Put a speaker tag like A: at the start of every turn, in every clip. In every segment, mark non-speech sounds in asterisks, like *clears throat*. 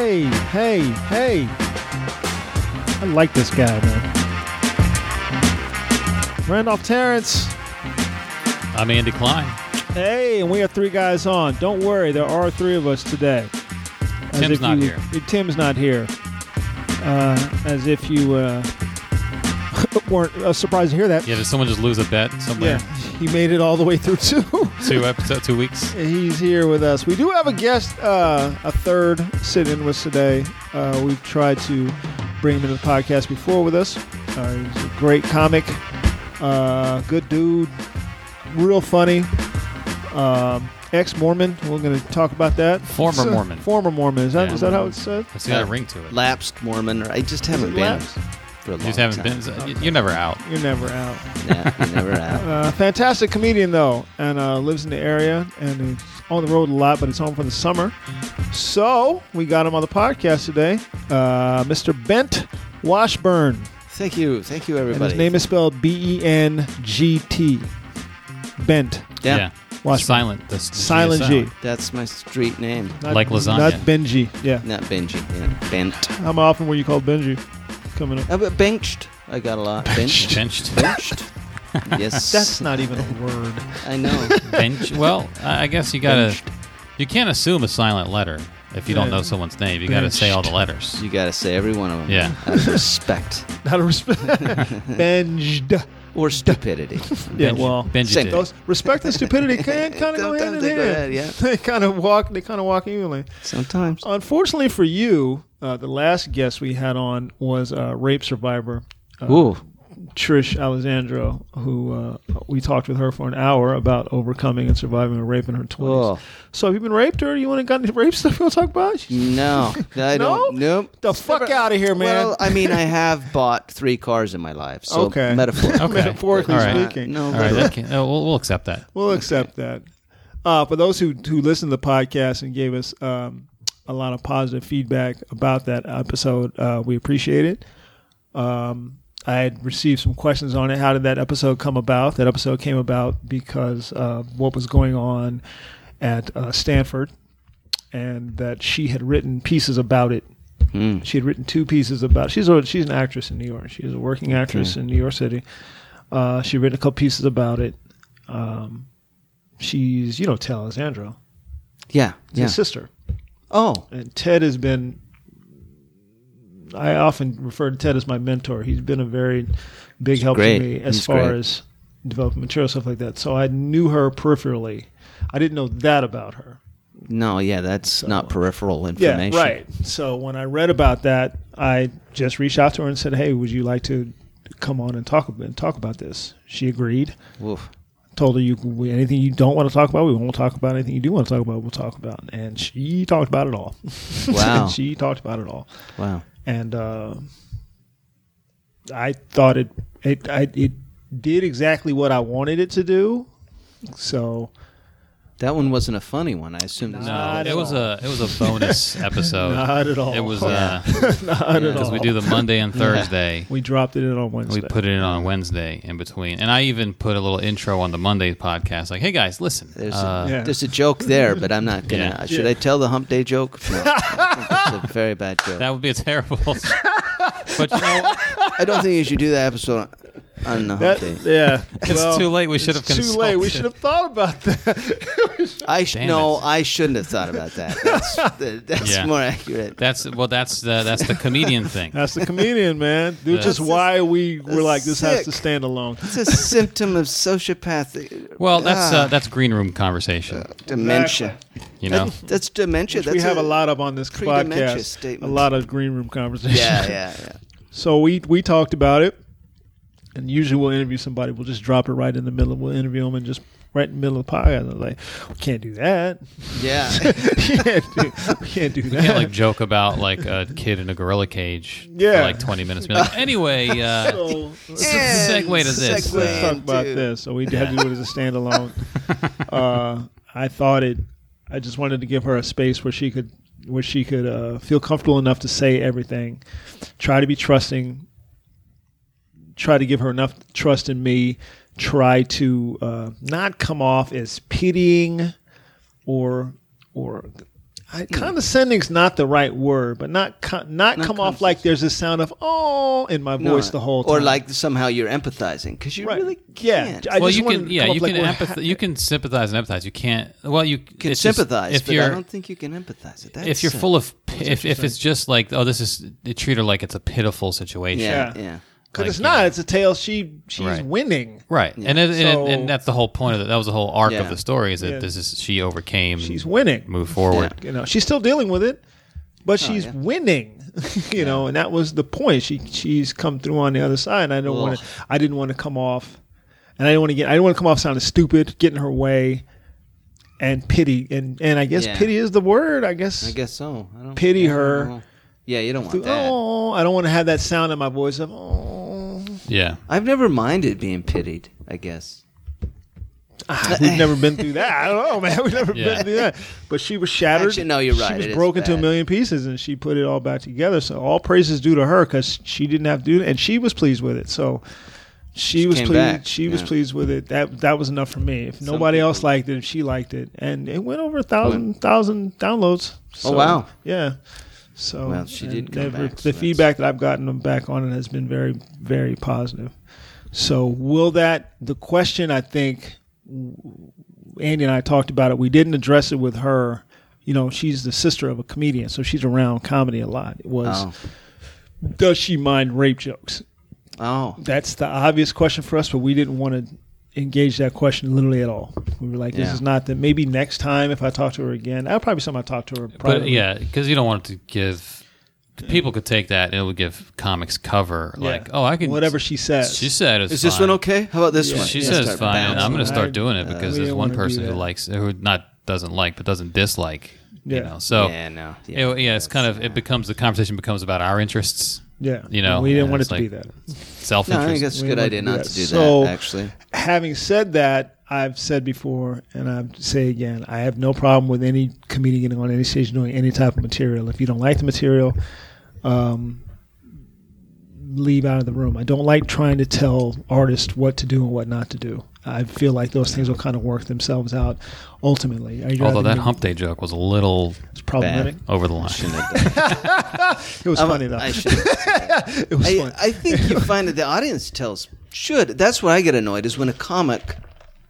A: hey, hey. I like this guy, man. Randolph Terrence.
B: I'm Andy Klein.
A: Hey, and we are three guys on. Don't worry, there are three of us today. As
B: Tim's
A: if
B: not
A: you-
B: here.
A: eh, Tim's not here. Uh, as if you uh, *laughs* weren't uh, surprised to hear that.
B: Yeah, did someone just lose a bet somewhere?
A: Yeah, he made it all the way through *laughs* two.
B: *laughs* Two episodes, two weeks.
A: He's here with us. We do have a guest, uh, a third sit in with us today. Uh, we've tried to bring him into the podcast before with us. Uh, he's a great comic, uh, good dude, real funny. Um, Ex Mormon. We're going to talk about that.
B: Former
A: So-
B: Mormon.
A: Former Mormon. Is that,
B: Yeah.
A: is that how it's said?
B: It's got a ring to it.
C: Lapsed Mormon. or I just haven't been
A: lapsed?
C: for a long
B: You just haven't been.
C: time.
B: you- You're never out.
A: You're never out.
C: yeah, you never
B: *laughs*
C: have.
A: Uh, fantastic comedian though, and uh, lives in the area, and he's on the road a lot, but he's home for the summer. So we got him on the podcast today, uh, Mr. Bent Washburn,
C: Thank you, thank you,
A: and
C: everybody.
A: his name is spelled B E N G T. Bent
C: yeah,
A: Washburn,
B: Silent. The, the
A: silent,
B: is
A: G,
C: that's my street name,
A: Not-
B: Like lasagna.
A: not Benji. Yeah,
C: not Benji. Yeah, bent.
A: how often were you called Benji? Coming
C: *laughs*
A: up,
C: Uh, but benched. I got a lot. Benched.
B: Benched.
C: Benched.
B: *laughs*
C: yes.
A: that's not even a word.
C: I know.
B: Bench. Well, I I guess you gotta.
C: Benched.
B: You can't assume a silent letter if you
A: Yeah.
B: don't know someone's name. You gotta say all the letters.
C: You gotta say every one of them.
B: Yeah.
C: Out of respect
A: Not a respect. *laughs* Benged.
B: *laughs*
C: or stupidity.
A: Yeah,
B: Benji-
A: well,
B: Benji
C: same
B: did.
A: those respect and stupidity can kind of go hand in
C: Sometimes they go
A: hand.
C: hand, yeah.
A: *laughs* they kind of walk. They kind of walk evenly.
C: Sometimes.
A: Oh. Unfortunately for you, uh, the last guest we had on was uh, rape survivor uh,
C: Ooh.
A: Trish Alexandro, who uh, we talked with her for an hour about overcoming and surviving a rape in her twenties.
C: Whoa.
B: Oh.
A: So have you been raped, or you want to got any rape stuff you want to talk about?
C: No, I don't. Nope.
A: The fuck outta here, man.
C: Well, I mean, I have bought three cars in my life, so
A: Okay.
C: metaphorically.
B: *laughs* Okay.
A: Metaphorically
B: All right.
A: speaking,
C: Uh, No,
B: All right, that can, no, we'll, we'll accept that.
A: We'll accept that. Uh, for those who who listened to the podcast and gave us um, a lot of positive feedback about that episode, uh, we appreciate it. Um, I had received some questions on it. How did that episode come about? That episode came about because uh, what was going on at uh, Stanford, and that she had written pieces about it.
C: Hmm.
A: She had written two pieces about. She's a, she's an actress in New York. She's a working actress in New York City. Uh, she written a couple pieces about it. Um, she's you know Ted Alessandro,
C: yeah,
A: it's
C: yeah.
A: his sister,
C: Oh,
A: and Ted has been. I often refer to Ted as my mentor. He's been a very big help
C: great.
A: to me as
C: He's
A: far
C: great.
A: as developing material stuff like that. So I knew her peripherally. I didn't know that about her.
C: no, yeah, that's not peripheral
A: Yeah,
C: information.
A: right. So when I read about that, I just reached out to her and said, "Hey, would you like to come on and talk and talk about this?" She agreed.
C: Oof.
A: *laughs* Told her you we- anything you don't want to talk about, we won't talk about. Anything you do want to talk about, we'll talk about. And she talked about it all. *laughs*
C: Wow.
A: And she talked about it all.
C: Wow.
A: And uh, I thought it it I, it did exactly what I wanted it to do. So
C: That one wasn't a funny one. I assume it was
A: Not
C: another-
A: at
B: it was
A: all.
B: a it was a bonus
A: *laughs*
B: episode.
A: not at all. *laughs*
B: It was uh,
C: Yeah.
A: not at
B: because
A: all.
B: we do the Monday and Thursday.
A: We dropped it in on Wednesday.
B: We put it in on Wednesday in between, and I even put a little intro on the Monday podcast, like, "Hey guys, listen."
C: There's,
B: uh,
C: a,
A: Yeah.
C: there's a joke there, but I'm not gonna.
B: Yeah.
C: Should I tell the hump day joke? No, it's a very bad
B: *laughs*
C: joke.
B: That would be a terrible. but you know,
C: I don't think you should do that episode on the hump
A: That-
C: day.
A: yeah.
B: It's too late. We
A: *laughs*
B: should
A: it's
B: have
A: Too late. We
B: consulted.
A: should have thought about that.
C: I sh-
B: Damn
C: no,
B: it.
C: I shouldn't have thought about that.
A: *laughs*
C: That's, that's
B: Yeah.
C: more accurate.
B: that's well, that's the that's the comedian thing.
A: *laughs* That's the comedian, *laughs* man. Dude,
B: Yeah.
A: just
C: That's
A: why we were like this has to
C: sick.
A: stand alone.
C: It's a symptom of sociopathic.
B: Well, that's
C: Ah,
B: uh, that's green room conversation.
C: dementia.
A: *laughs*
B: You know,
C: That- that's dementia. That's
A: we have a, lot of on this
C: pre-dementia
A: podcast.
C: statement.
A: A lot of green room conversation.
C: Yeah, yeah, yeah.
A: *laughs* So we we talked about it, and usually we'll interview somebody. We'll just drop it right in the middle. We'll interview them and just right in the middle of the podcast. I'm like, we can't do that. *laughs*
C: Yeah.
A: we can't do, we can't do that.
B: can't like joke about like a kid in a gorilla cage.
A: Yeah.
B: for, like twenty minutes. Be like, anyway,
A: *laughs*
B: uh,
A: So-
B: segue to this.
C: Segue
A: let's talk about
C: into-
A: this. So we had to do it as a *laughs* standalone. uh, I thought it. I just wanted to give her a space where she could, where she could uh, feel comfortable enough to say everything. Try to be trusting. Try to give her enough trust in me. Try to uh, not come off as pitying, or or I, condescending's not the right word, but not con- not,
C: Not
A: come off like there's a sound of oh in my voice the whole time.
C: Or like somehow you're empathizing because you
A: Right.
C: really
A: Yeah.
C: can't.
A: I
B: well,
A: just
B: you
A: wanted
B: can,
A: to
B: yeah,
A: come up
B: you
A: like
B: can
A: we're
B: empath-
A: ha-
B: you can sympathize and empathize. You can't. Well, you
C: can
B: it's just-
C: sympathize,
B: if
C: but
B: you're
C: I don't think you can empathize. That's
B: if you're
C: a-
B: full of p- if, if it's just like oh this is treat her like it's a pitiful situation.
C: yeah,
A: Yeah.
C: yeah,
A: Because it's
B: Like,
A: not.
B: yeah.
A: It's a tale. She she's
B: Right.
A: winning.
B: Right, and, it, and,
A: So-
B: it, and that's the whole point of it. That was the whole arc
C: Yeah.
B: of the story is that
A: Yeah.
B: this is she overcame.
A: She's
B: and
A: winning.
B: Moved forward.
A: You know, she's still dealing with it, but she's
C: Oh, yeah.
A: winning. *laughs* you know, and that was the point. She she's come through on the other side. And I don't want
C: Ugh.
A: to. I didn't want to come off, and I didn't want to get. I didn't want to come off sounding stupid, getting her way, and pity. And and I guess
C: Yeah.
A: pity is the word. I guess.
C: I guess so. I don't
A: Pity
C: I don't
A: her.
C: know. Yeah, you don't want that.
A: oh, I don't want to have that sound in my voice of oh.
B: Yeah,
C: I've never minded being pitied. I guess.
A: Ah, *laughs* We've never been through that. I don't know, man. We've never
B: Yeah.
A: been through that. But she was shattered.
C: Actually, no, you're right.
A: She was
C: It is
A: broken to a
C: bad.
A: million pieces, and she put it all back together. So all praise is due to her because she didn't have to do it, and she was pleased with it. So she, was
C: came
A: pleased.
C: back,
A: She was
C: yeah.
A: pleased with it. That that was enough for me. If nobody else liked it, if she liked it, and it went over a thousand thousand downloads. So,
C: Oh, wow.
A: Yeah. So
C: Well, she
A: and
C: did come
A: they've-
C: back, so
A: The
C: that's-
A: feedback that I've gotten back on it has been very very positive. So will that the question I think Andy and I talked about it. We didn't address it with her. You know, she's the sister of a comedian, so she's around comedy a lot. It was
C: Oh,
A: does she mind rape jokes?
C: oh,
A: That's the obvious question for us, but we didn't want to engage that question literally at all. We were like, this
C: Yeah.
A: is not that. Maybe next time if I talk to her again, that'll probably be something I talk to her.
B: but
A: Privately.
B: yeah, because you don't want to give people could take that and it would give comics cover
A: Yeah.
B: like oh I can
A: whatever she says.
B: she said it's
C: is this
B: fine.
C: one okay? How about this
A: Yeah.
C: one?
B: She
A: Yeah.
C: Let's
B: says
C: start
B: fine. and
C: bouncing.
B: I'm going to
A: I-
B: start doing it because
A: we
B: there's
A: don't
B: one
A: wanna do
B: person who
A: that.
B: likes who not doesn't like but doesn't dislike. You
A: Yeah.
B: know, so
C: Yeah, no.
B: It- Yeah, it's kind of it becomes the conversation becomes about our interests,
A: yeah.
B: you know,
A: we didn't
B: and
A: want it
B: it's
A: to
B: like-
A: be that.
B: self
C: No, I
B: interest.
C: think that's a
A: We
C: good
A: would
C: idea
A: do
C: not
A: that.
C: to do
A: So-
C: that.
A: *laughs*
C: Actually,
A: Having said that, I've said before, and I say again, I have no problem with any comedian getting on any stage doing any type of material. If you don't like the material, um, leave out of the room. I don't like trying to tell artists what to do and what not to do. I feel like those things will kind of work themselves out ultimately. I'd
B: Although
A: rather
B: that
A: be-
B: hump day joke was a little
A: it's problematic.
B: over the line.
A: It was funny though.
C: I
A: *laughs*
C: should.
A: it was
C: I,
A: funny.
C: I
A: *laughs*
C: think you find that the audience tells should. That's where I get annoyed is when a comic,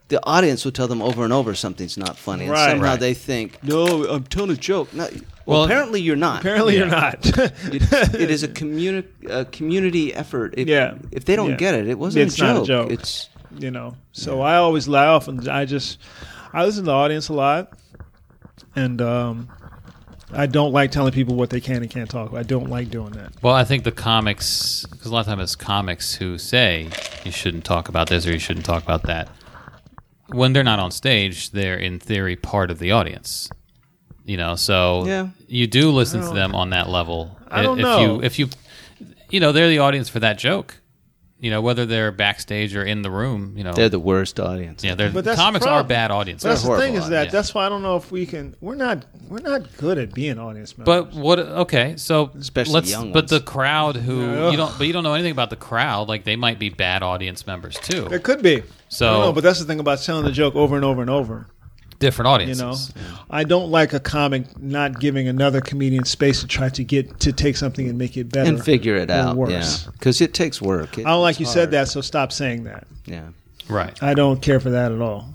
C: the audience will tell them over and over something's not funny, and
A: Right.
C: somehow
B: Right.
C: they think, "No, I'm telling a joke." No, well,
B: Well,
C: apparently you're not.
A: Apparently, you're not.
C: It- it is a communi- a community effort. If,
A: Yeah.
C: If they don't
A: Yeah.
C: get it, it wasn't
A: It's
C: a, joke.
A: not a joke.
C: It's
A: you know. So I always laugh, and I just I listen to the audience a lot, and um, I don't like telling people what they can and can't talk. about. I don't like doing that.
B: well, I think the comics, because a lot of times it's comics who say you shouldn't talk about this or you shouldn't talk about that. When they're not on stage, they're in theory part of the audience. You know, so
C: Yeah.
B: you do listen to them on that level.
A: I don't
B: if
A: know.
B: You, if you, you know, they're the audience for that joke. You know, whether they're backstage or in the room. You know,
C: they're the worst audience.
B: yeah, they're,
A: But that's the
B: comics are
A: problem.
B: bad audiences.
A: But that's the
C: horrible
A: thing is that
B: audience.
A: that's why I don't know if we can. We're not we're not good at being audience members.
B: But what? Okay, so
C: Especially
B: let's.
C: young
B: but the
C: ones.
B: crowd who
A: Yeah.
B: you don't, but you don't know anything about the crowd. Like they might be bad audience members too.
A: it could be.
B: So-
A: I don't know, but that's the thing about telling the joke over and over and over.
B: Different
A: You
B: audiences.
A: know, I don't like a comic not giving another comedian space to try to get to take something and make it better
C: And figure it
A: or
C: out.
A: Worse.
C: Yeah. Because it takes work. It-
A: I don't like
C: it's
A: you said
C: hard.
A: that, so stop saying that.
C: Yeah.
B: right?
A: I don't care for that at all.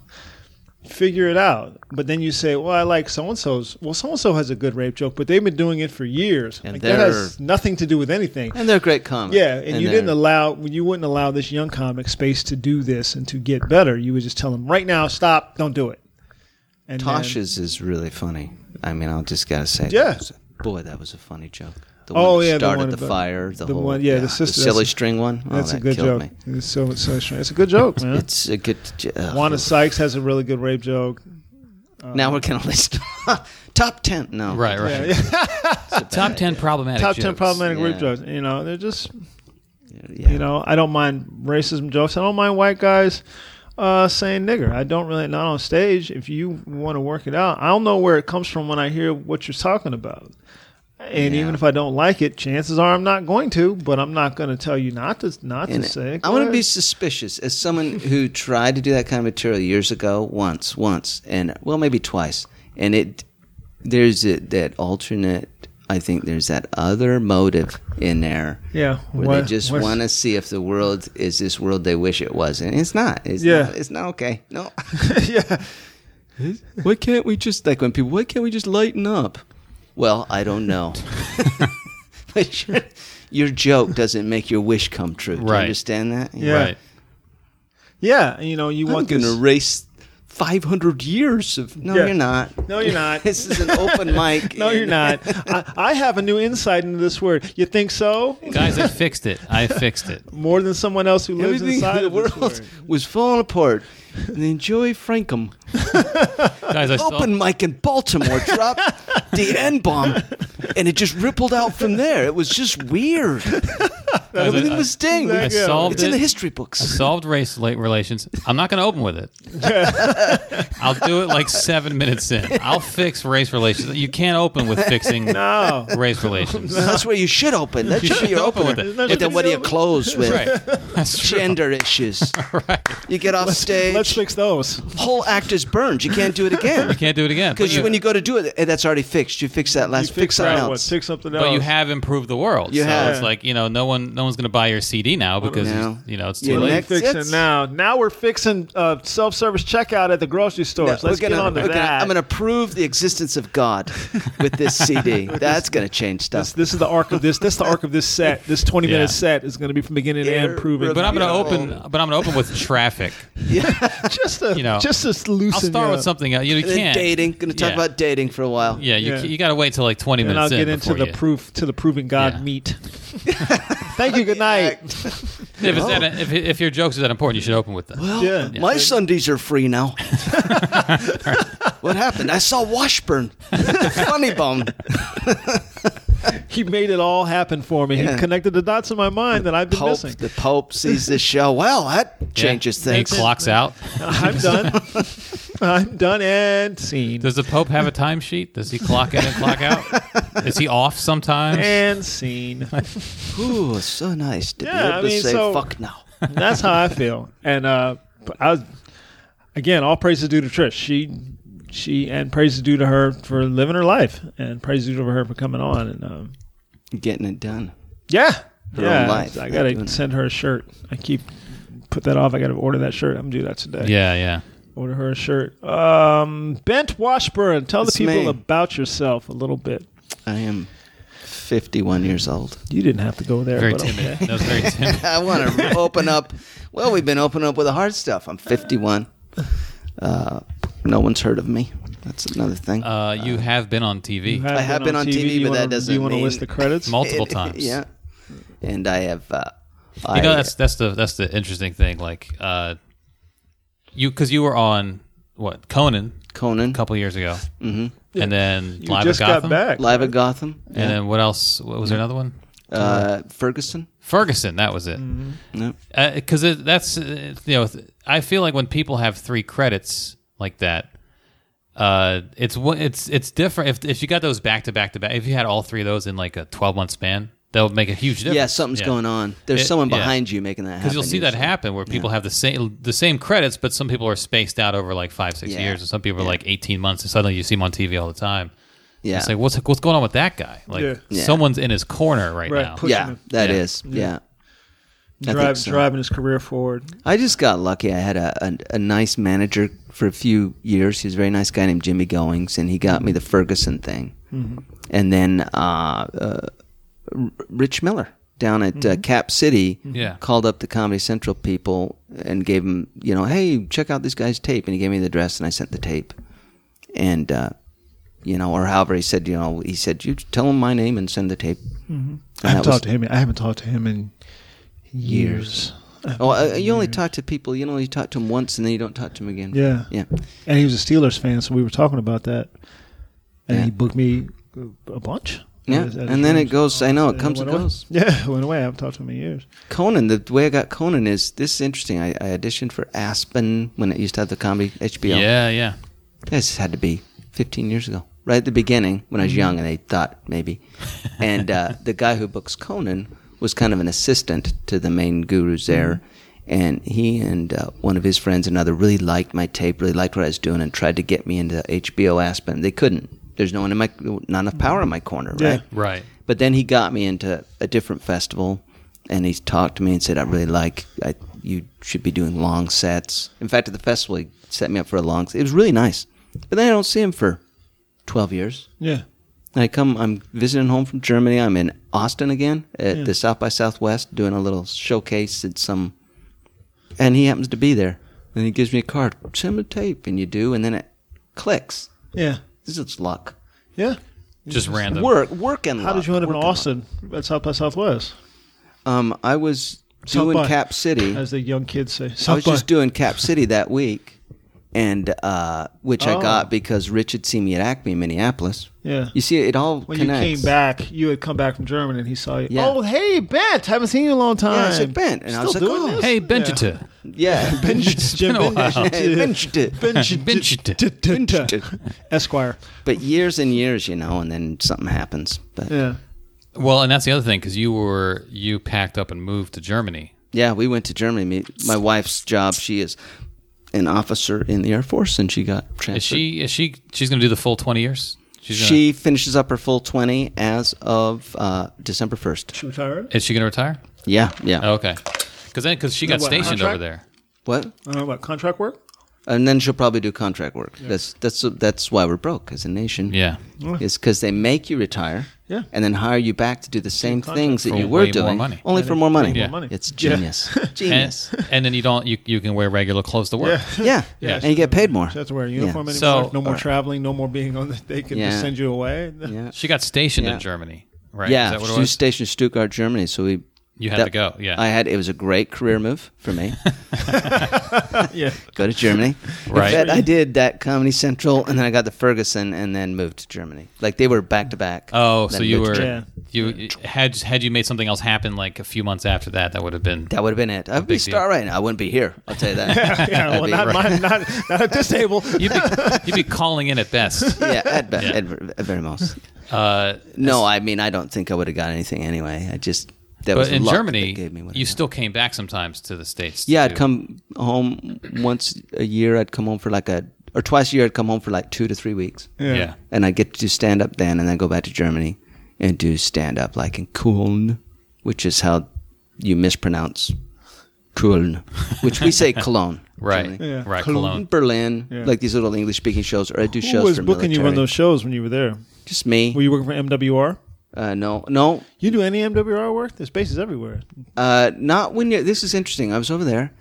A: Figure it out. But then you say, well, I like so and so's. Well, so and so has a good rape joke, but they've been doing it for years.
C: And
A: Like, that
C: they're-
A: has nothing to do with anything.
C: And they're great comics.
A: Yeah, and, you
C: they're-
A: didn't allow, you wouldn't allow this young comic space to do this and to get better. You would just tell them, right now, stop, don't do it. And then-
C: Tosh's is really funny. I mean, I'll just gotta say,
A: Yeah.
C: that was a- boy, that was a funny joke. The one
A: Oh,
C: that
A: yeah, the
C: started
A: one
C: the,
A: about-
C: fire. The,
A: the
C: whole
A: one- yeah, the sister-
C: silly
A: that's a-
C: string one. Oh,
A: that's
C: that
A: a good
C: killed
A: joke.
C: Me.
A: It's so, so strange. It's a good joke, man.
C: *laughs* It's a good. j- ugh.
A: Wanda Sykes has a really good rape joke.
C: *laughs* now we're
A: uh-huh.
C: gonna list *laughs* top ten. No,
B: Right, right.
A: Yeah, *laughs* yeah.
B: *laughs* Top ten problematic.
A: Top 10
B: jokes.
A: problematic rape
C: Yeah.
A: jokes. You know, they're just,
C: Yeah.
A: You know, I don't mind racism jokes. I don't mind white guys uh, saying nigger. I don't really not on stage. If you want to work it out, I don't know where it comes from when I hear what you're talking about. And
C: Yeah.
A: even if I don't like it, chances are I'm not going to. But I'm not going to tell you not to not
C: And
A: to say. it.
C: I want
A: Go
C: to be
A: ahead.
C: suspicious as someone who *laughs* tried to do that kind of material years ago, once, once, and well, maybe twice, and it there's a, that alternate. I think there's that other motive in there
A: Yeah.
C: where
A: what-
C: they just
A: what's-
C: want to see if the world is this world they wish it was, and it's not. It's
A: Yeah.
C: not, it's not okay. No,
A: *laughs* yeah.
C: *laughs* why can't we just like when people? Why can't we just lighten up? Well, I don't *laughs* know. but your, your joke doesn't make your wish come true. Do you
B: Right.
C: understand that?
A: Yeah.
B: Right.
A: Yeah. You know, you
C: I'm
A: want
C: going
A: this.
C: to erase 500 years of. No,
A: Yeah.
C: you're not.
A: No, you're not.
C: *laughs* This is an open mic.
A: no, you're not. I, I have a new insight into this word. You think so?
B: Guys, I fixed it. I fixed it.
A: More than someone else who lives
C: *laughs* Everything
A: inside
C: in the
A: of this
C: world
A: word.
C: was falling apart. And then Joey Frankum,
B: Guys, I saw,
C: open mic in Baltimore, dropped the N bomb, and it just rippled out from there. It was just weird.
B: guys, I-
C: Everything
B: I-
C: was sting.
A: I
C: It's
B: solved
C: in the
B: it.
C: history books.
B: solved race late relations. I'm not going to open with it.
A: *laughs*
B: I'll do it like seven minutes in. I'll fix race relations. You can't open with
A: *laughs*
B: fixing
A: No.
B: race relations.
C: *laughs* That's where you should open. That
B: You
C: should be
B: should
C: your
B: open
C: opener.
B: with it.
C: But then what do you close with?
B: Right. That's true.
C: Gender issues.
B: Right.
C: You get off stage.
A: Let's fix those.
C: whole act is burned. You can't do it
B: You
C: again
B: can't do it
C: *laughs*
B: again.
C: because when you go to do it, eh, that's already fixed. You fix that last. fix something
A: that
C: else.
A: one. Fix something else.
B: but you have improved the world.
C: You
B: so
C: have.
B: it's like, you know, no one no one's going to buy your CD now because
C: No.
B: you know, it's
C: Yeah,
B: too late.
C: next-
A: fixing
C: That's-
A: now. Now we're fixing uh, self-service checkout at the grocery
C: No,
A: stores.
C: we're
A: Let's
C: gonna-
A: get on to
C: we're
A: that.
C: gonna- I'm going to prove the existence of God with this CD. That's going to change
A: This,
C: stuff.
A: this is the arc of this. That's the arc of this set.
C: *laughs*
A: This 20 minute
B: Yeah.
A: set is going to be from beginning to end proving.
B: But I'm going to
C: Beautiful.
B: open but I'm going to open with
C: *laughs*
B: traffic.
A: just to,
B: you know,
A: just to
B: I'll
A: loosen.
B: start
A: you
B: with
A: up.
B: something else. You, you
C: And then
B: can't
C: dating. Going to talk
B: Yeah.
C: about dating for a while.
B: Yeah, you,
A: Yeah.
B: you got to wait till like 20
A: and I'll
B: minutes
A: get
B: in
A: into
B: before
A: the
B: you-
A: proof to the proving God
B: Yeah.
C: *laughs*
A: meat. Thank you. Good night.
B: If, it's that, if, if your jokes are that important, you should open with that.
C: Well,
A: Yeah.
C: my Sundays are
A: *laughs*
C: free now. *laughs* what happened? I saw Washburn, *laughs* Funny Bone.
A: He made it all happen for me.
C: Yeah.
A: He connected the dots in my mind that I've been
C: Pope,
A: missing. *laughs*
C: the Pope sees this show. Well, that
B: Yeah.
C: changes
B: He
C: things.
B: clocks out.
A: I'm
C: *laughs*
A: done. I'm done and seen.
B: Does the Pope have a timesheet? Does he clock in and clock
C: *laughs*
B: out? Is he off sometimes?
A: and scene.
C: Ooh, it's so nice to
A: Yeah,
C: be able
A: I
C: to
A: mean,
C: say
A: so-
C: fuck now.
A: That's how I feel. And uh, but I, was- again, all praises due to Trish. She, she, and praises due to her for living her life, and praises due to her for coming on. And um,
C: Getting it done.
A: yeah,
C: Her
A: yeah,
C: own life,
A: I
C: not
A: gotta
C: doing it.
A: send her a shirt. I keep put that off. I gotta order that shirt. I'm gonna do that today.
B: Yeah, yeah.
A: Order her a shirt. Um, Bent Washburn, tell
C: It's
A: the people
C: me.
A: about yourself a little bit.
C: I am 51 years old. *laughs*
A: You didn't have to go there.
B: Very
A: but
B: timid.
A: Okay.
B: That was very *laughs* timid.
C: I want to open up. Well, we've been opening up with the hard stuff. I'm 51. Uh, no one's heard of me. That's another thing.
B: Uh, you have been on TV
A: You
C: I have been on TV,
A: Do you
C: but that
A: wanna-
C: doesn't
A: Do you wanna
C: mean-
A: list the credits?
B: multiple
C: It-
B: times.
C: *laughs* Yeah. And I have. Uh, I,
B: You know that's that's the that's the interesting thing. Like uh, you because you were on what Conan
C: Conan
B: a couple years ago, mm-hmm. and then
A: You
B: Live
A: just
B: at Gotham,
A: got back.
C: live at Gotham.
B: and then what else? What was there
C: Mm-hmm.
B: another one?
C: Uh, Ferguson.
B: Ferguson. That was it.
A: Mm-hmm.
C: No.
B: because it that's uh, you know th- I feel like when people have three credits like that, uh, it's one- it's it's different. If if you got those back to back to back, if you had all three of those in like a twelve month span, that would make a huge difference.
C: Yeah, something's going on. There's
B: It-
C: someone
B: yeah.
C: behind you making that happen.
B: Because you'll see that
C: usually.
B: happen where people have the same the same credits, but some people are spaced out over like five six
C: Yeah.
B: years, and some people
C: Yeah.
B: are like eighteen months, and suddenly you see them on TV all the time.
C: Yeah.
B: It's like what's what's going on with that guy? Like
A: Yeah.
C: Yeah.
B: someone's in his corner right,
A: Right.
B: now.
A: Push- pushing
C: yeah,
A: him.
C: that
B: Yeah.
C: is. Yeah. I think
A: Drive,
C: so.
A: driving his career forward.
C: I just got lucky. I had a, a, a nice manager for a few years. He was a very nice guy named Jimmy Goings, and he got me the Ferguson thing.
A: Mm-hmm.
C: And then uh, uh, R- Rich Miller down at uh, Cap City
B: Mm-hmm. Yeah.
C: called up the Comedy Central people and gave him, you know, hey, check out this guy's tape. And he gave me the address, and I sent the tape. And, uh, you know, or however he said, you know, he said, you tell him my name and send the tape. And
A: I haven't
C: that was-
A: talked to him. I haven't talked to him in years.
C: Oh, uh, you only talk to people. You only talk to them once, and then you don't talk to them again.
A: Yeah.
C: yeah.
A: And he was a Steelers fan, so we were talking about that. And
C: Yeah.
A: he booked me a bunch.
C: Yeah,
A: At his- at
C: and
A: his
C: then it
A: rooms.
C: goes. I know it comes
A: went
C: and
A: away.
C: goes.
A: Yeah, it went away. I haven't talked to him in years.
C: Conan. The way I got Conan is this is interesting. I, I auditioned for Aspen when it used to have the comedy HBO.
B: yeah, yeah.
C: this had to be 15 years ago, right at the beginning when I was young, and they thought maybe. And uh, the guy who books Conan was kind of an assistant to the main gurus there. And he and uh, one of his friends, another, really liked my tape, really liked what I was doing, and tried to get me into HBO Aspen. They couldn't. there's no one in my not enough power in my corner,
A: Yeah.
C: right?
B: Right.
C: But then he got me into a different festival, and he talked to me and said, "I really like I, you. Should be doing long sets." In fact, at the festival, he set me up for a long. It was really nice. But then I don't see him for twelve years.
A: Yeah.
C: And I come. I'm visiting home from Germany. I'm in Austin again at
A: Yeah.
C: the South by Southwest doing a little showcase at some, and he happens to be there. And he gives me a card. Send me a tape, and you do, and then it clicks.
A: Yeah.
C: This is luck.
A: Yeah.
B: Just random.
C: Work, work, and
A: Um, How
C: luck.
A: did you end up in
C: Work and luck.
A: Austin at South by Southwest?
C: Um, I was
A: South
C: doing
A: by,
C: Cap City.
A: as the young kids say.
C: I was
A: by.
C: just doing Cap City that week, and uh, which
A: Oh.
C: I got because Rich had seen me at Acme in Minneapolis.
A: Yeah.
C: You see, it all
A: When
C: connects.
A: you came back, you had come back from Germany, and he saw you.
C: Yeah.
A: Oh, hey, Bent, haven't seen you in a long time.
C: Yeah, I said, "Bent," and
A: Still
C: I was like,
A: doing
C: "Oh."
A: this?
B: Hey,
A: Yeah.
B: Benjita.
A: *laughs*
C: yeah,
A: Benj- Jim
B: been a while.
A: Benj-
C: Hey, Benjita.
A: Benj-
B: Benjita.
A: t- t- t- Esquire.
C: *laughs* but years and years, you know, and then something happens. But yeah,
A: Yeah.
B: Well, and that's the other thing because you were you packed up and moved to Germany.
C: we went to Germany. Me, my wife's job, she is an officer in the Air Force, and she got transferred.
B: Is she? Is she? She's going to do the full twenty years. She's gonna,
C: She finishes up her full twenty as of uh, December first.
A: She retired?
B: is she going to retire? Oh,
C: Yeah, yeah.
B: Okay. Because then because she got
A: what,
B: stationed
A: contract?
B: over there.
C: What?
A: I don't know about contract work.
C: and then she'll probably do contract work. That's that's that's why we're broke as a nation.
B: Yeah.
C: is because they make you retire.
A: Yeah.
C: and then hire you back to do the same
A: contract.
C: things that
B: For
C: you
B: way
C: were
B: more
C: doing,
B: money.
C: only for more money.
B: Yeah.
A: money.
C: It's
A: Yeah.
C: genius,
B: And,
C: genius.
B: and then you don't you, you can wear regular clothes to work.
A: *laughs*
C: yeah,
B: *laughs* Yeah.
C: and you get paid more.
A: She has to wear a uniform
C: Yeah.
A: anymore.
B: So-
A: no more traveling. No more being on. The, they can
C: Yeah.
A: just send you away.
C: Yeah,
B: She got stationed
C: Yeah.
B: in Germany, right? Is
C: yeah.
B: that what
C: She
B: it
C: was
B: was?
C: stationed in Stuttgart, Germany. So we.
B: You had
C: that-
B: to go. Yeah.
C: I had it was a great career move for me.
A: *laughs*
B: *laughs*
A: yeah.
C: go to Germany.
B: Right.
C: In fact, I did that Comedy Central, and then I got the Ferguson, and then moved to Germany. Like they were back to back.
B: oh,
C: then
B: so you
C: moved to
B: were
C: Germany.
A: Germany.
B: you had had you made something else happen like a few months after that that would have
C: *laughs*
B: been
C: That would have been it. I'd be a
B: big deal.
C: star right now. I wouldn't be here. I'll tell
B: *laughs*
C: you that.
A: yeah. Well,
C: be
A: not,
C: right.
A: mine, not not at this table.
B: you'd be, you'd be calling in at
C: *laughs*
B: best.
C: *laughs* yeah, at, be-
B: Yeah.
C: at, ver- at very most.
B: Uh,
C: No, I mean, I don't think I would have got anything anyway. I just that was
B: but in
C: luck that
B: Germany,
C: gave me what I
B: you
C: got.
B: still came back sometimes to the states.
C: yeah.
B: too.
C: I'd come home once a year. I'd come home for like a or twice a year. I'd come home for like two to three weeks,
B: Yeah.
C: and I'd get to do stand up then, and then go back to Germany and do stand up like in Köln, which is how you mispronounce Köln, which
B: *laughs*
C: we say Cologne,
B: Right.
C: Germany.
A: Yeah.
B: Right.
A: Cologne.
B: Cologne.
C: Berlin,
A: Yeah.
C: like these little English speaking shows, or I do
A: Who
C: shows
A: was
C: for
A: booking you on
C: military.
A: those shows when you were there?
C: Just me.
A: Were you working for MWR?
C: uh, no, no,
A: You do any MWR work? There's bases everywhere.
C: Uh, not when you. This is interesting. I was over there,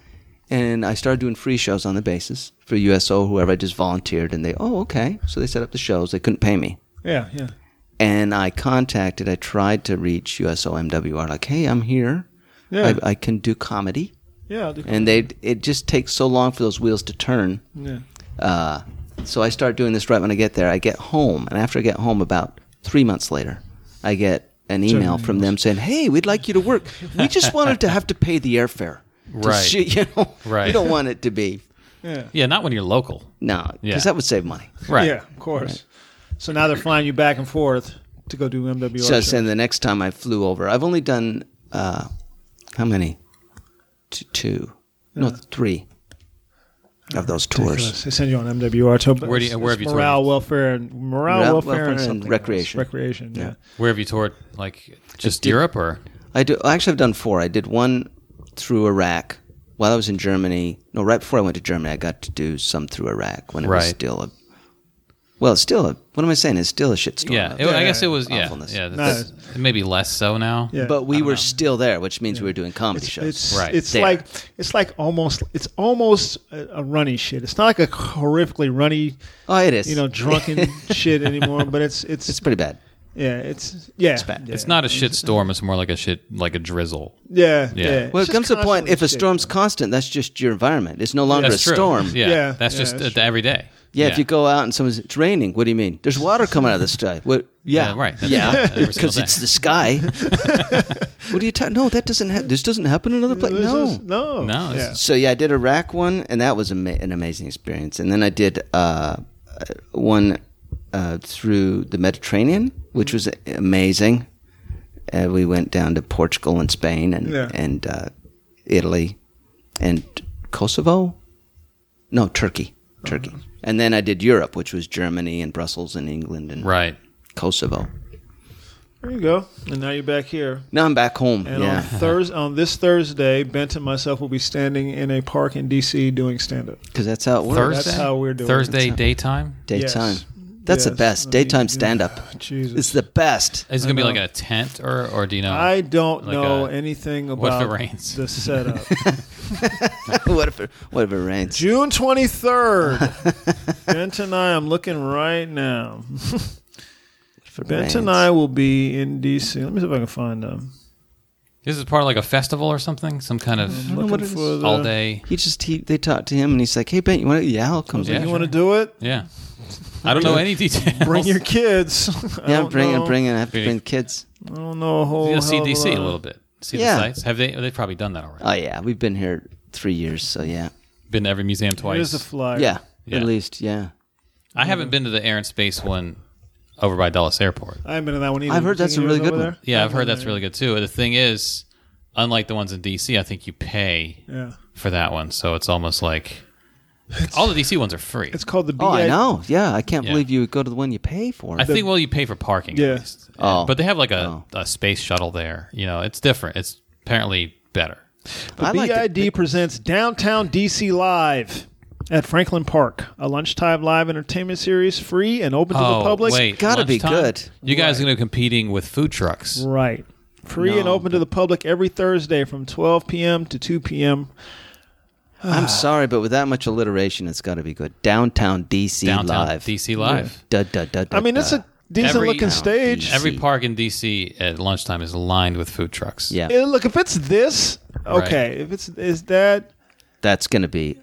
C: and I started doing free shows on the basis for USO, whoever. I just volunteered, and they, oh, okay. So they set up the shows. They couldn't pay me,
A: Yeah, yeah.
C: and I contacted. I tried to reach USO MWR, like, hey, I'm here.
A: Yeah.
C: I, I can do comedy,
A: Yeah, I'll do
C: and they. It just takes so long for those wheels to turn.
A: yeah.
C: Uh, so I start doing this right when I get there. I get home, and after I get home, about three months later, I get an email from them saying, "Hey, we'd like you to work. We just wanted to have to pay the airfare. To
B: Right.
C: see- *laughs* you know,
B: Right.
C: We don't want it to be
A: Yeah.
B: Yeah, not when you're
A: *laughs*
B: local.
C: no, because
B: Yeah.
C: that would save money.
B: Right.
A: Yeah, of course. So now they're flying you back and forth to go do MWR.
C: So I
A: shows.
C: said the next time I flew over, I've only done uh, how many? T- two, no, three of those tours.
A: They send you on MWR. So
B: Where do you-
A: it's- it's
B: where have you toured?
A: morale, welfare, and morale, welfare,
C: Morale, welfare,
A: and,
C: and
A: something
C: recreation.
A: else. Recreation. Yeah.
B: Where have you toured? Like just Europe or?
C: I do. Actually, I've done four. I did one through Iraq while I was in Germany. No, right before I went to Germany, I got to do some through Iraq when it was
B: Right.
C: still a. Well, it's still a. What am I saying? It's still a shitstorm.
B: Yeah,
C: out
B: it-
C: there.
B: I guess it was. Yeah,
C: Awfulness.
B: yeah.
A: No.
B: that's- Maybe less so now.
A: Yeah.
C: but we were still there, which means we were doing comedy shows.
A: It's
B: Right.
A: it's
C: There.
A: like it's like almost it's almost a, a runny shit. It's not like a horrifically runny,
C: oh, it is.
A: you know,
C: *laughs*
A: drunken shit anymore. But it's it's,
C: it's pretty bad.
A: yeah, it's yeah, it's
C: bad.
B: It's not a shit storm. It's more like a shit, like a drizzle.
A: yeah, yeah.
B: Yeah.
C: Well,
A: It's just
C: it comes to the point
A: constantly
C: if a
A: shit.
C: storm's constant, that's just your environment. It's no longer
B: That's
C: a
B: true.
C: storm.
B: Yeah,
A: Yeah,
B: that's
A: yeah,
B: just
A: that's
B: uh, every day.
C: Yeah, if you go out and someone's, it's raining. What do you mean? There's water coming out of
B: *laughs*
C: the sky. What? Yeah,
B: Yeah, right. That's
C: Yeah,
B: right. Every
C: *laughs*
B: single
C: because
B: day.
C: it's the sky.
B: *laughs*
C: what are you talking? No, that doesn't. Ha- this doesn't happen in another place.
A: This
C: No.
A: is- no,
B: No,
A: Yeah.
B: it's-
C: So yeah, I did a rack one, and that was ama- an amazing experience. And then I did uh, uh, one uh, through the Mediterranean, which was a- amazing. Uh, we went down to Portugal and Spain and
A: Yeah.
C: and uh, Italy and Kosovo, no Turkey. Turkey.
A: Uh-huh.
C: And then I did Europe, which was Germany and Brussels and England and
B: Right.
C: Kosovo.
A: There you go. And now you're back here.
C: Now I'm back home.
A: And on
C: yeah.
A: Thurs on this Thursday, Bent and myself will be standing in a park in DC doing stand up.
C: Because that's how it works.
B: Thursday.
A: That's how we're doing it.
B: Thursday daytime.
C: Daytime. That's the best. Daytime stand up.
B: Oh,
A: Jesus.
C: It's the best.
B: Is it gonna be
A: know.
B: like a tent or or do you know?
A: I don't
B: Like
A: know
B: a-
A: anything
B: if it
A: about
B: rains?
A: the
C: *laughs*
A: setup.
C: what if it, what if it rains?
A: June
C: *laughs*
A: 23rd. Bent and I, I'm looking right now.
C: If it
A: Bent and
C: rains.
A: I will be in DC. Let me see if I can find them.
B: this is part of like a festival or something. Some kind of
A: Looking
C: what it is.
A: for the-
B: all day.
C: He just he they talked to him and he's like, "Hey Ben, you want to?" Yeah, I'll come.
B: Yeah.
A: You want to do it?
B: Yeah. I don't know any details.
A: Bring your kids. *laughs* I
C: Yeah,
A: don't
C: bring
A: know.
C: it, bring it. I have to
B: Big.
C: bring kids.
A: I don't know Oh, a whole.
B: You'll see
A: hell of
B: DC a
A: lot.
B: little bit. See
C: Yeah.
B: the sights. Have they? They've probably done that already.
C: Oh yeah, we've been here three years, so yeah,
B: Been to every museum twice.
A: Here's the flyer.
C: yeah,
B: Yeah.
C: at least yeah.
B: I haven't been to the Air and Space one over by Dulles Airport.
A: I haven't been in that one either.
C: I've heard
A: You
C: that's
A: think
C: a
A: yours
C: really
A: over
C: good one.
B: Yeah, I've heard that's really good too. The thing is, unlike the ones in DC, I think you pay
A: there? Yeah.
B: for that one, so it's almost like all the DC ones are free.
A: It's called the BI.
C: Oh, I know. Yeah, I can't
B: Yeah.
C: believe you would go to the one you pay for.
B: I think well, you pay for parking.
A: Yeah.
B: At least.
C: Oh.
B: but they have like a, a space shuttle there. You know, it's different. It's apparently better.
C: I like the-
A: BID presents Downtown DC Live at Franklin Park, a lunchtime live entertainment series, free and open to
B: oh,
A: the public.
B: wait,
C: gotta be
B: lunchtime?
C: good.
B: You guys are gonna be competing with food trucks.
A: Right. Free and
C: No.
A: open to the public every Thursday from 12 p.m. to 2 p.m.
C: I'm sorry, but with that much alliteration, it's got to be good. Downtown DC
B: Downtown
C: live.
B: DC Live.
C: Da, da, da, da,
A: I mean, it's
C: da.
A: a decent
B: Every-
A: looking stage.
C: Yeah.
B: Every
C: See.
B: park in DC at lunchtime is lined with food trucks.
C: yeah.
A: Eh, Look, if it's this, okay. If it's is that,
C: that's going to be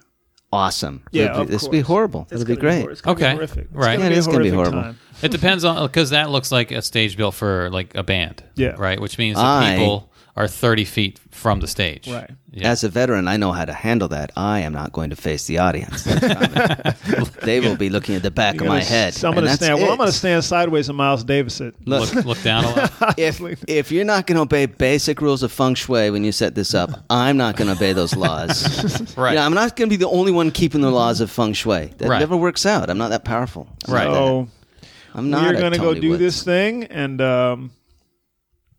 C: awesome.
A: Yeah,
C: It'll be-
A: of
C: this will be
A: course.
C: horrible.
A: it's
C: It'll be
A: gonna
C: great.
A: hor- it's gonna be
B: Okay.
A: horrific. It's
B: Right.
A: gonna
C: Yeah,
A: be
C: it
A: a
C: is gonna be
A: horrific
C: horrible.
A: time.
B: It depends on because that looks like a stage built for like a band.
A: Yeah.
B: Right. Which means the
C: I-
B: people are thirty feet from the stage.
A: Right.
B: Yeah.
C: As a veteran, I know how to handle that. I am not going to face
A: *laughs*
C: the audience. That's not me. they will be looking at the back of
A: I'm
C: my
A: gonna
C: head.
A: s- I'm gonna
C: and that's
A: stand. Well,
C: it.
A: I'm gonna stand sideways and Miles Davis it.
B: Look, look down a
C: *laughs*
B: lot.
A: *laughs*
C: if if you're not going to obey basic rules of feng shui when you set this up, I'm not going to obey
A: *laughs*
C: those laws.
B: Right.
C: You know, I'm not going to be the only one keeping the laws of feng shui. That
B: Right.
C: never works out. I'm not that powerful. I'm
B: Right.
C: not that-
A: So
C: I'm
A: we
C: not.
A: are
C: a
A: gonna go
C: Tony
A: do
C: Woods.
A: this thing, and um,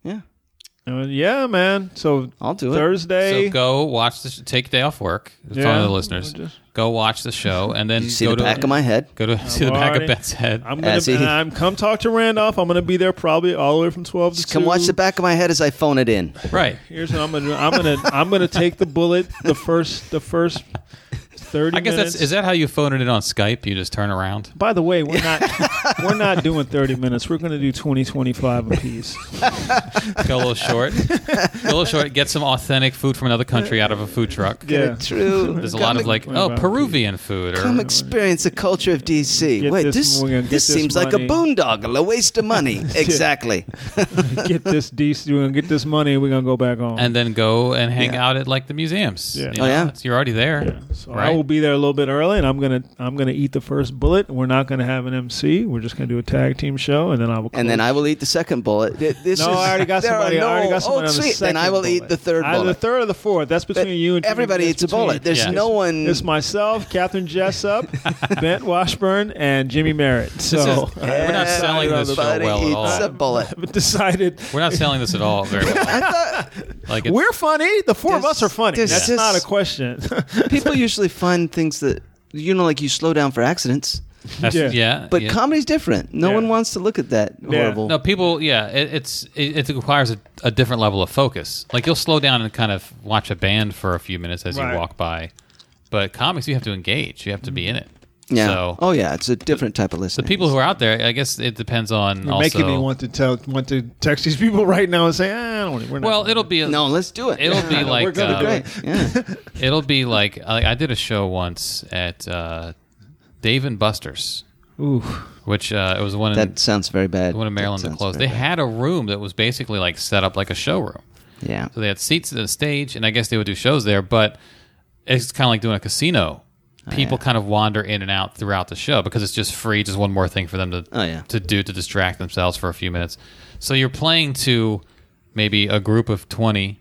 C: Yeah.
A: uh, yeah, man. So
C: I'll do it.
A: Thursday.
B: so go watch the sh- take a day off work. It's
A: Yeah.
B: yeah. the listeners.
A: We'll just-
B: go watch the show and then
C: You see
B: go
C: the
B: to
C: back of my head.
B: go to *laughs* see the back
A: already-
B: of Ben's head.
A: I'm gonna
C: As he-
A: and I'm come talk to Randolph. I'm gonna be there probably all the way from twelve to
C: Just come watch
A: 2.
C: the back of my head as I phone it in.
B: right.
A: Here's what I'm gonna do. I'm gonna I'm gonna take the bullet the first the first thirty.
B: I guess
A: minutes.
B: that's is that how you phoned it in on Skype? You just turn around.
C: *laughs*
A: By the way, we're not we're not doing thirty minutes. We're gonna do 20, 25 apiece.
B: Go a little short. Go a little short. Get some authentic food from another country out of a food truck.
A: Yeah.
C: True.
B: There's a lot of like, oh,
A: about
B: Peruvian food
C: Come
B: or
C: experience the culture of DC.
A: Get
C: Wait,
A: this
C: this
A: mo- get
C: this,
A: this
C: seems like a
A: money.
C: boondoggle, a waste of *laughs* money. exactly.
A: Get this DC. We're gonna get this money. We're gonna go back on.
B: and then go and hang
C: Yeah.
B: out at like the museums.
A: Oh. Yeah.
B: You
A: Oh,
B: know,
C: yeah.
B: it's- You're already there.
A: so I
B: right.
A: will be there a little bit early, and I'm gonna I'm gonna eat the first bullet. We're not gonna have an MC. We're just gonna do a tag team show, and then I will.
C: And then I will eat the second bullet. Th- This
A: No,
C: is,
A: I already got
C: *laughs* there are
A: somebody. I already
C: no-
A: got somebody
C: oh,
A: on the
C: sweet.
A: second
C: Then I will eat
A: bullet.
C: the third
A: Either
C: bullet.
A: the third or the fourth. That's between
C: But
A: you and
C: everybody
A: that's
C: eats a
A: between-
C: bullet. There's
B: Yeah.
C: no one.
A: It's myself, Catherine
B: *laughs*
A: Jessup, Bent Washburn, and Jimmy Merritt. So uh,
B: is- we're not selling this show
C: Everybody
B: well at
C: eats
B: all.
C: a bullet.
A: I've *laughs* decided
B: We're not selling this at all
C: *laughs*
B: very well. like it's,
A: we're funny. The four of us
C: There's-
A: are funny.
C: there's
A: That's
C: just-
A: not a question. *laughs*
C: *laughs* People usually find things that you know, like you slow down for accidents.
B: that's,
A: Yeah.
B: yeah.
C: But
B: yeah.
C: comedy's different. No
A: Yeah.
C: one wants to look at that horrible.
B: no, people, yeah, it, it's it, it requires a, a different level of focus. Like you'll slow down and kind of watch a band for a few minutes as
A: Right.
B: you walk by, but comics you have to engage. You have to be in it.
C: Mm-hmm. Yeah.
B: So
C: oh yeah, it's a different type of
B: the
C: listening.
B: people who are out there, I guess it depends on
A: You're
B: also.
A: making me want to tell, want to text these people right now and say, ah, I don't. We're not
B: well, it'll be a,
C: no, let's do it.
B: It'll
C: *laughs*
B: be like
A: we're gonna
B: uh,
A: do
C: Great. Yeah.
B: It'll be like I, I did a show once at uh, Dave and Buster's,
A: Ooh,
B: which uh, it was the one in
C: that sounds very bad.
B: the one in Maryland that
C: sounds
B: closed. They
C: very
B: had a room that was basically like set up like a showroom.
C: bad. Yeah.
B: So they had seats at the stage, and I guess they would do shows there. But it's kind of like doing a casino.
C: Oh,
B: People kind of wander in and out throughout the show because it's just free, just one more thing for them to
C: Oh, yeah.
B: to do to distract themselves for a few minutes. So you're playing to maybe a group of twenty,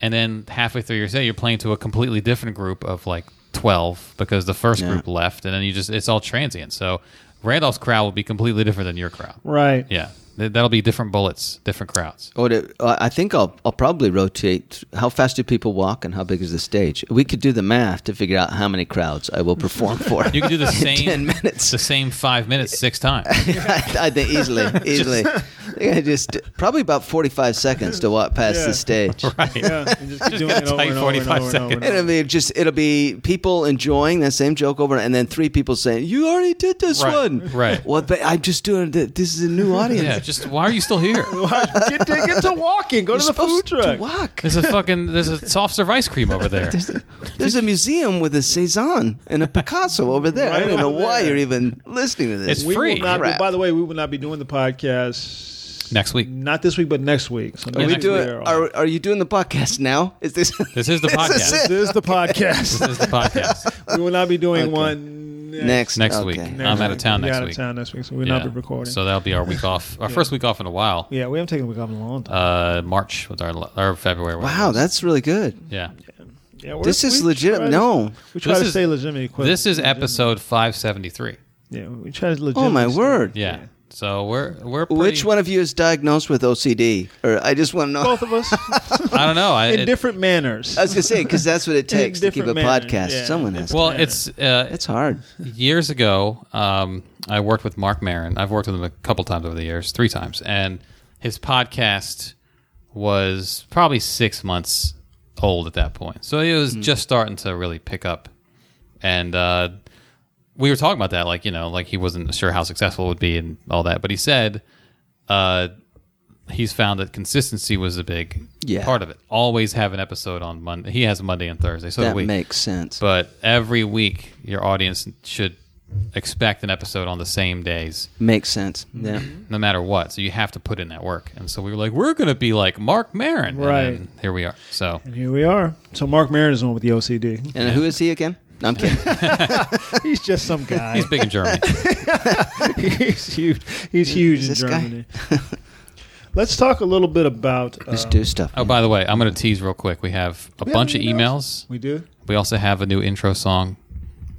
B: and then halfway through your set, you're playing to a completely different group of like twelve because the first
C: Yeah.
B: group left, and then you just it's all transient. So Randolph's crowd will be completely different than your crowd.
A: Right.
B: Yeah, Th- that'll be different bullets, different crowds.
C: Or to, uh, I I think I'll, I'll probably rotate how fast do people walk and how big is the stage. We could do the math to figure out how many crowds I will perform for. *laughs*
B: You can do the
C: in
B: same
C: ten minutes.
B: the same five minutes six times.
C: *laughs* I, I think easily, easily. I think I just probably about forty-five seconds to walk past
A: Yeah.
C: the stage.
B: Right.
A: Yeah,
B: *laughs*
A: and just keep doing
B: gotta
A: it over
B: type
A: and over and over and
B: 45
A: over and over.
B: seconds.
C: It'll be just it'll be people enjoying that same joke over, and then three people saying, "You already did this
B: Right,
C: one."
B: right.
C: Well, but I'm just doing it. This is a new audience.
B: Yeah, just why are you still here?
A: get, to, get to walking. Go
C: You're
A: to the food
C: supposed
A: truck.
C: to walk.
B: There's a fucking there's a soft serve ice cream over there.
C: *laughs* There's a museum with a Cezanne
B: *laughs*
C: and a Picasso over there. I
A: Right
C: don't know
A: over
C: why
A: there.
C: you're even listening to this.
B: It's
A: we
B: free.
A: Will not be,
C: Crap.
A: by the way, we will not be doing the podcast
B: Next week.
A: Not this week, but next week. So
C: are
A: next
C: we
A: week
C: doing?
A: we are on.
C: Are, are you doing the podcast now? Is this?
B: This is the
C: *laughs* This
B: podcast.
A: this is the podcast.
C: *laughs*
B: This is
A: *laughs*
B: the podcast.
A: we will not be doing
C: Okay.
A: one next,
C: Next
B: Next
C: okay.
B: week.
A: next
B: I'm out of
A: week.
B: town
A: We're
B: next
A: out
B: week.
A: Of town next week, so we'll
B: Yeah.
A: not be recording.
B: So that'll be our week off, our first week off in a while.
A: yeah, we haven't taken a week off in a long time.
B: Uh, March was our la- or February. whatever it
C: Wow,
B: was.
C: that's really good.
B: yeah.
A: Yeah, we're-
C: This is
A: we
C: legit.
A: try to-
C: No.
A: we try
B: This
A: to
B: is-
A: stay legitimate. Quick.
B: This is episode 573.
A: Yeah, we try to legit.
C: Oh my word.
B: Yeah. So we're we're pretty,
C: Which one of you is diagnosed with OCD? Or I just want to know.
A: Both of
B: *laughs*
A: us
B: I don't know. I,
A: in
B: it-
A: different manners.
C: *laughs* I was gonna say because that's
B: *laughs*
C: what it
A: In
C: takes to keep a
A: different manner,
C: podcast.
A: yeah.
C: Someone has.
B: well,
C: to.
B: it's uh,
C: that's hard.
B: years ago, um, I worked with Mark Marin. I've worked with him a couple times over the years, three times, and his podcast was probably six months old at that point. So it
C: Hmm.
B: was just starting to really pick up, and uh, we were talking about that, like you know, like he wasn't sure how successful it would be and all that, but he said. Uh, He's found that consistency was a big
C: Yeah.
B: part of it. Always have an episode on Monday. He has Monday and Thursday, so
C: That
B: do we
C: makes sense.
B: but every week your audience should expect an episode on the same days
C: makes sense. Yeah.
B: no matter what so you have to put in that work and so we were like we're gonna be like mark marin
A: Right.
B: and then here we are so
A: And here we are. So Mark Marin is the one with the OCD.
C: And who is he again? No, I'm kidding.
B: *laughs*
A: He's just some guy.
B: he's big in
A: *laughs*
B: germany
A: he's huge. He's huge
C: is
A: in
C: this guy? *laughs*
A: Germany. Let's talk a little bit about. Uh,
C: Let's do stuff.
B: oh by the way i'm gonna tease real quick we have a
A: We have
B: bunch of
A: emails?
B: emails
A: we do.
B: we also have a new intro song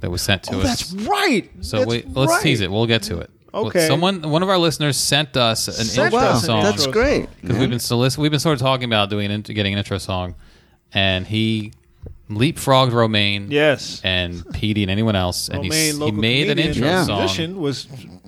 B: that was sent to
A: Oh,
B: us
A: that's right.
B: so
A: That's
B: we, let's
A: right.
B: tease it we'll get to it Well,
A: Okay.
B: someone one of our listeners sent us an
A: Sent
B: intro
C: wow,
A: us an
B: song
C: that's
A: intro
C: great.
B: because we've been solic- we've been sort of talking about doing an int- getting an intro song, and he leapfrogged Romaine,
A: Yes.
B: and Petey and anyone else, and he
A: Romaine,
B: s- he,
A: local
B: made an
A: comedian
B: intro
C: Yeah.
A: and
B: song.
A: musician, was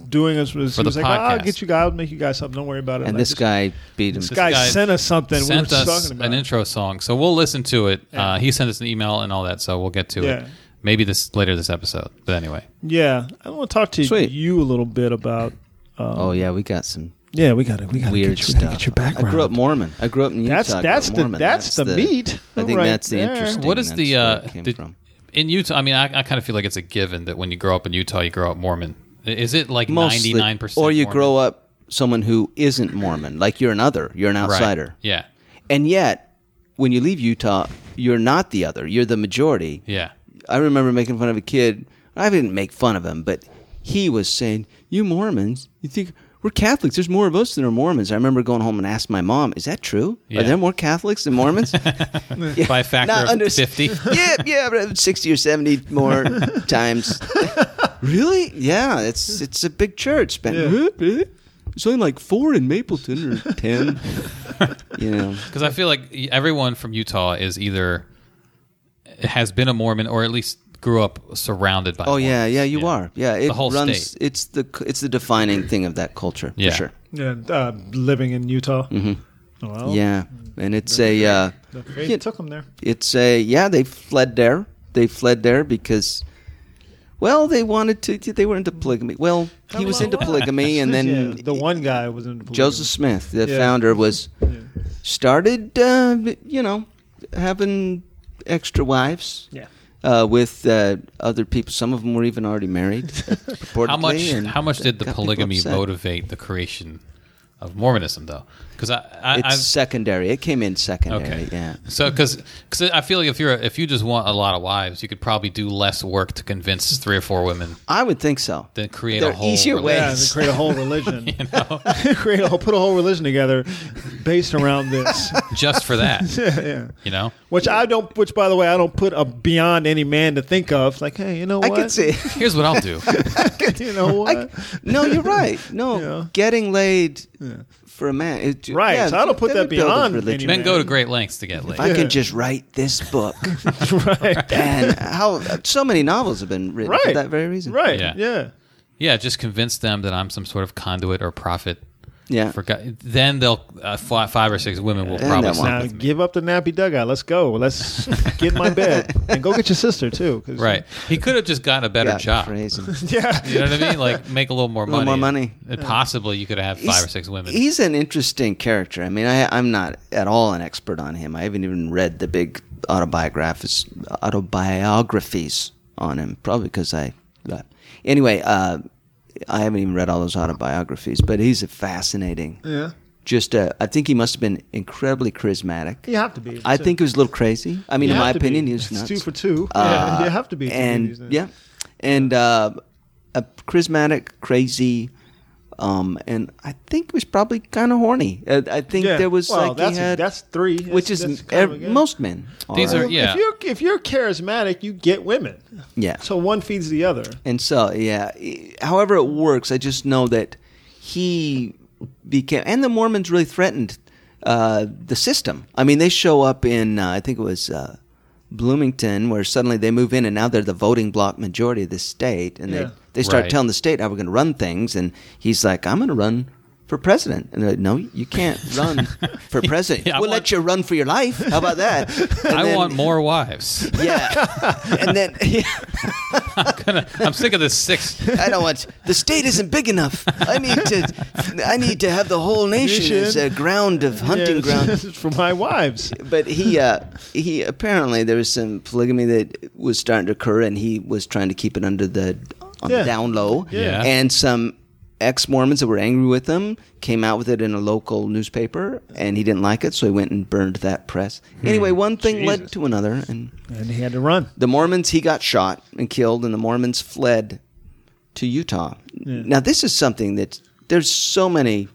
A: doing us. Was, he
B: the
A: was like, "Oh, I'll
B: podcast.
A: get you guys. I'll make you guys something. Don't worry about it.
C: And
A: Like,
C: this guy beat him.
A: This guy,
B: guy
A: sent us something. we were
B: Sent
A: just
B: us
A: talking about.
B: an intro song, so we'll listen to it.
A: Yeah.
B: Uh, he sent us an email and all that, so we'll get to
A: Yeah.
B: it. Maybe this later this episode, but anyway,
A: Yeah, I want to talk to
C: Sweet.
A: you a little bit about.
C: Oh yeah, we got some
A: Yeah, we got to we got to
C: weird
A: get, you- we
C: stuff.
A: gotta get your background.
C: I grew up Mormon. I grew up in Utah.
A: That's-
C: I grew up
A: that's the-
C: Mormon.
A: that's the meat
C: I think
A: right
C: that's the
A: there.
C: interesting.
B: what is
C: that's
B: the
C: where
B: uh,
C: it came
B: did-
C: from.
B: in Utah? I mean, I, I kind of feel like it's a given that when you grow up in Utah, you grow up Mormon. I- Is it like
C: Mostly-
B: ninety nine percent,
C: or you grow up someone who isn't Mormon, like you're an other, you're an outsider.
B: Yeah,
C: And yet, when you leave Utah, you're not the other. You're the majority.
B: yeah.
C: I remember making fun of a kid. I didn't make fun of him, but he was saying, "You Mormons, you think we're Catholics? There's more of us than are Mormons." I remember going home and asking my mom, "Is that true?
B: Yeah.
C: Are there more Catholics than *laughs* Mormons?" Yeah.
B: By a factor
C: Not
B: of
C: under-
B: 50.
C: *laughs* yeah, yeah, but sixty or seventy *laughs* more times. really? Yeah, it's it's a big church, but it's only like four in Mapleton *laughs* or ten. you know,
B: Because I feel like everyone from Utah is either has been a Mormon or at least grew up surrounded by.
C: Oh yeah,
B: Mormons.
C: yeah, you are. Yeah, it
B: the whole
C: runs.
B: state.
C: It's the it's the defining thing of that culture
B: Yeah.
C: for sure.
A: Yeah, uh, living in Utah. Mm-hmm. Well,
C: Mm. Yeah, and it's a uh,
A: the faith
C: Yeah.
A: took him there.
C: it's a yeah. They fled there. They fled there because. Well, they wanted to. They were into polygamy. Well, he
A: *laughs*
C: was into polygamy, and then
A: Yeah, the one guy was in
C: Joseph Smith, the
A: Yeah.
C: founder, was started. Uh, you know, having extra wives
A: Yeah.
C: uh, with uh, other people. Some of them were even already
A: *laughs*
C: married. purportedly,
B: How much?
C: and
B: How much did the
C: got people
B: polygamy
C: upset.
B: motivate the creation of Mormonism, though? Because I, I,
C: It's
B: I've
C: secondary. It came in secondary.
B: okay,
C: Yeah.
B: So because I feel like if you're if you just want a lot of wives, you could probably do less work to convince three or four women
C: I would think so.
B: than create
C: There
B: a
C: are
B: whole.
C: easier
B: religion.
A: Yeah,
B: *laughs*
C: ways.
A: to create a whole religion. *laughs* create a whole, put a whole religion together based around this.
C: *laughs*
A: *laughs*
B: just for that.
A: yeah, yeah.
B: You know,
A: Which I don't. Which, by the way, I don't put a beyond any man to think of. It's like, hey, you know
C: I
A: what?
C: could see.
B: Here's what I'll
C: *laughs*
B: do.
A: *laughs* you know what?
C: I, no, you're
A: *laughs*
C: right. No,
A: Yeah.
C: getting laid for a man. it-
A: Right,
C: yeah,
A: so I don't put that
C: would build up
A: beyond
C: religion.
A: any-
B: Men go to great lengths to get laid.
C: If I could just write this
A: *laughs*
C: book, *laughs*
A: right.
C: and how so many novels have been written for
A: Right.
C: that very reason.
A: Right.
B: Yeah.
A: Yeah.
B: Yeah, just convince them that I'm some sort of conduit or prophet.
C: Yeah.
B: For guy- then they'll uh, fi- five or six women will
C: Then
B: probably
C: that
B: sleep
C: one.
A: Now
B: with me.
A: give up the nappy dugout. Let's go. Let's get in my bed and go get your sister too. 'cause-
B: Right. He could have just gotten a better
C: Yeah,
B: job.
C: phrasing.
A: Yeah.
B: You know what I mean?
C: *laughs*
B: Like make a little more
C: little
B: money.
C: more money.
B: And possibly you could have five or six women.
C: He's an interesting character. I mean, I, I'm not at all an expert on him. I haven't even read the big autobiographies, autobiographies on him, probably because I. uh, Anyway, uh, I haven't even read all those autobiographies, but he's a fascinating.
A: Yeah.
C: Just, uh, I think he must have been incredibly charismatic.
A: You have to be.
C: I
A: too.
C: think he was a little crazy. I mean,
A: You
C: in
A: have
C: my
A: to be.
C: opinion, he was
A: It's
C: nuts.
A: two for two.
C: Uh,
A: yeah, you have to be. to do
C: and
A: these things.
C: yeah, and uh, a charismatic, crazy, um, and I think was probably kind of horny. I, I think
A: Yeah.
C: there was
A: Well,
C: like
A: that's
C: he had,
A: that's three,
C: which
A: That's-
C: is
A: that's kind of
C: ev-
A: a game.
C: most men. Are.
B: These are- yeah.
A: If you're if you're charismatic, you get women.
C: Yeah.
A: So one feeds the other.
C: And so, yeah. i- However, it works. I just know that he became, and the Mormons really threatened uh, the system. I mean, they show up in, uh, I think it was uh, Bloomington, where suddenly they move in, and now they're the voting block majority of the state, and
A: Yeah.
C: they they start
B: Right.
C: telling the state how we're going to run things, and he's like, "I'm going to run." For president, and they're like, no, you
B: *laughs*
C: can't run for president.
B: Yeah, I
C: we'll
B: want-
C: let you run for your life. How about that?
B: *laughs* *laughs*
C: And
B: I
C: then-
B: want more
C: *laughs*
B: wives.
C: Yeah, and then
B: *laughs* I'm sick of this six.
C: I don't want the state isn't big enough. I need to I need to have the whole nation as a ground of hunting
A: Yeah,
C: ground.
A: this is *laughs* for my wives.
C: But he uh, he apparently there was some polygamy that was starting to occur, and he was trying to keep it under the on the
A: Yeah.
C: down low.
B: Yeah.
C: and some. Ex Mormons that were angry with him came out with it in a local newspaper, and he didn't like it, so he went and burned that press. Anyway, one thing led
A: Hmm. Jesus.
C: to another, and
A: And he had to run.
C: the Mormons, he got shot and killed, and the Mormons fled to Utah. Now, this is something that there's so many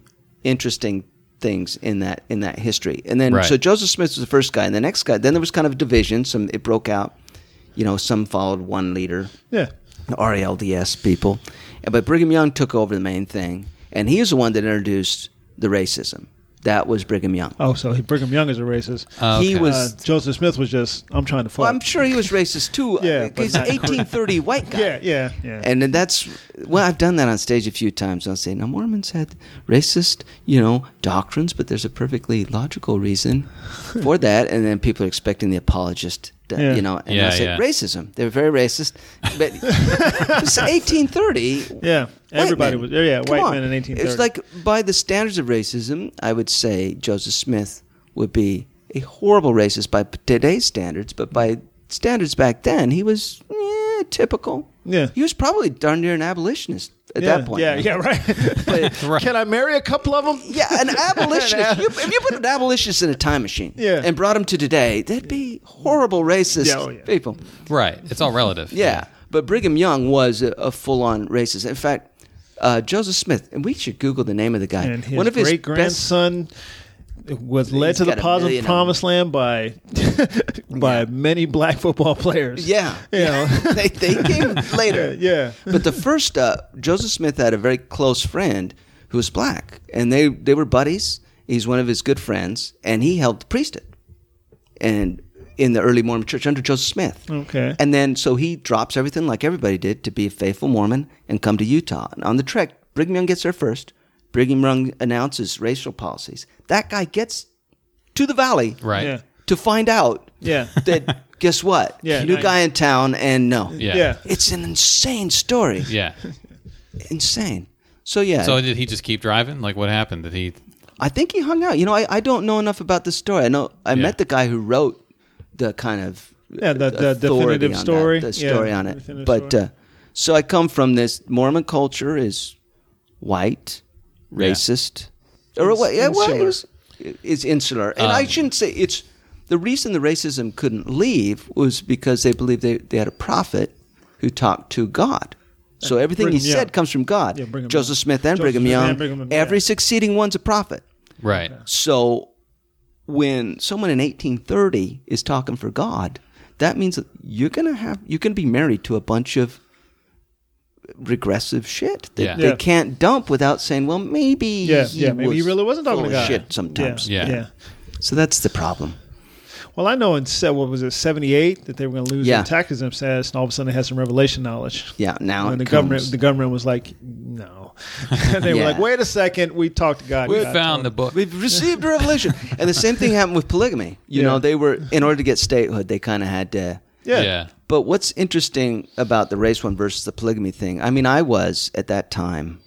C: interesting things in that in that history. And then,
B: Right.
C: so Joseph Smith was the first guy, and the next guy. Then there was kind of a division. Some it broke out. You know, some followed one leader,
A: Yeah.
C: the RALDS people, but Brigham Young took over the main thing, and he was the one that introduced the racism. That was Brigham Young.
A: Oh, so he- Brigham Young is a racist.
C: He
B: okay.
C: was
A: Uh, Joseph Smith was just, I'm trying to fuck.
C: Well, I'm sure he was racist too.
A: *laughs* Yeah,
C: yeah,
A: but
C: he's an
A: not-
C: 1830 white guy.
A: yeah, yeah, yeah.
C: And then that's well, I've done that on stage a few times. I'll say, "Now Mormons had racist, you know, doctrines, but there's a perfectly logical
A: *laughs*
C: reason for that." And then people are expecting the apologist, to,
A: Yeah.
C: you know. And I
B: Yeah,
C: said,
B: yeah.
C: "Racism. They were very racist,
A: *laughs*
C: but it's 1830."
A: yeah,
C: White
A: everybody
C: men.
A: was. Yeah,
C: Come
A: white
C: on.
A: men in 1830.
C: It's like by the standards of racism, I would say Joseph Smith would be a horrible racist by today's standards, but by standards back then, he was eh, typical.
A: Yeah.
C: he was probably darn near an abolitionist at
A: yeah,
C: that point.
A: Yeah, yeah, *laughs* right.
C: *laughs* But-
B: Right.
A: Can I marry a couple of them?
C: yeah,
A: *laughs*
C: an abolitionist. you, if you put an abolitionist in a time machine
A: Yeah.
C: and brought him to today, that'd be horrible racist
A: Yeah, oh, yeah.
C: people.
B: Right. It's all relative.
C: Yeah, but Brigham Young was a, a full-on racist. In fact, uh, Joseph Smith, and we should Google the name of the guy.
A: And his
C: One of his
A: great
C: best-
A: grandson was led
C: He's
A: to the
C: got a million
A: positive
C: of
A: promised land
C: *laughs*
A: by by many black football players.
C: Yeah,
A: You know? *laughs*
C: *laughs* they, they came later.
A: yeah.
C: but the first uh, Joseph Smith had a very close friend who was black, and they they were buddies. He's one of his good friends, and he held the priesthood, and in the early Mormon Church under Joseph Smith.
A: Okay.
C: and then so he drops everything like everybody did to be a faithful Mormon and come to Utah. And on the trek, Brigham Young gets there first. Brigham Young announces racial policies. That guy gets to the valley
B: Right.
A: Yeah.
C: to
A: *laughs*
C: find out
B: *laughs*
A: Yeah.
C: that guess what?
A: Yeah,
C: new
A: nice.
C: guy in town, and no,
B: Yeah.
A: Yeah.
C: it's an insane story.
B: Yeah.
C: *laughs* Insane. So yeah,
B: So did he just keep driving? Like what happened? Did he?
C: I think he hung out. You know, I, I don't know enough about the story. I know I met the guy who wrote the kind of
A: Yeah, the- the
C: authority
A: definitive
C: on that,
A: story.
C: the
A: Yeah,
C: story on
A: definitive
C: it. But
A: story.
C: Uh, so I come from this Mormon culture is white,
B: Yeah.
C: racist, or what? Yeah, well,
A: insular.
C: it was- it's insular, and
B: Um,
C: I shouldn't say it's. The reason the racism couldn't leave was because they believed they, they had a prophet who talked to God. So everything he
A: Brigham Young.
C: said comes from God.
A: Yeah, Brigham
C: Joseph
A: Young.
C: Smith and
A: Joseph
C: Brigham
A: Smith
C: Young.
A: and Brigham, yeah.
C: every succeeding one's a prophet.
B: Right.
C: So when someone in 1830 is talking for God, that means that you're gonna have you're gonna be married to a bunch of regressive shit that
B: Yeah.
C: they
A: Yeah.
C: can't dump without saying, "Well, maybe
A: Yeah,
C: he
A: yeah, maybe
C: was
A: he really wasn't talking
C: full
A: to
C: of
A: God."
C: shit sometimes."
B: Yeah.
A: yeah.
C: So that's the problem.
A: Well, I know in se- what was it seventy eight that they were going to lose
C: Yeah.
A: their taxes and status, and all of a sudden they had some revelation knowledge.
C: Yeah, now
A: and
C: it
A: the government
C: comes.
A: the government was like, no, *laughs* they were
C: Yeah.
A: like, wait a second, we talked to God.
B: We
A: God
B: found the
A: told
B: book.
C: We've received a revelation, and the same thing happened with polygamy. You
A: Yeah.
C: know, they were in order to get statehood, they kind of had to.
A: Yeah.
B: yeah.
C: But what's interesting about the race one versus the polygamy thing? I mean, I was at that time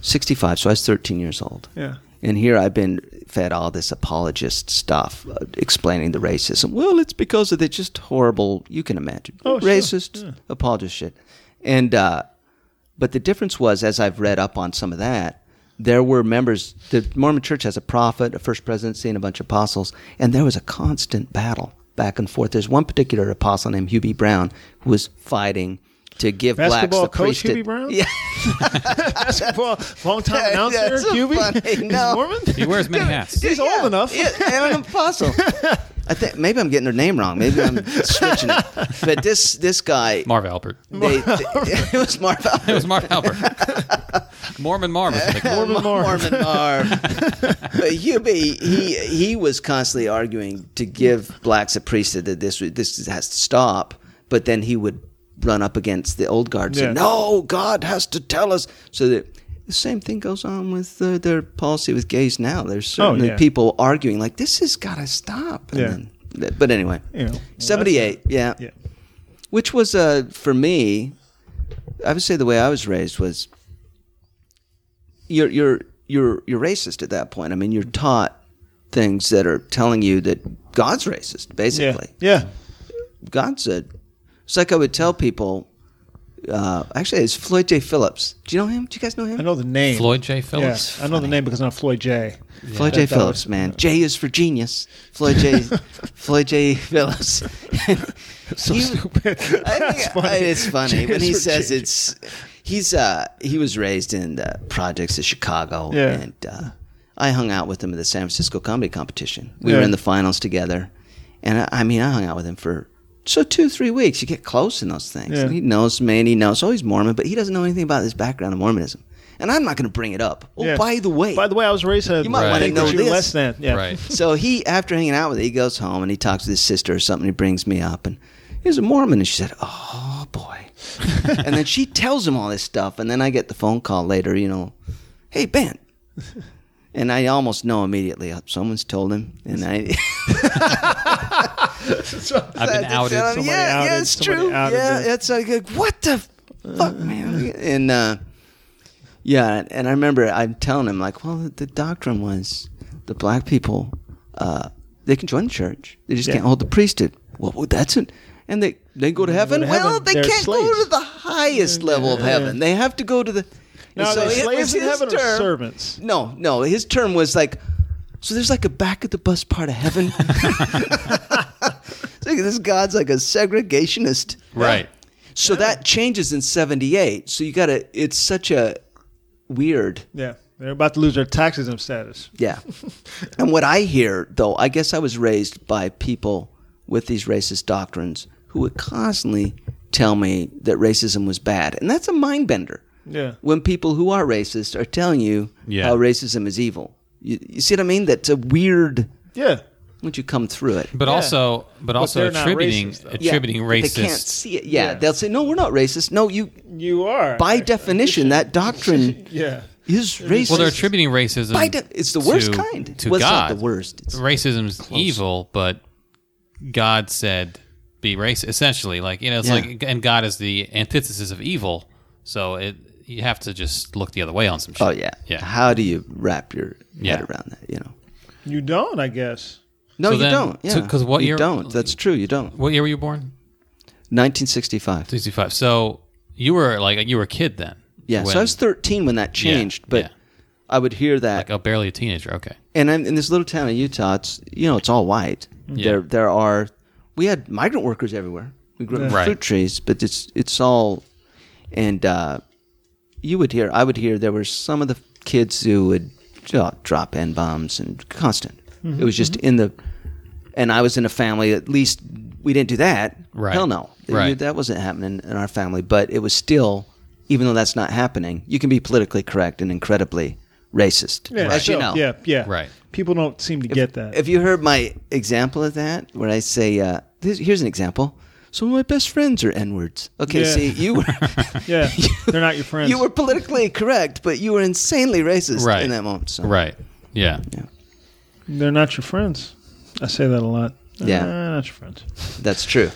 C: 65, so I was 13 years old.
A: Yeah.
C: And here I've been fed all this apologist stuff uh, explaining the racism. Well, it's because of the just horrible, you can imagine,
A: Oh, sure.
C: racist, apologist shit. And, uh, but the difference was, as I've read up on some of that, there were members, the Mormon church has a prophet, a first presidency, and a bunch of apostles, and there was a constant battle back and forth. There's one particular apostle named Hugh B. Brown who was fighting to give
A: Basketball
C: blacks the
A: coach
C: priesthood.
A: Hubie Brown?
C: *laughs* Yeah.
A: basketball long
C: *laughs*
A: time
C: That-
A: announcer
C: that's so
A: Hubie? *laughs*
C: funny.
A: He's
C: No.
A: Mormon.
B: *laughs* He wears many
C: *laughs*
B: hats.
A: He's old enough.
C: Yeah, and an
A: *laughs*
C: apostle. I think maybe I'm getting her name wrong. Maybe I'm switching it. But this this guy,
B: Marv Albert.
C: they, *laughs* it was Marv.
B: It was Marv
C: *laughs*
B: Albert. Mormon Marv. is what they call him.
A: Mormon Marv.
C: Mormon Marv.
A: *laughs*
C: but Hubie, he he was constantly arguing to give blacks a priesthood that this was- this has to stop. But then he would run up against the old guard and
A: Yeah.
C: say, "No, God has to tell us." So that the same thing goes on with uh, their policy with gays now. There's certainly
A: Oh, yeah.
C: people arguing like this has got to stop. And
A: Yeah.
C: then- th- but anyway,
A: You know, well, that's-
C: seventy-eight. Yeah
A: Yeah.
C: which was uh, for me i would say the way i was raised was you're you're you're you're racist at that point i mean you're taught things that are telling you that god's racist
A: Yeah.
C: basically
A: Yeah.
C: god's a it's like i would tell people uh, actually it's floyd j phillips do you know him do you guys know him
A: I know the name.
B: Floyd J.
A: Yeah.
B: Phillips.
A: I know the name because I'm Floyd J.
C: Floyd J.
A: That- that
C: Phillips,
A: was-
C: man. J is for genius. Floyd
A: *laughs*
C: J. Floyd J. Phillips. so *laughs*
A: stupid. That's funny.
C: It's funny when
A: J
C: he
A: is for
C: says
A: genius.
C: it's. He's uh he was raised in the projects of Chicago,
A: Yeah.
C: and uh, I hung out with him at the San Francisco Comedy Competition. We were
A: Yeah.
C: in the finals together, and I, I mean I hung out with him for. So two three weeks you get close in those things.
A: Yeah.
C: And he knows me, and he knows oh he's Mormon, but he doesn't know anything about his background of Mormonism. And I'm not going to bring it up. Oh,
A: Yeah.
C: by the way,
A: By the way, I was raised to
C: You might
A: think
B: wanna
A: that
B: know
A: you're
C: this.
A: less than. Yeah.
C: *laughs*
B: Right.
C: so he, after hanging out with it, he goes home and he talks with his sister or something. He brings me up and he's a Mormon. And she said, Oh boy. and then she tells him all this stuff. And then I get the phone call later, you know, Hey, Ben. And I almost know immediately. Someone's told him. And I.
B: I've been
C: I just
B: outed.
C: said,
A: Somebody
C: yeah, yeah,
A: outed-
C: it's
A: somebody
C: true.
A: outed
C: Yeah,
A: them.
C: it's like, like, what the fuck, man? And uh, yeah, and I remember I'm telling him like, well, the doctrine was the black people uh, they can join the church, they just
A: Yeah.
C: can't hold the priesthood. Well, well, that's it. And they they go to heaven.
A: to
C: well,
A: heaven.
C: they
A: They're
C: can't go
A: slaves.
C: to the highest level of heaven. They have to go to the. and
A: Now, are they
C: it
A: slaves
C: was
A: in
C: his
A: heaven or
C: term-
A: servants?
C: No, no. His term was like, so there's like a back of the bus part of heaven. It's like this God's like a segregationist.
B: Right.
C: So that changes in 78. So you got to, it's such a weird.
A: Yeah. They're about to lose their taxism status.
C: Yeah. and what I hear, though, I guess I was raised by people with these racist doctrines who would constantly tell me that racism was bad. And that's a mind bender.
A: Yeah.
C: When people who are racist are telling you
B: Yeah.
C: how racism is evil. You, you see what I mean? That's a weird,
A: Yeah.
C: once you come through it.
B: But also, but also
A: they're not
B: attributing
A: racist, though.
C: Yeah,
B: attributing
C: but They can't
B: racist.
C: see it. Yeah,
A: Yeah.
C: they'll say, no, we're not racist. No, you,
A: You are.
C: by definition, that doctrine
A: Yeah.
C: is racist.
B: Well, they're attributing racism.
C: By de- it's the worst
B: to-
C: kind.
B: To
C: Well, it's not
B: God,
C: the worst. It's-
B: Racism's evil, but God said be racist. Essentially, like you know, it's
C: Yeah.
B: like, and God is the antithesis of evil. So it, you have to just look the other way on some shit.
C: Oh yeah.
B: yeah.
C: How do you wrap your
B: Yeah.
C: head around that? You know.
A: You don't, I guess.
C: No,
B: So
C: you
B: then-
C: don't. Yeah.
B: so- 'cause what
C: you
B: year-
C: don't. That's true. You don't.
B: What year were you born?
C: 1965.
B: Sixty-five. So you were like you were a kid then.
C: Yeah.
B: when-
C: so I was 13 when that changed, but
B: yeah.
C: I would hear that,
B: like oh, barely a teenager. Okay.
C: and I'm in this little town in Utah. It's you know it's all white. There there are we had migrant workers everywhere. We grew up with
B: Right.
C: fruit trees, but it's it's all and uh, you would hear I would hear there were some of the kids who would you know, drop n bombs and constant.
B: Mm-hmm.
C: It was just in the, and I was in a family. At least we didn't do that.
B: Right.
C: Hell no.
B: Right.
C: That wasn't happening in our family. But it was still, even though that's not happening, you can be politically correct and incredibly racist. as
A: so-
C: you know.
A: Yeah, yeah.
B: Right.
A: People don't seem to get that.
C: Have you heard my example of that? Where I say, uh, this, here's an example. Some of my best friends are N words. Okay,
A: Yeah.
C: see, you were,
A: *laughs*
C: *laughs*
A: yeah, they're not your friends.
C: you were politically correct, but you were insanely racist
B: Right.
C: in that moment. So.
B: Right.
C: *laughs*
B: Yeah.
A: they're not your friends. I say that a lot.
C: Yeah.
A: They're not your friends.
C: That's true.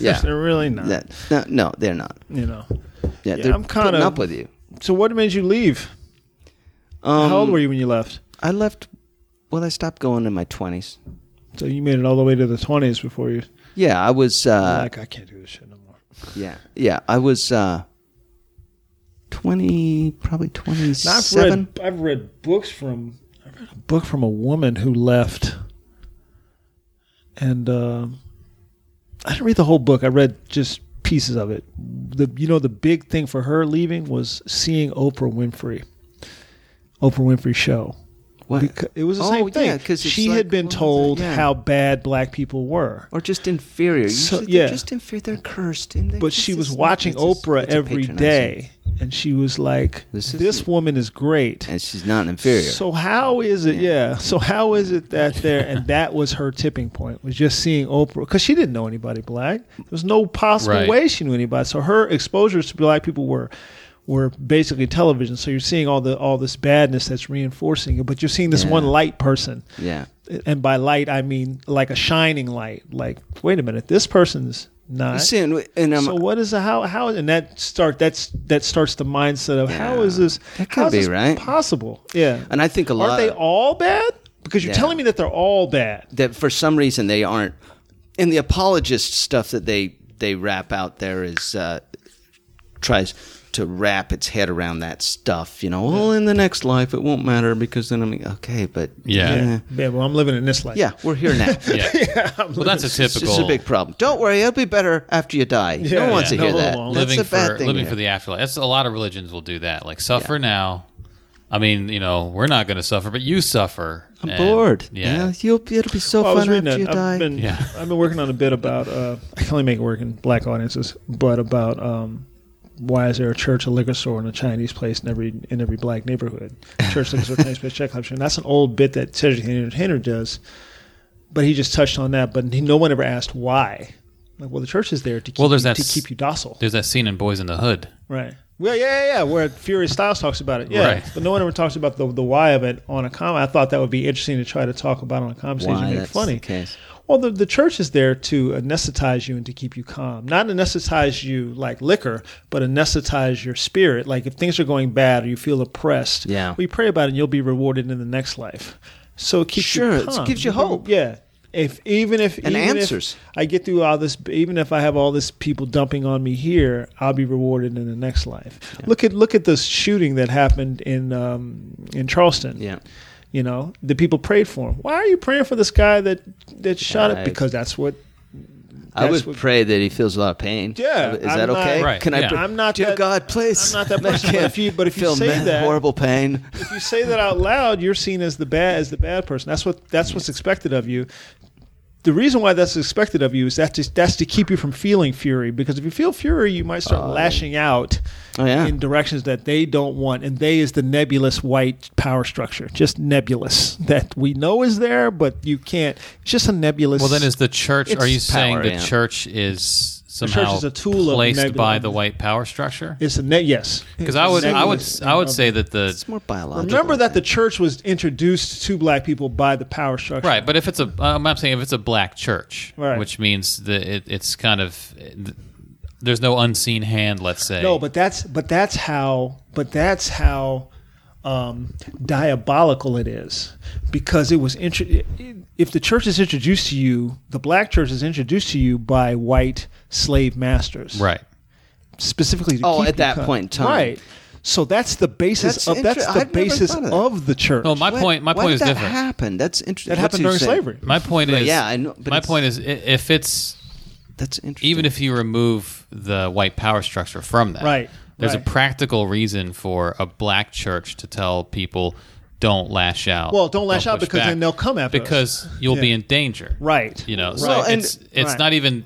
C: Yeah.
A: *laughs* They're really not.
C: that, no, no, they're not.
A: You know.
C: Yeah, they're
A: I'm kinda-
C: putting up with you.
A: So what made you leave?
C: Um,
A: How old were you when you left?
C: I left. Well, I stopped going in my twenties.
A: So you made it all the way to the 20s before you
C: Yeah, I was. Uh,
A: like I can't do this shit no more.
C: yeah, yeah, I was uh, twenty, probably
A: Now, I've
C: twenty-seven.
A: read I've read books from I read a book from a woman who left, and um I didn't read the whole book. I read just pieces of it. The you know the big thing for her leaving was seeing Oprah Winfrey, Oprah Winfrey show.
C: What?
A: Becau- it was the
C: Oh,
A: same thing.
C: yeah, 'cause it's
A: she
C: like-
A: had been
C: what was it?
A: told
C: Yeah.
A: how bad black people were.
C: or just inferior.
A: So-
C: Usually they're
A: yeah.
C: just inferior. They're cursed. And they
A: But she was watching Oprah every day, and she was like,
C: This
A: "This,
C: is-
A: woman is great."
C: and she's not inferior.
A: So how is it? Yeah. So how is it that there and that was her tipping point was just seeing Oprah because she didn't know anybody black. There was no possible
B: Right.
A: way she knew anybody. So her exposures to black people were were basically television. So you're seeing all the all this badness that's reinforcing it, but you're seeing this
C: Yeah.
A: one light person.
C: yeah,
A: And by light I mean like a shining light. Like wait a minute, this person's not.
C: See, and, and um,
A: so
C: I'm,
A: what is the how how and that start that's that starts the mindset of how is this
C: That could
A: how is
C: be,
A: this
C: right?
A: possible yeah
C: and I think a lot
A: aren't they all bad? Because you're
C: Yeah.
A: telling me that they're all bad.
C: that for some reason they aren't. And the apologist stuff that they they wrap out there is uh, tries to wrap its head around that stuff. You know, well, in the next life it won't matter because then I mean, okay, but
B: Yeah.
A: Yeah, well, I'm living in this life. *laughs*
C: yeah, we're here now.
B: Yeah. well, that's a
C: It's
B: typical
C: just a big problem. Don't worry, it'll be better after you die. no one wants
A: yeah.
C: to hear
A: No, it
C: that.
A: won't.
C: That's
B: living
C: a bad
B: for
C: thing.
B: living
C: to
B: for the afterlife. That's a lot of religions will do that. Like suffer now. I mean, you know, we're not going to suffer, but you suffer.
C: I'm
B: And-
C: bored.
B: Yeah.
C: Yeah, you'll be, it'll be so
A: Well, I was
C: fun
A: reading
C: after you
A: it.
C: die.
A: I've been,
B: Yeah.
A: I've been working on a bit about, uh, I can only make it work in black audiences, but about um, why is there a church, a liquor store, and a Chinese place in every in every black neighborhood? Church, liquor store, Chinese place, check club. And that's an old bit that Cedric the Entertainer does, but he just touched on that, but he, no one ever asked why. Like, well, the church is there to keep,
B: Well, there's
A: you,
B: that
A: to
B: s-
A: keep you docile.
B: There's that scene in Boys in the Hood.
A: Right. Well, yeah, yeah, yeah. Where Furious Styles talks about it. Yeah.
B: Right.
A: But no one ever talks about the, the why of it on a com. I thought that would be interesting to try to talk about on a conversation
C: Why
A: and make
C: that's
A: funny.
C: the case.
A: Well, the, the church is there to anesthetize you and to keep you calm. Not anesthetize you like liquor, but anesthetize your spirit. Like if things are going bad or you feel oppressed,
C: Yeah.
A: we pray about it and you'll be rewarded in the next life. So it keeps
C: Sure,
A: you
C: it
A: calm.
C: gives you hope.
A: Yeah. If even if
C: And
A: even if
C: answers.
A: I get through all this even if I have all this people dumping on me here, I'll be rewarded in the next life. Look at look at this shooting that happened in um, in Charleston.
C: Yeah.
A: You know, the people prayed for him. Why are you praying for this guy that that shot
C: Right.
A: it? Because that's what
C: I
A: That's
C: would
A: what-
C: pray that he feels a lot of pain.
A: Yeah,
C: is
A: I'm
C: that
A: not-
C: okay?
B: Right,
C: Can I?
B: yeah.
C: pray-
A: I'm not
C: Dear
A: that-
C: God, please.
A: I'm not that person, but if you- but if you
C: feel
A: say
C: mad,
A: that-
C: horrible pain.
A: if you say that out loud, you're seen as the bad as the bad person. That's what that's what's expected of you. The reason why that's expected of you is that to, that's to keep you from feeling fury. Because if you feel fury, you might start lashing out
C: Oh, yeah.
A: in directions that they don't want. And they is the nebulous white power structure, just nebulous that we know is there, but you can't. It's just a nebulous.
B: Well, then is the church? Are you
C: It's
B: saying
C: power,
B: the
C: yeah.
B: church is somehow
A: is a tool of
B: placed
A: negative-
B: by the white power structure?
A: it's a net? Yes,
B: Because I would, I would,
A: Nebulous
B: I would
A: of-
B: say that the
C: It's more biological.
A: Remember that the church was introduced to black people by the power structure.
B: Right, but if it's a, I'm not saying if it's a black church,
A: Right.
B: which means that it, it's kind of there's no unseen hand. Let's say
A: No, but that's but that's how but that's how um, diabolical it is because it was intro- if the church is introduced to you, the black church is introduced to you by white slave masters,
B: right,
A: Specifically, to
C: Oh,
A: keep
C: at
A: you
C: that
A: cut.
C: point in time.
A: right? So that's the basis
C: That's
A: of that's
C: inter-
A: the
C: I've never
A: basis
C: thought of that.
A: of the church.
B: No, my
C: Why-
B: point- my
C: why
B: point
C: did
B: is
C: that
B: different.
C: happen? That's interesting.
A: that happened during slavery.
B: My point
C: Right,
B: is,
C: yeah, I know, but
B: my
C: it's-
B: point is, i- if it's
C: That's interesting.
B: even if you remove the white power structure from that,
A: Right,
B: There's a
A: right.
B: practical reason for a black church to tell people don't lash out.
A: Well, don't lash out
B: push
A: because
B: back,
A: then they'll come after us.
B: because you'll be
A: Yeah.
B: in danger.
A: Right.
B: You know, so
A: Well, and-
B: it's it's
A: Right.
B: not even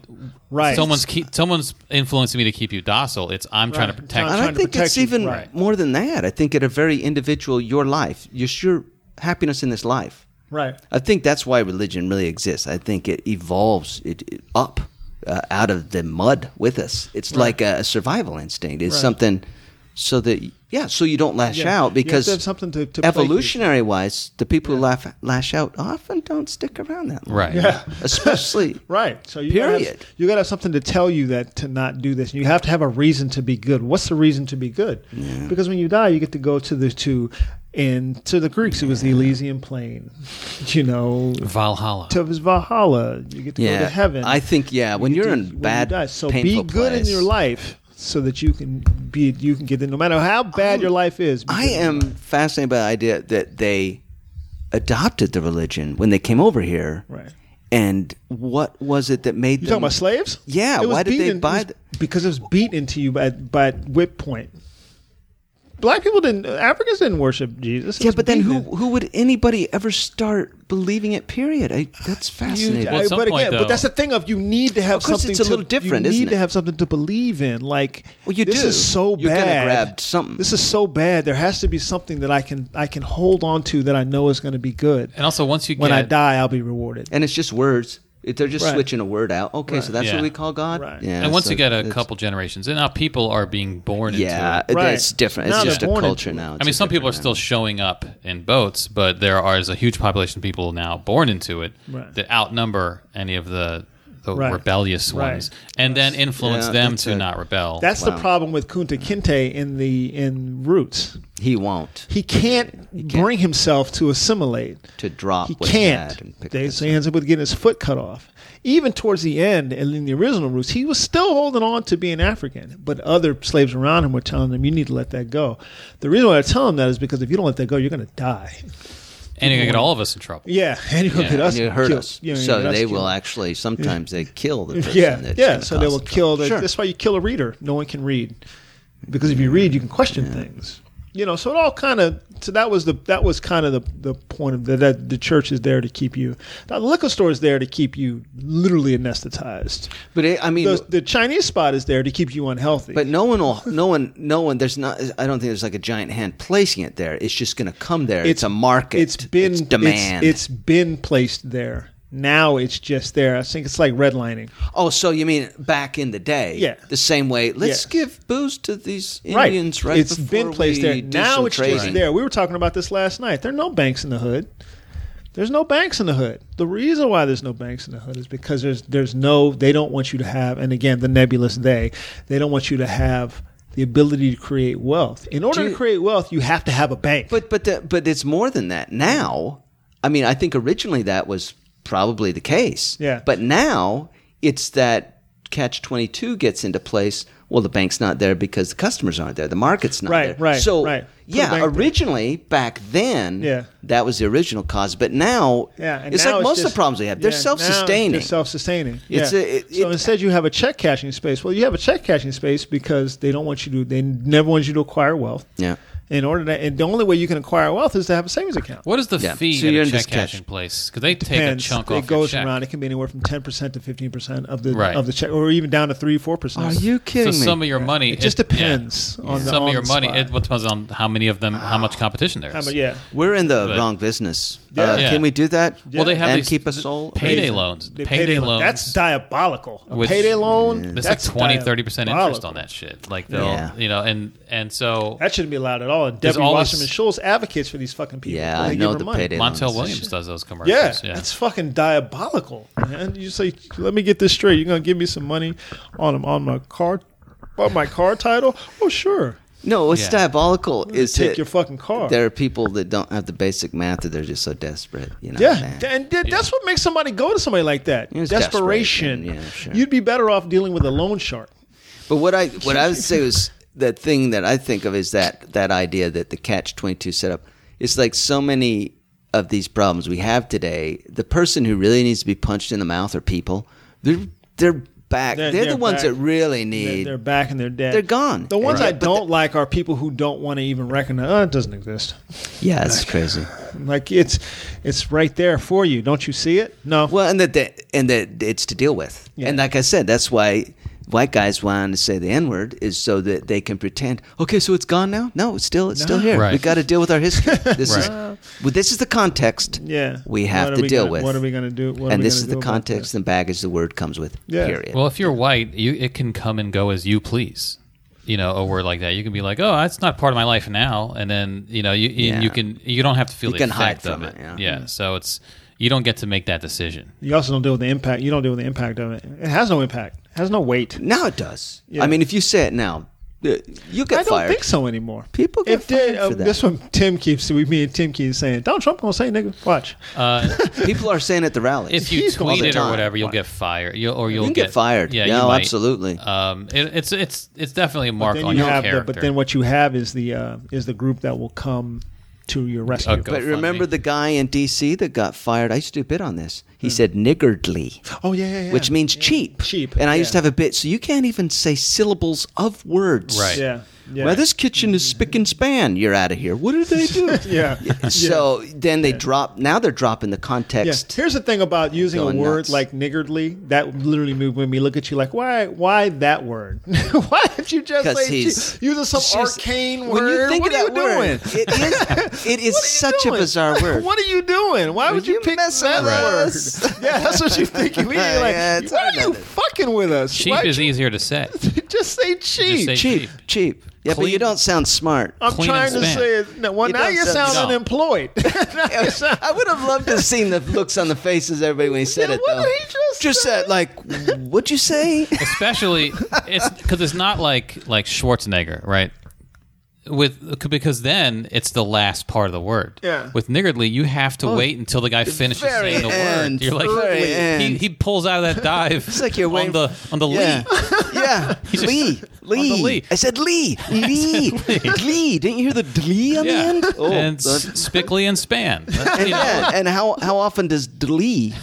A: Right.
B: someone's keep, someone's influencing me to keep you docile. It's I'm trying to
A: Right.
B: protect
A: Trying-
B: you.
C: And I
A: to
C: think
A: protect
C: it's
A: you.
C: even
A: Right.
C: more than that. I think at a very individual, your life, your sure happiness in this life.
A: Right.
C: I think that's why religion really exists. I think it evolves it, it up uh, out of the mud with us. It's like a survival instinct. It's
A: Right.
C: something so that yeah, so you don't lash
A: Yeah. You have
C: out
A: to
C: because
A: have something to- to placate.
C: evolutionary wise, the people who laugh, lash out often don't stick around that long.
B: Right.
A: Yeah. *laughs*
C: Especially
A: Right. So you Gotta
C: Period.
A: have, you gotta have something to tell you that to not do this. You have to have a reason to be good. What's the reason to be good? Because when you die, you get to go to the to and to the Greeks it was the Elysian plain. *laughs* You know
B: Valhalla.
A: to his Valhalla. You get to
C: yeah,
A: go to heaven.
C: I think yeah, when
A: You
C: you're
A: do-
C: in
A: when you
C: bad
A: die. so be
C: painful
A: good in
C: place-
A: your life so that you can be you can get in no matter how bad your life is. be
C: Oh, I
A: good in your
C: am fascinated by the idea that they adopted the religion when they came over here.
A: Right.
C: And what was it that made
A: You
C: them
A: talking about slaves?
C: Yeah,
A: It was
C: why did they
A: beaten- it
C: buy
A: was-
C: th-
A: because it was beat into you by by whip point. Black people didn't. Africans didn't worship Jesus. It
C: Yeah,
A: was
C: but then
A: beaten
C: who
A: in-
C: who would anybody ever start believing it? Period. I, that's fascinating.
B: Well, at
A: I-
B: some
A: but
B: point,
A: again,
B: though-
A: but that's the thing of you need to have
C: course,
A: something.
C: it's a
A: to-
C: little different,
A: You need
C: isn't
A: to
C: it?
A: have something to believe in. Like,
C: Well, you
A: this
C: do.
A: is so
C: You're gonna
A: bad.
C: grab something.
A: This is so bad. There has to be something that I can I can hold on to that I know is going to be good.
B: and also once you
A: when
B: get
A: I die, I'll be rewarded.
C: and it's just words. It- They're just
A: Right.
C: switching a word out. Okay, so that's
B: Yeah.
C: what we call God.
A: Right.
C: Yeah.
B: and once
C: so
B: you get a
C: it's-
B: couple generations, and now people are being born into
C: yeah,
B: it.
C: it-
A: Right.
C: it's different. It's
A: Now they're
C: just a
A: born into
C: culture
A: it.
C: now.
B: I
C: It's
B: mean,
C: a
B: some people are
C: different-
B: still showing up in boats, but there are is a huge population of people now born into it
A: Right.
B: that outnumber any of the, the
A: Right.
B: rebellious
A: Right.
B: ones, and then influence
C: Yeah,
B: them
C: that's
B: to
C: a-
B: not rebel.
A: That's the
C: Wow.
A: problem with Kunta Kinte in the in Roots.
C: He won't
A: He can't,
C: can't.
A: bring himself to assimilate.
C: to drop.
A: He
C: what he had
A: can't.
C: and pick
A: They,
C: this
A: so
C: up.
A: he ends up with getting his foot cut off. Even towards the end, and in the original roots, he was still holding on to being African, but other slaves around him were telling him, "You need to let that go." The reason why I tell him that is because if you don't let that go, you're going to die. *laughs*
B: and you're gonna get all of us in trouble.
A: Yeah, and you're going
B: Yeah,
A: to get us
C: And it hurt
A: killed.
C: us.
A: Yeah, you're
C: so
A: gonna get us
C: they will
A: killed.
C: actually sometimes they kill the person.
A: *laughs* Yeah,
C: that's
A: yeah.
C: gonna
A: So they
C: cause
A: will
C: the
A: kill.
C: trouble.
A: The,
C: Sure.
A: That's why you kill a reader. No one can read because if you read, you can question things. You know, so it all kind of. So that was the that was kind of the, the point of the, that the church is there to keep you. The liquor store is there to keep you literally anesthetized.
C: But it, I mean,
A: The, the Chinese spot is there to keep you unhealthy.
C: But no one will. No one. No one. There's not. I don't think there's like a giant hand placing it there. It's just going to come there. It's, a market.
A: It's been
C: It's
A: it's-
C: demand.
A: it's been placed there. Now it's just there. I think it's like redlining.
C: oh, so you mean back in the day?
A: Yeah.
C: The same way. Let's
A: Yeah.
C: give booze to these
A: Right.
C: Indians right,
A: It's
C: before
A: been placed
C: we
A: there.
C: do
A: Now
C: some
A: it's
C: trading.
A: just there. We were talking about this last night. There are no banks in the hood. There's no banks in the hood. The reason why there's no banks in the hood is because there's there's no they don't want you to have and again the nebulous they they don't want you to have the ability to create wealth. In order
C: Do you-
A: to create wealth, you have to have a bank.
C: But but the, but it's more than that now. I mean, I think originally that was probably the case.
A: Yeah.
C: But now it's that catch twenty two gets into place. Well, the bank's not there because the customers aren't there. The market's not
A: Right,
C: there.
A: right,
C: So
A: right. Put a
C: yeah,
A: bank there.
C: originally back then,
A: Yeah.
C: that was the original cause. But now,
A: yeah, and
C: it's
A: now
C: like most of
A: just-
C: the problems we have. They're
A: yeah, now
C: self sustaining.
A: They're self-sustaining. Yeah.
C: It's a- it-
A: so
C: it-
A: instead, you have a check cashing space. Well, you have a check cashing space because they don't want you to. They never want you to acquire wealth.
C: yeah.
A: in order to and the only way you can acquire wealth is to have a savings account
B: What is the
C: Yeah.
B: fee
C: So
B: at
C: you're
B: a
C: in
B: check
C: this catch.
B: cashing place? Because they take a
A: Depends.
B: chunk
A: it
B: off your
A: goes
B: check.
A: around it can be anywhere from 10% to 15% of the
B: Right.
A: of the check or even down to 3 4%
C: Are you
B: so
C: kidding me?
B: some of your money
A: It just depends on the-
B: some
A: on
B: of your
A: the
B: money.
A: spot.
B: It depends on how many of them, how much competition there is.
A: How about- yeah
C: We're in the
B: But-
C: wrong business.
A: Yeah.
C: Uh,
B: Yeah.
C: Can we do that?
B: Well, they have
C: and
B: these
C: keep us all
B: payday
A: Amazing.
B: loans.
A: The
B: Payday, loans.
A: that's diabolical a
B: Which-
A: payday loan
B: There's like
A: that's
B: 20, 30 percent interest
A: diabolical.
B: on that shit. Like they'll,
C: Yeah.
B: you know, and and so
A: that shouldn't be allowed at all and
B: There's
A: Debbie
B: always-
A: Wasserman Schultz advocates for these fucking people
C: Yeah,
A: when
C: I
A: they
C: know
A: give her
C: the
A: money.
C: payday loan.
B: Montel
C: Loans.
B: Williams does those
A: Yeah,
B: commercials.
A: that's fucking diabolical, man. You say, let me get this straight. You're gonna give me some money on on my car, on my car title? Oh, sure.
C: No, what's
B: Yeah.
C: diabolical is
A: Take
C: that
A: your fucking car.
C: There are people that don't have the basic math that they're just so desperate. You know,
A: Yeah,
C: man.
A: th- and th- that's what makes somebody go to somebody like that.
C: It's
A: Desperation.
C: desperation, yeah, sure.
A: You'd be better off dealing with a loan shark.
C: But what I what I
A: *laughs*
C: would say is the thing that I think of is that that idea that the catch twenty two setup. It's like so many of these problems we have today. The person who really needs to be punched in the mouth are people. They're they're back.
A: They're-
C: They're,
A: they're
C: the ones
A: back.
C: that really
A: They're,
C: need.
A: they're back and they're dead.
C: They're gone.
A: The ones
C: Right.
A: I
C: But the-
A: don't like are people who don't want to even recognize. Oh, it doesn't exist.
C: yeah, that's crazy.
A: Like it's, it's right there for you. Don't you see it? No.
C: Well, and that they, and that it's to deal with.
A: Yeah.
C: And like I said, that's why white guys want to say the N word is so that they can pretend. Okay, so it's gone now. No, it's still it's still here.
B: Right.
C: We got to deal with our
A: *laughs*
C: history. This is
B: Right.
C: well, this is the context.
A: yeah.
C: we have
A: What are
C: to deal
A: gonna-
C: with.
A: What are we going to do? What are
C: and
A: we
C: this
A: gonna
C: is
A: do
C: the
A: about
C: context and baggage the word comes with.
A: Yeah.
C: Period.
B: Well, if you're white, you it can come and go as you please. You know, a word like that. You can be like, "Oh, that's not part of my life now," and then you know, you you-
C: Yeah.
B: you can you don't have to feel
C: You
B: the
C: can
B: effect
C: hide
B: of
C: from
B: it.
C: it, yeah. Mm-hmm.
B: so it's you don't get to make that
C: *laughs*
B: decision.
A: that? You also don't deal with the impact. You don't deal with the impact of it. It has no impact. It has no weight.
C: Now it does.
A: Yeah.
C: I mean, if you say it now, uh, you get
A: I don't
C: fired.
A: think so anymore.
C: People get
A: If they-
C: fired for that.
A: This one, Tim keeps. We, me and Tim keep saying, Donald Trump gonna say, "Nigga, watch."
B: Uh,
C: People are saying it at the rallies.
B: if you
A: He's all
B: tweet
A: the
B: it or
A: time.
B: whatever, you'll get fired. You'll or you'll
C: can get fired.
B: Yeah,
C: No,
B: you might.
C: absolutely.
B: Um, it, it's it's it's definitely a mark
A: Then
B: on
A: you
B: your
A: have the,
B: character.
A: but then what you have is the uh, is the group that will come to your rescue.
B: Okay.
C: But
B: GoFundMe.
C: remember the guy in D.C. that got fired? I used to do a bit on this.
A: Hmm.
C: He said niggardly,
A: Oh yeah, yeah, yeah.
C: which means
A: Yeah.
C: cheap.
A: Cheap.
C: And I used to
A: yeah.
C: have a bit, so you can't even say syllables of words.
B: Right.
A: Yeah. Yeah.
C: Well, this kitchen is spick and span. You're out of here. What did they do?
A: *laughs* yeah. Yeah.
C: So then they drop. Now they're dropping the context.
A: Yeah. Here's the thing about using a
C: Going
A: word
C: nuts.
A: like niggardly. That literally moved when we look at you like, why, why that word? *laughs* why did you just
C: 'Cause
A: say
C: he's-
A: cheap? using some
C: It's just-
A: arcane
C: When
A: word?
C: you think
A: what
C: of
A: are
C: that
A: you doing?
C: word,
A: *laughs*
C: it is it is
A: What are you
C: such
A: doing? *laughs*
C: a bizarre word.
A: what are you doing? Why would you,
C: you
A: pick
C: messing
A: that
C: with
A: word?
C: us?
A: *laughs* Yeah, that's what you think.
C: *laughs*
A: You're like,
C: Yeah, it's
A: why
C: hard
A: are you
C: not to-
A: fucking with us?
B: cheap
A: Why
B: is
A: you
B: easier to say.
A: *laughs* just say cheap?
B: say
C: cheap, cheap. Yeah, but you
B: Clean.
C: don't sound smart.
A: I'm
B: clean
A: trying
B: and
A: to
B: span.
A: say it. No, well,
C: You
A: now
C: don't
A: you
C: sound-
A: sound
B: You don't.
A: unemployed. Now you
C: *laughs*
A: sound-
C: I would have loved to have seen the looks on the faces of everybody when he said
A: Yeah,
C: it.
A: *laughs* what
C: though.
A: did he just say?
C: said like, "What'd
A: *laughs*
C: you say?"
B: especially it's because it's not like like Schwarzenegger, right? With because then it's the last part of the word.
A: Yeah.
B: With niggardly, you have to wait until the guy finishes
C: Oh, very
B: saying the
C: end,
B: word. You're like
C: very
B: he,
C: end.
B: he pulls out
C: *laughs*
B: of that dive. It's
C: like you're
B: on
C: waiting-
B: the on the
C: yeah,
B: lead.
C: *laughs* yeah. Lee,
B: On
C: Lee.
B: "Oh, the Lee.
C: I
B: *laughs*
C: said Lee, Lee, *laughs* Lee. Didn't you hear the Lee on
B: Yeah.
C: the end? *laughs* Oh,
B: and
C: uh,
B: s- spickly and span. That's-
C: and, *laughs*
B: you know,
C: yeah, and how how often does
B: *laughs*
C: Lee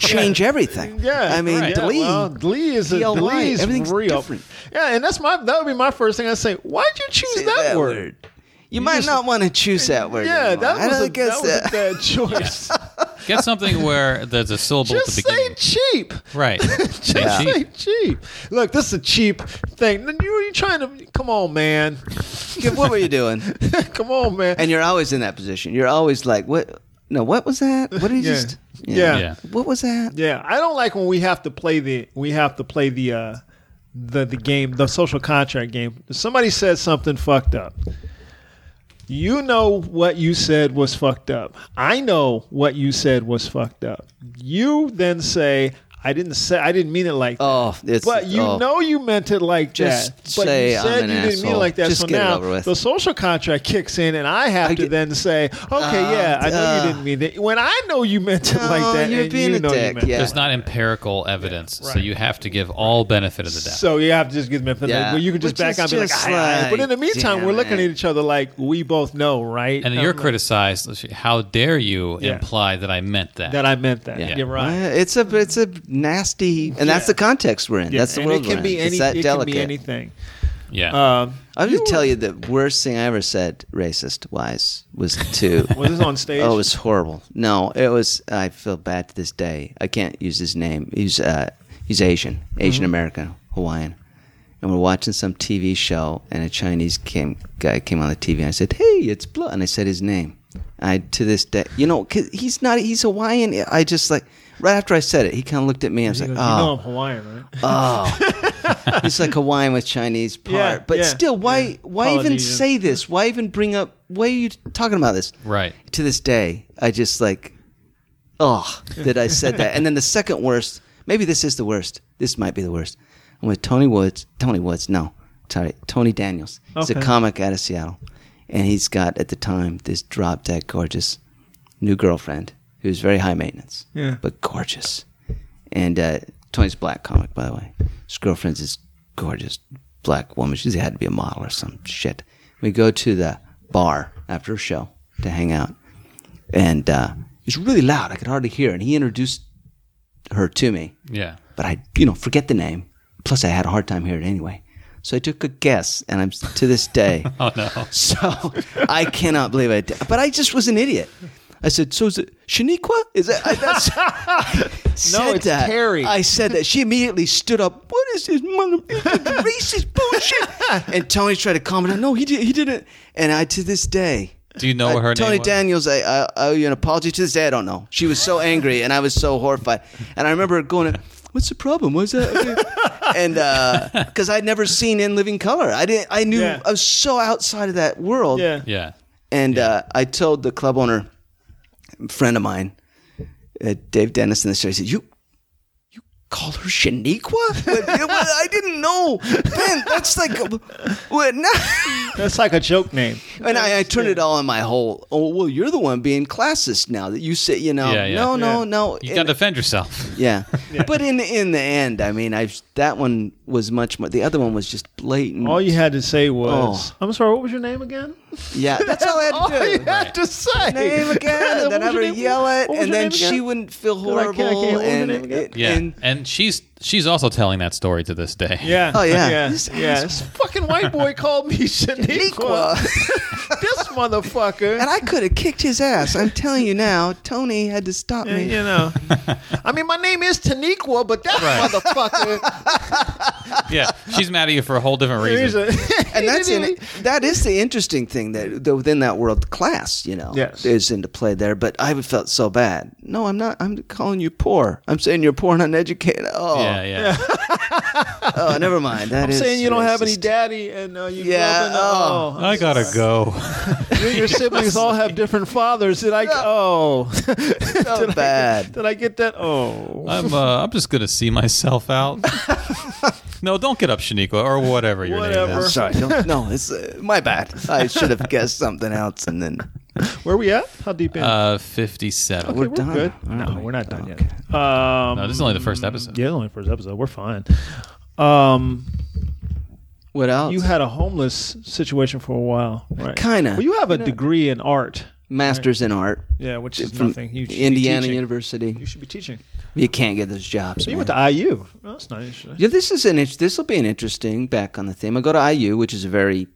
C: change everything?
A: Yeah,
C: I mean
B: right.
A: yeah,
C: Lee.
A: well, Glee is a,
C: DLY,
A: Glee is
C: everything's
A: real.
C: different.
A: Yeah, and that's my that would be my first thing I say. Why'd you choose
C: say
A: that, word?
C: You, might
A: just-
C: not want to choose that word.
A: Yeah,
C: anymore. I
A: that was,
C: don't
A: a,
C: guess
A: that was a
B: *laughs*
A: bad choice.
B: get something where there's a syllable at the
A: Just say
B: beginning.
A: cheap.
C: *laughs*
B: right. Say
A: Just
B: cheap.
A: say cheap. Look, this is a cheap thing. Then you you trying to come on, man. *laughs*
C: *laughs* what were you doing?
A: come on, man.
C: And you're always in that position. You're always like, what? No, what was that? What did you
A: Yeah.
C: just?
A: Yeah.
B: Yeah.
C: What was that?
A: Yeah, I don't like when we have to play the we have to play the uh, the the game, the social contract game. If somebody says something fucked up, you know what you said was fucked up. I know what you said was fucked up. You then say, "I didn't say, I didn't mean it like." that."
C: Oh, it's.
A: But you
C: oh.
A: know you meant it like
C: Just
A: that.
C: say,
A: but
C: "I'm
A: you said
C: an
A: you didn't mean it
C: asshole."
A: like that.
C: Just
A: so
C: get it
A: now
C: over with.
A: the social contract kicks in, and I have
C: I
A: to
C: get-
A: then say, "Okay, yeah, I know
C: uh,
A: you didn't mean it." When I know you meant it like
C: No,
A: that,
C: you're
A: and
C: being
A: you
C: a
A: know you
C: dick,
A: meant it
C: yeah.
B: There's not empirical evidence, so
A: right.
B: you have to give all benefit of the doubt.
A: So you have to just give them infinite.
C: Yeah.
A: Well, you can just
C: Which
A: back
C: is
A: out and be like,
C: just
A: "Aye, aye." but in the
C: like,
A: meantime, we're
C: damn
A: looking
C: it.
A: at each other like we both know, right?
B: and then
A: Um,
B: you're criticized. How dare you
A: Yeah.
B: imply that I meant that?
A: that I meant that.
C: Yeah.
A: Yeah, You're right.
C: Uh, It's a it's a nasty, and that's
A: Yeah.
C: the context we're in.
A: Yeah,
C: That's the
A: and
C: world
A: It can
C: we're
A: be
C: in.
A: any.
C: it's that
A: it
C: delicate.
A: can be anything.
B: yeah.
A: Um,
C: I'm
A: You
C: going to tell
A: were-
C: you the worst thing I ever said, racist wise, was to.
A: *laughs* Was this on stage?
C: Oh, it was horrible. No, it was. I feel bad to this day. I can't use his name. He's uh, he's Asian, Asian
A: Mm-hmm.
C: American, Hawaiian, and we're watching some TV show, and a Chinese came, guy came on the TV, and I said, "Hey, it's Blood," and I said his name. I to this day, you know, 'cause he's not. He's Hawaiian. I just like right after I said it, he kind of looked at me. and I was
A: you
C: like,
A: know, you know I'm
C: "Oh,
A: Hawaiian, right?
C: it's like Hawaiian with Chinese part."
A: Yeah,
C: but
A: yeah,
C: still, why why even
A: Polynesian.
C: say this? Why even bring up? Why are you talking about this?
B: right.
C: to this day, I just like, oh, that I said that. And then the second worst, maybe this is the worst. This might be the worst. I'm with Tony Woods. Tony Woods, no, sorry, Tony Daniels. He's a
A: Okay.
C: comic out of Seattle, and he's got at the time this drop dead gorgeous new girlfriend who's very high maintenance,
A: Yeah.
C: but gorgeous. And uh, Tony's a black comic, by the way. His girlfriend's this gorgeous black woman. She's had to be a model or some shit. We go to the bar after a show to hang out, and uh, it's really loud. I could hardly hear. And he introduced her to me,
B: Yeah.
C: but I, you know, forget the name. Plus, I had a hard time hearing it anyway. So I took a guess, and I'm to this day.
B: Oh no.
C: So I cannot believe I did. But I just was an idiot. I said, so is it Shaniqua? Is that, I, that's, *laughs* I said
A: it's
C: that.
A: Terry.
C: I said that. She immediately stood up. What is this mother racist bullshit? And Tony tried to calm her down. No, he, did, he didn't. And I, to this day.
B: Do you
A: uh,
B: know what
C: I-
B: her
C: Tony
B: name was?
C: Daniels, I, I owe you an apology. To this day, I don't know. She was
B: *laughs*
C: so angry, and I was so horrified. And I remember going, "What's the problem? What's that?"
B: *laughs*
C: Okay. and because I'd never seen In Living Color, I didn't. I knew
A: Yeah.
C: I was so outside of that world.
A: Yeah.
B: Yeah.
C: And uh, I told the club owner, a friend of mine, uh, Dave Dennis, in the show, he said, "You." you Called her Shaniqua? What- you know what? I didn't know. Ben, that's like, what? *laughs* No.
A: That's like a joke name.
C: And I, I turned it all on my whole. Oh well, you're the one being classist now that you say you know.
B: Yeah, yeah.
C: No, no,
A: Yeah.
C: no.
B: You
C: And-
B: got to defend
A: *laughs*
B: yourself. *laughs*
C: *laughs* yeah. but in in the end, I mean, I that one was much more. The other one was just blatant.
A: All you had to say was,
C: Oh.
A: "I'm sorry, what was your name again?"
C: *laughs* yeah, that's all
A: *laughs*
C: I had to do.
A: you had to say. *laughs*
C: Name again, and then
A: What was your
C: have her
A: name?
C: yell it,
A: What was
C: and
A: your
C: then
A: name again?
C: she wouldn't feel
A: They're like,
C: horrible.
A: "Yeah, I can't- what was your
C: and,
A: name again?"
C: it-
B: Yeah.
A: *laughs*
B: And,
C: and-
B: she's she's also telling that story to this day.
A: Yeah.
C: Oh, yeah.
A: Yeah.
C: This
A: yeah. *laughs* This fucking white boy called me Shaniqua. *laughs* this motherfucker.
C: and I could have kicked his ass. I'm telling you now, Tony had to
A: *laughs*
C: stop
A: Yeah,
C: me.
A: you
C: *laughs*
A: know, I mean, my name is Taniqua, but that *laughs*
B: Right.
A: motherfucker.
B: *laughs* Yeah. She's mad at you for a whole different
A: he's
B: reason.
A: a- *laughs*
C: and that's
A: he didn't
C: in,
A: even-
C: that is the interesting thing that, that within that world class, you know,
A: Yes.
C: is into play there. But I would felt so bad. No, I'm not. I'm calling you poor. I'm saying you're poor and uneducated. Oh,
B: Yeah, yeah.
C: oh never mind.
A: *laughs*
C: That
A: I'm
C: is
A: saying you don't have any
C: racist.
A: daddy, and uh, you grew up
C: Yeah,
A: in the, oh, *laughs*
B: I gotta go.
A: you and *laughs* your siblings all have different fathers. Did I? Oh,
C: *laughs* So bad.
A: did I get *laughs* that? Oh,
B: I'm uh, I'm just gonna see myself
A: *laughs*
B: out. no, don't get up, Shaniqua, or whatever your name
A: Whatever.
C: I'm
B: is.
C: sorry. Don't, no, it's uh, my bad. I should have guessed something else, and then
A: where we at? How deep in?
B: Uh, fifty-seven.
C: we're,
A: we're
C: done.
A: good.
C: All
A: No,
C: right.
A: we're not done yet.
C: Okay.
A: Um,
B: No, this is only the first episode.
A: yeah, only first episode. We're fine. Um,
C: What else?
A: you had a homeless situation for a while, right?
C: Kinda.
A: Well, you have a degree in art.
C: masters in art
A: Yeah, which is
C: from
A: nothing. You should be
C: Indiana
A: teaching.
C: University.
A: You should be teaching.
C: You can't get those jobs.
A: So you
C: man.
A: went to IU. Well, that's not
C: *laughs*
A: interesting.
C: Yeah, this is an this will be an interesting back on the theme. I go to IU, which is a very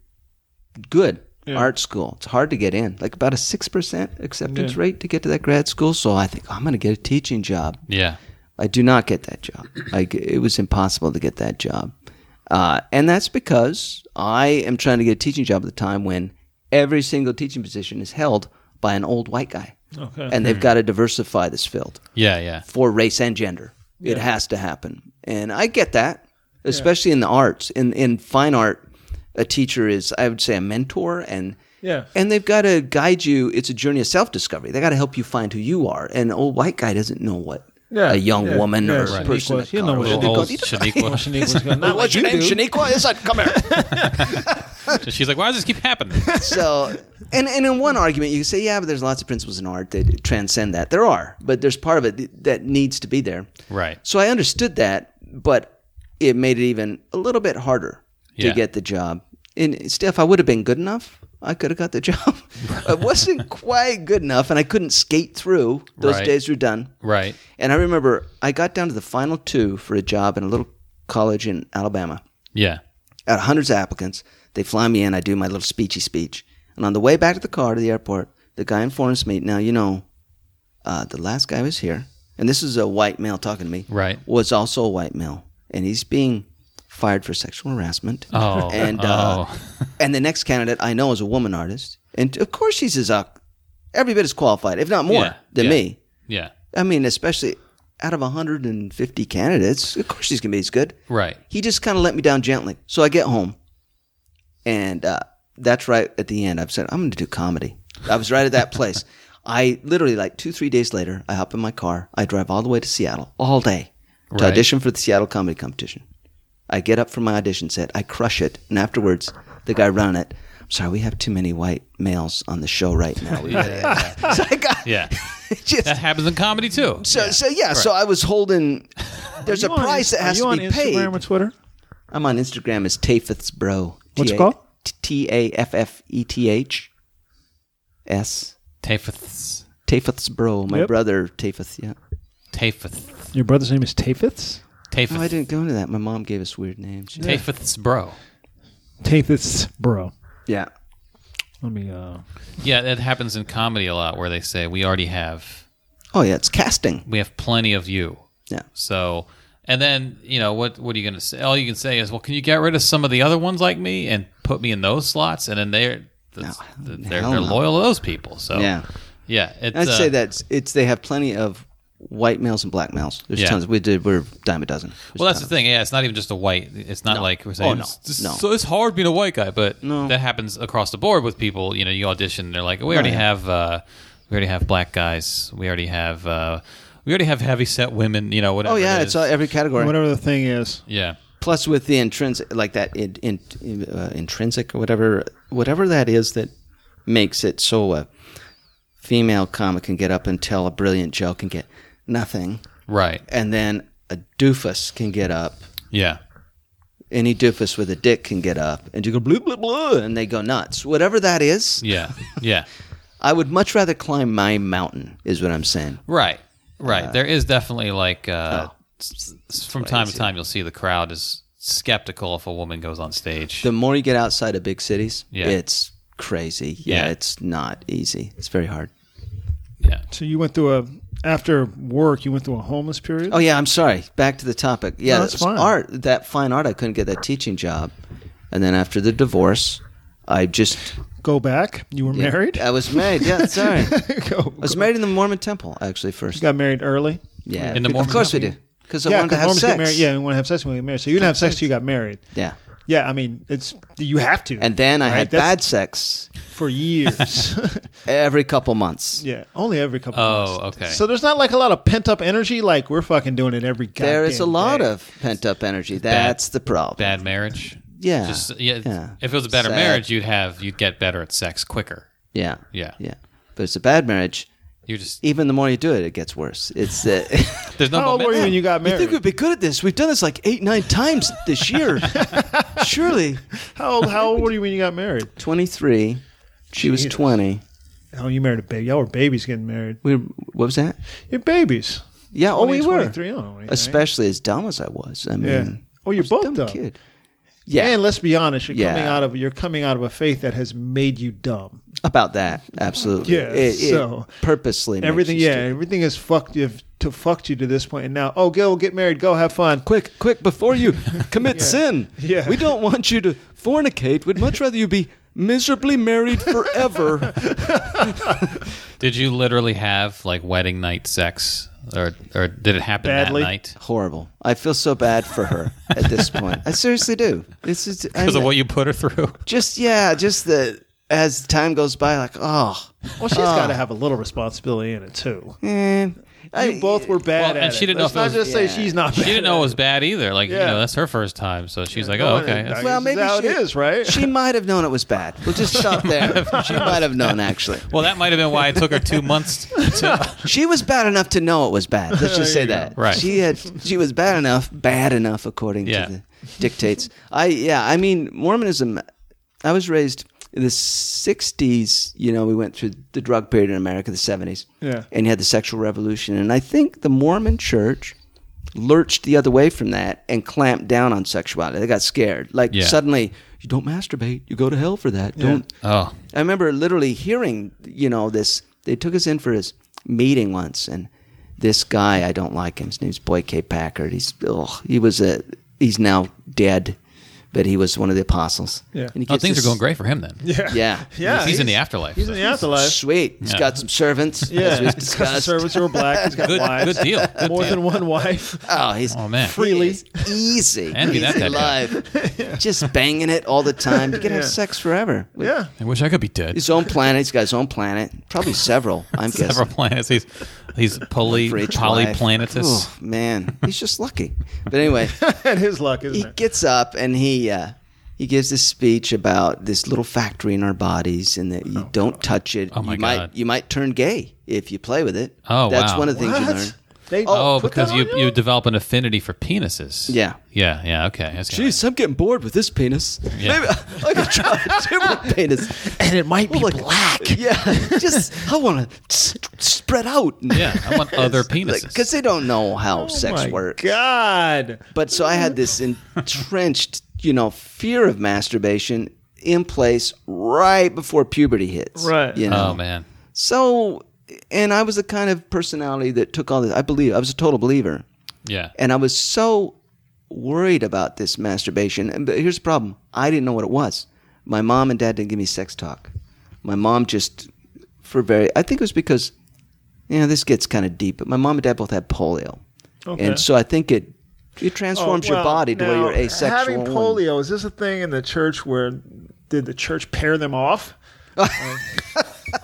C: good
A: Yeah.
C: art school. It's hard to get in, like about a six percent acceptance
A: Yeah.
C: rate to get to that grad school. So I think "Oh, I'm going to get a teaching job.
B: Yeah.
C: I do not get that
A: *clears throat*
C: job. Like it was impossible to get that job, uh, and that's because I am trying to get a teaching job at the time when every single teaching position is held by an old white guy,
A: Okay. Hmm.
C: and they've got to diversify this field
B: Yeah. Yeah.
C: for race and gender. It has to happen. And I get that, especially in the arts. In in fine art, a teacher is I would say a mentor and
A: Yeah.
C: and they've got to guide you. It's a journey of self-discovery. They got to help you find who you are. And an old white guy doesn't know what
A: Yeah.
C: a young
A: Yeah.
C: woman
A: Yeah,
C: or
A: Shaniqua.
C: a person of
A: He'll know
C: color
A: what
C: is.
A: Shaniqua-
B: Old
A: he
B: Shaniqua.
A: Shaniqua's gonna- not like
C: What's your
A: you
C: name,
A: do.
C: Shaniqua? Is that come here?
B: *laughs* She's like, why does this keep happening?
C: *laughs*
B: *laughs*
C: so and, and in one argument you can say yeah but there's lots of principles in art that transcend that there are but there's part of it th- that needs to be there
B: Right.
C: so i understood that but it made it even a little bit harder
B: Yeah.
C: to get the job and still if i would have been good enough i could have got the *laughs* job i wasn't quite good enough and i couldn't skate through those
B: Right.
C: days were done
B: Right.
C: and i remember i got down to the final two for a job in a little college in alabama
B: Yeah.
C: out of hundreds of applicants. They fly me in. I do my little speechy speech. And on the way back to the car to the airport, the guy informs me, now, you know, uh, the last guy was here, and this is a white male talking to me,
B: Right.
C: was also a white male. And he's being fired for sexual harassment.
B: Oh.
C: And, uh,
B: oh.
C: and the next candidate I know is a woman artist. And of course, she's as uh, every bit as qualified, if not more,
B: Yeah,
C: than
B: yeah.
C: me.
B: yeah.
C: I mean, especially out of 150 candidates, of course she's going to be as good
B: Right.
C: he just kind of let me down gently. So I get home, and uh, that's right at the end. I've said I'm going to do comedy. I was right at
B: *laughs*
C: that place. I literally like two three days later, I hop in my car. I drive all the way to Seattle all day to
B: Right.
C: audition for the Seattle comedy competition. I get up from my audition set. I crush it, and afterwards, the guy running it. I'm sorry, we have too many white males on the show right
B: *laughs*
C: now. We gotta-" *laughs* so I got
B: Yeah. *laughs*
C: just
B: That happens in comedy too.
C: so so yeah. So I was holding.
A: *laughs*
C: There's a
A: You on
C: price
A: Inst-
C: that has
A: are you
C: to
A: on
C: be
A: Instagram
C: paid.
A: or Twitter?
C: I'm on Instagram as Tafeth's Bro.
A: What's it
C: T A-
A: called?
C: T A F F E T H S.
B: Tafeths.
C: Tafeth's Bro. My
A: Yep.
C: brother Tafeth. Yeah.
B: Tafeth.
A: Your brother's name is Tafiths.
B: Tafeth,
C: Oh, I didn't go into that. My mom gave us weird names. Yeah.
B: Tafeth's bro.
A: Take this, bro.
C: yeah.
A: Let me. uh
B: Yeah, that happens in comedy a lot where they say we already have
C: Oh yeah, it's casting.
B: we have plenty of you.
C: Yeah.
B: So and then, you know, what what are you gonna say? All you can say is, Well, can you get rid of some of the other ones like me and put me in those slots? And then they're that's-
C: No,
B: they're,
C: hell
B: they're
C: no.
B: loyal to those people. So
C: Yeah.
B: yeah it's,
C: I'd
B: uh,
C: say that's it's they have plenty of white males and black males. There's
B: Yeah.
C: tons. We did we're a dime a dozen. There's
B: Well, that's the
C: tons.
B: thing. Yeah, it's not even just a white. It's not like we're saying.
C: Oh, no.
B: it's just-
C: No.
B: So it's hard being a white guy, but
C: No.
B: that happens across the board with people. You know, you audition, and they're like, we already
C: yeah.
B: have, uh, we already have black guys. We already have, uh, we already have heavy set women. You know, whatever.
C: Oh yeah,
B: it
C: it's
B: is.
C: uh, every category.
A: Whatever the thing is,
B: yeah.
C: Plus, with the intrinsic, like that in, in, uh, intrinsic or whatever, whatever that is that makes it so a female comic can get up and tell a brilliant joke and get nothing,
B: Right.
C: and then a doofus can get up.
B: Yeah.
C: Any doofus with a dick can get up and you go blue blue blue, and they go nuts. Whatever that is,
B: Yeah. Yeah.
C: I would much rather climb my mountain. Is what I'm saying.
B: Right. Right.
C: Uh,
B: there is definitely like uh,
C: oh.
B: s- s- from time to time you'll see the crowd is skeptical if a woman goes on stage.
C: The more you get outside of big cities,
B: Yeah.
C: it's crazy.
B: Yeah.
C: Yeah, it's not easy. It's very hard.
B: yeah.
A: so you went through a after work. You went through a homeless period.
C: Oh yeah, I'm sorry. Back to the topic. Yeah,
A: No, that's
C: that's
A: fine.
C: art. That fine art. I couldn't get that teaching job, and then after the divorce, I just
A: Go back. You were married.
C: I was married. Yeah, sorry. Uh, I
A: *laughs* go, go.
C: was married in the Mormon temple actually first.
A: Got married early.
C: Yeah,
B: In the Mormon
C: Of course we
B: temple?
C: do, because I
A: yeah,
C: wanted to
A: 'cause
C: have
A: Mormons
C: sex.
A: Get married. Yeah, you want to have sex when you get married. So you didn't have sex till you got married.
C: yeah.
A: Yeah, I mean, it's you have to.
C: And then I
A: right?
C: had
A: That's
C: bad sex
A: for
C: *laughs*
A: years. *laughs*
C: every couple months.
A: yeah, only every couple.
B: Oh,
A: months.
B: okay.
A: So there's not like a lot of pent up energy. Like we're fucking doing it every.
C: There is a
A: goddamn
C: lot
A: day.
C: of pent up energy. That's the problem.
B: bad marriage.
C: Yeah.
B: Just yeah,
C: Yeah.
B: If it was a better
C: Sad.
B: marriage, you'd have you'd get better at sex quicker.
C: Yeah.
B: Yeah.
C: Yeah. But it's a bad marriage.
B: You're just
C: Even the more you do it, it gets worse. It's uh, *laughs*
B: there's no
A: How old were Oh, you
B: momentum.
A: when you got
C: You think
A: married?
C: we'd be good at this? We've done this like eight, nine times this
A: *laughs*
C: year. Surely.
A: how old? How old were you when you got married?
C: 23. She was
A: Jesus.
C: 20.
A: Oh, you married a baby. Y'all were babies getting married.
C: We were, what was that?
A: You're babies.
C: Yeah, oh, we
A: 20,
C: were.
A: 23, I don't know anything.
C: Especially as dumb as I was. I mean,
A: Yeah. Oh, you're
C: I was a
A: both
C: dumb
A: dumb.
C: kid. Yeah,
A: And let's be honest, you're
C: Yeah.
A: coming out of you're coming out of a faith that has made you dumb.
C: about that. Absolutely.
A: Yeah, so-
C: purposely. makes
A: everything,
C: you
A: yeah,
C: stupid.
A: everything has fucked you to fucked you to this point, and now oh, go get married, go have fun.
C: Quick, quick, before
A: *laughs*
C: you commit sin.
A: Yeah.
C: We don't want you to fornicate. We'd much rather you be miserably
A: *laughs*
C: married forever.
B: Did you literally have like wedding night sex, or or did it happen
A: Badly.
B: that night?
C: Horrible. I feel so bad for her at
A: *laughs*
C: this point. I seriously do. This is
B: Because
C: I'm-
B: of what you put her through. *laughs*
C: just yeah, just the as time goes by, like oh,
A: Well, she's got to have a little responsibility in it too.
C: man,
A: You both were bad
B: Well,
A: at
B: and she
A: it.
B: didn't
A: Let's
B: know
A: not
B: if it was-
A: just say
C: yeah.
A: she's not.
B: She
A: bad
B: didn't know
A: at
B: it was bad either. Like you
A: Yeah.
B: know, that's her first time, so she's like,
A: Well,
B: oh
A: it-
B: okay.
A: I-
B: That's-
C: Well,
A: This is
C: maybe
A: how it
C: she,
A: is, right?
C: She might have known it was bad. We'll just
A: *laughs*
C: stop there. she might have known actually.
B: *laughs* Well, that might have been why it took her two
A: *laughs*
B: months. To, *laughs*
C: She was bad enough to know it was bad. Let's just say that.
B: Right.
C: She had she was bad enough, bad enough according
B: Yeah.
C: to the dictates. I yeah, I mean Mormonism I was raised in the 60s, you know, we went through the drug period in America, the 70s.
A: Yeah.
C: And you had the sexual revolution and I think the Mormon church lurched the other way from that and clamped down on sexuality. They got scared. Like
B: Yeah.
C: suddenly, you don't masturbate, you go to hell for that. Don't
B: oh,
C: I remember literally hearing, you know, this. They took us in for his meeting once, and this guy, I don't like him. His name's Boy K. Packard. He's ugh, he was a he's now dead, but he was one of the apostles.
A: Yeah.
C: and he
B: oh,
C: gets
B: things
C: this-
B: are going great for him then.
A: it. *laughs* Yeah,
C: *laughs* Yeah,
A: yeah.
B: He's in the afterlife,
A: He's
B: so.
A: in the afterlife.
C: sweet. He's
B: Yeah.
C: got some
A: *laughs*
C: servants.
A: Yeah,
C: as
A: he's
C: we've
A: got
C: discussed.
A: servants who are black. He's got
B: Good,
A: wives.
B: good deal. Good
A: More
B: deal.
A: than one wife. *laughs*
C: Oh, he's
B: Oh, man.
A: Freely.
C: he is easy,
B: Envy that
C: easy
B: type of guy.
A: *laughs*
C: life, just banging it all the time. You could have
A: Yeah.
C: sex forever. With
A: Yeah.
B: I wish I could be dead.
C: His own planet. He's got his own planet. Probably several. I'm guessing.
B: *laughs* Several planets. He's he's poly
C: for each wife.
B: polyplanetus.
C: Oh, man, he's just lucky. But *laughs* anyway,
A: and his luck, isn't
C: he
A: *laughs* it?
C: gets up and he uh, he gives this speech about this little factory in our bodies and that you don't touch it.
B: Oh, my
C: you
B: God.
C: might you might turn gay if you play with it.
B: Oh,
C: that's
B: wow.
C: one of the things you
A: What?
C: learn.
A: They-
B: Oh,
A: put
B: because
A: that
B: you,
A: on
B: you develop an affinity for penises.
C: Yeah.
B: Yeah, yeah, okay. that's got it.
C: I'm getting bored with this penis.
B: Yeah.
C: Maybe I could try *laughs* a different penis.
A: and it might be
C: Look,
A: black.
C: Yeah, just I want to. spread out. *laughs* Oh
B: Yeah, I want other
C: Because
B: penises.
C: they don't know how sex
A: My
C: works.
A: God.
C: But so I had this entrenched, you know, fear of masturbation in place right before puberty hits.
A: Right.
C: You know?
B: oh man,
C: So, and I was the kind of personality that took all this. I believe I was a total believer,
B: yeah,
C: and I was so worried about this masturbation. And but here's the problem: I didn't know what it was. My mom and dad didn't give me sex talk. My mom just, for very, I think it was because, you know, this gets kind of deep. But my mom and dad both had polio,
A: Okay.
C: and so I think it it
A: Oh,
C: transforms your
A: well,
C: body to where
A: now,
C: you're asexual.
A: Having
C: and-
A: polio, is this a thing in the church where did the church pair them
C: *laughs*
A: off? Like,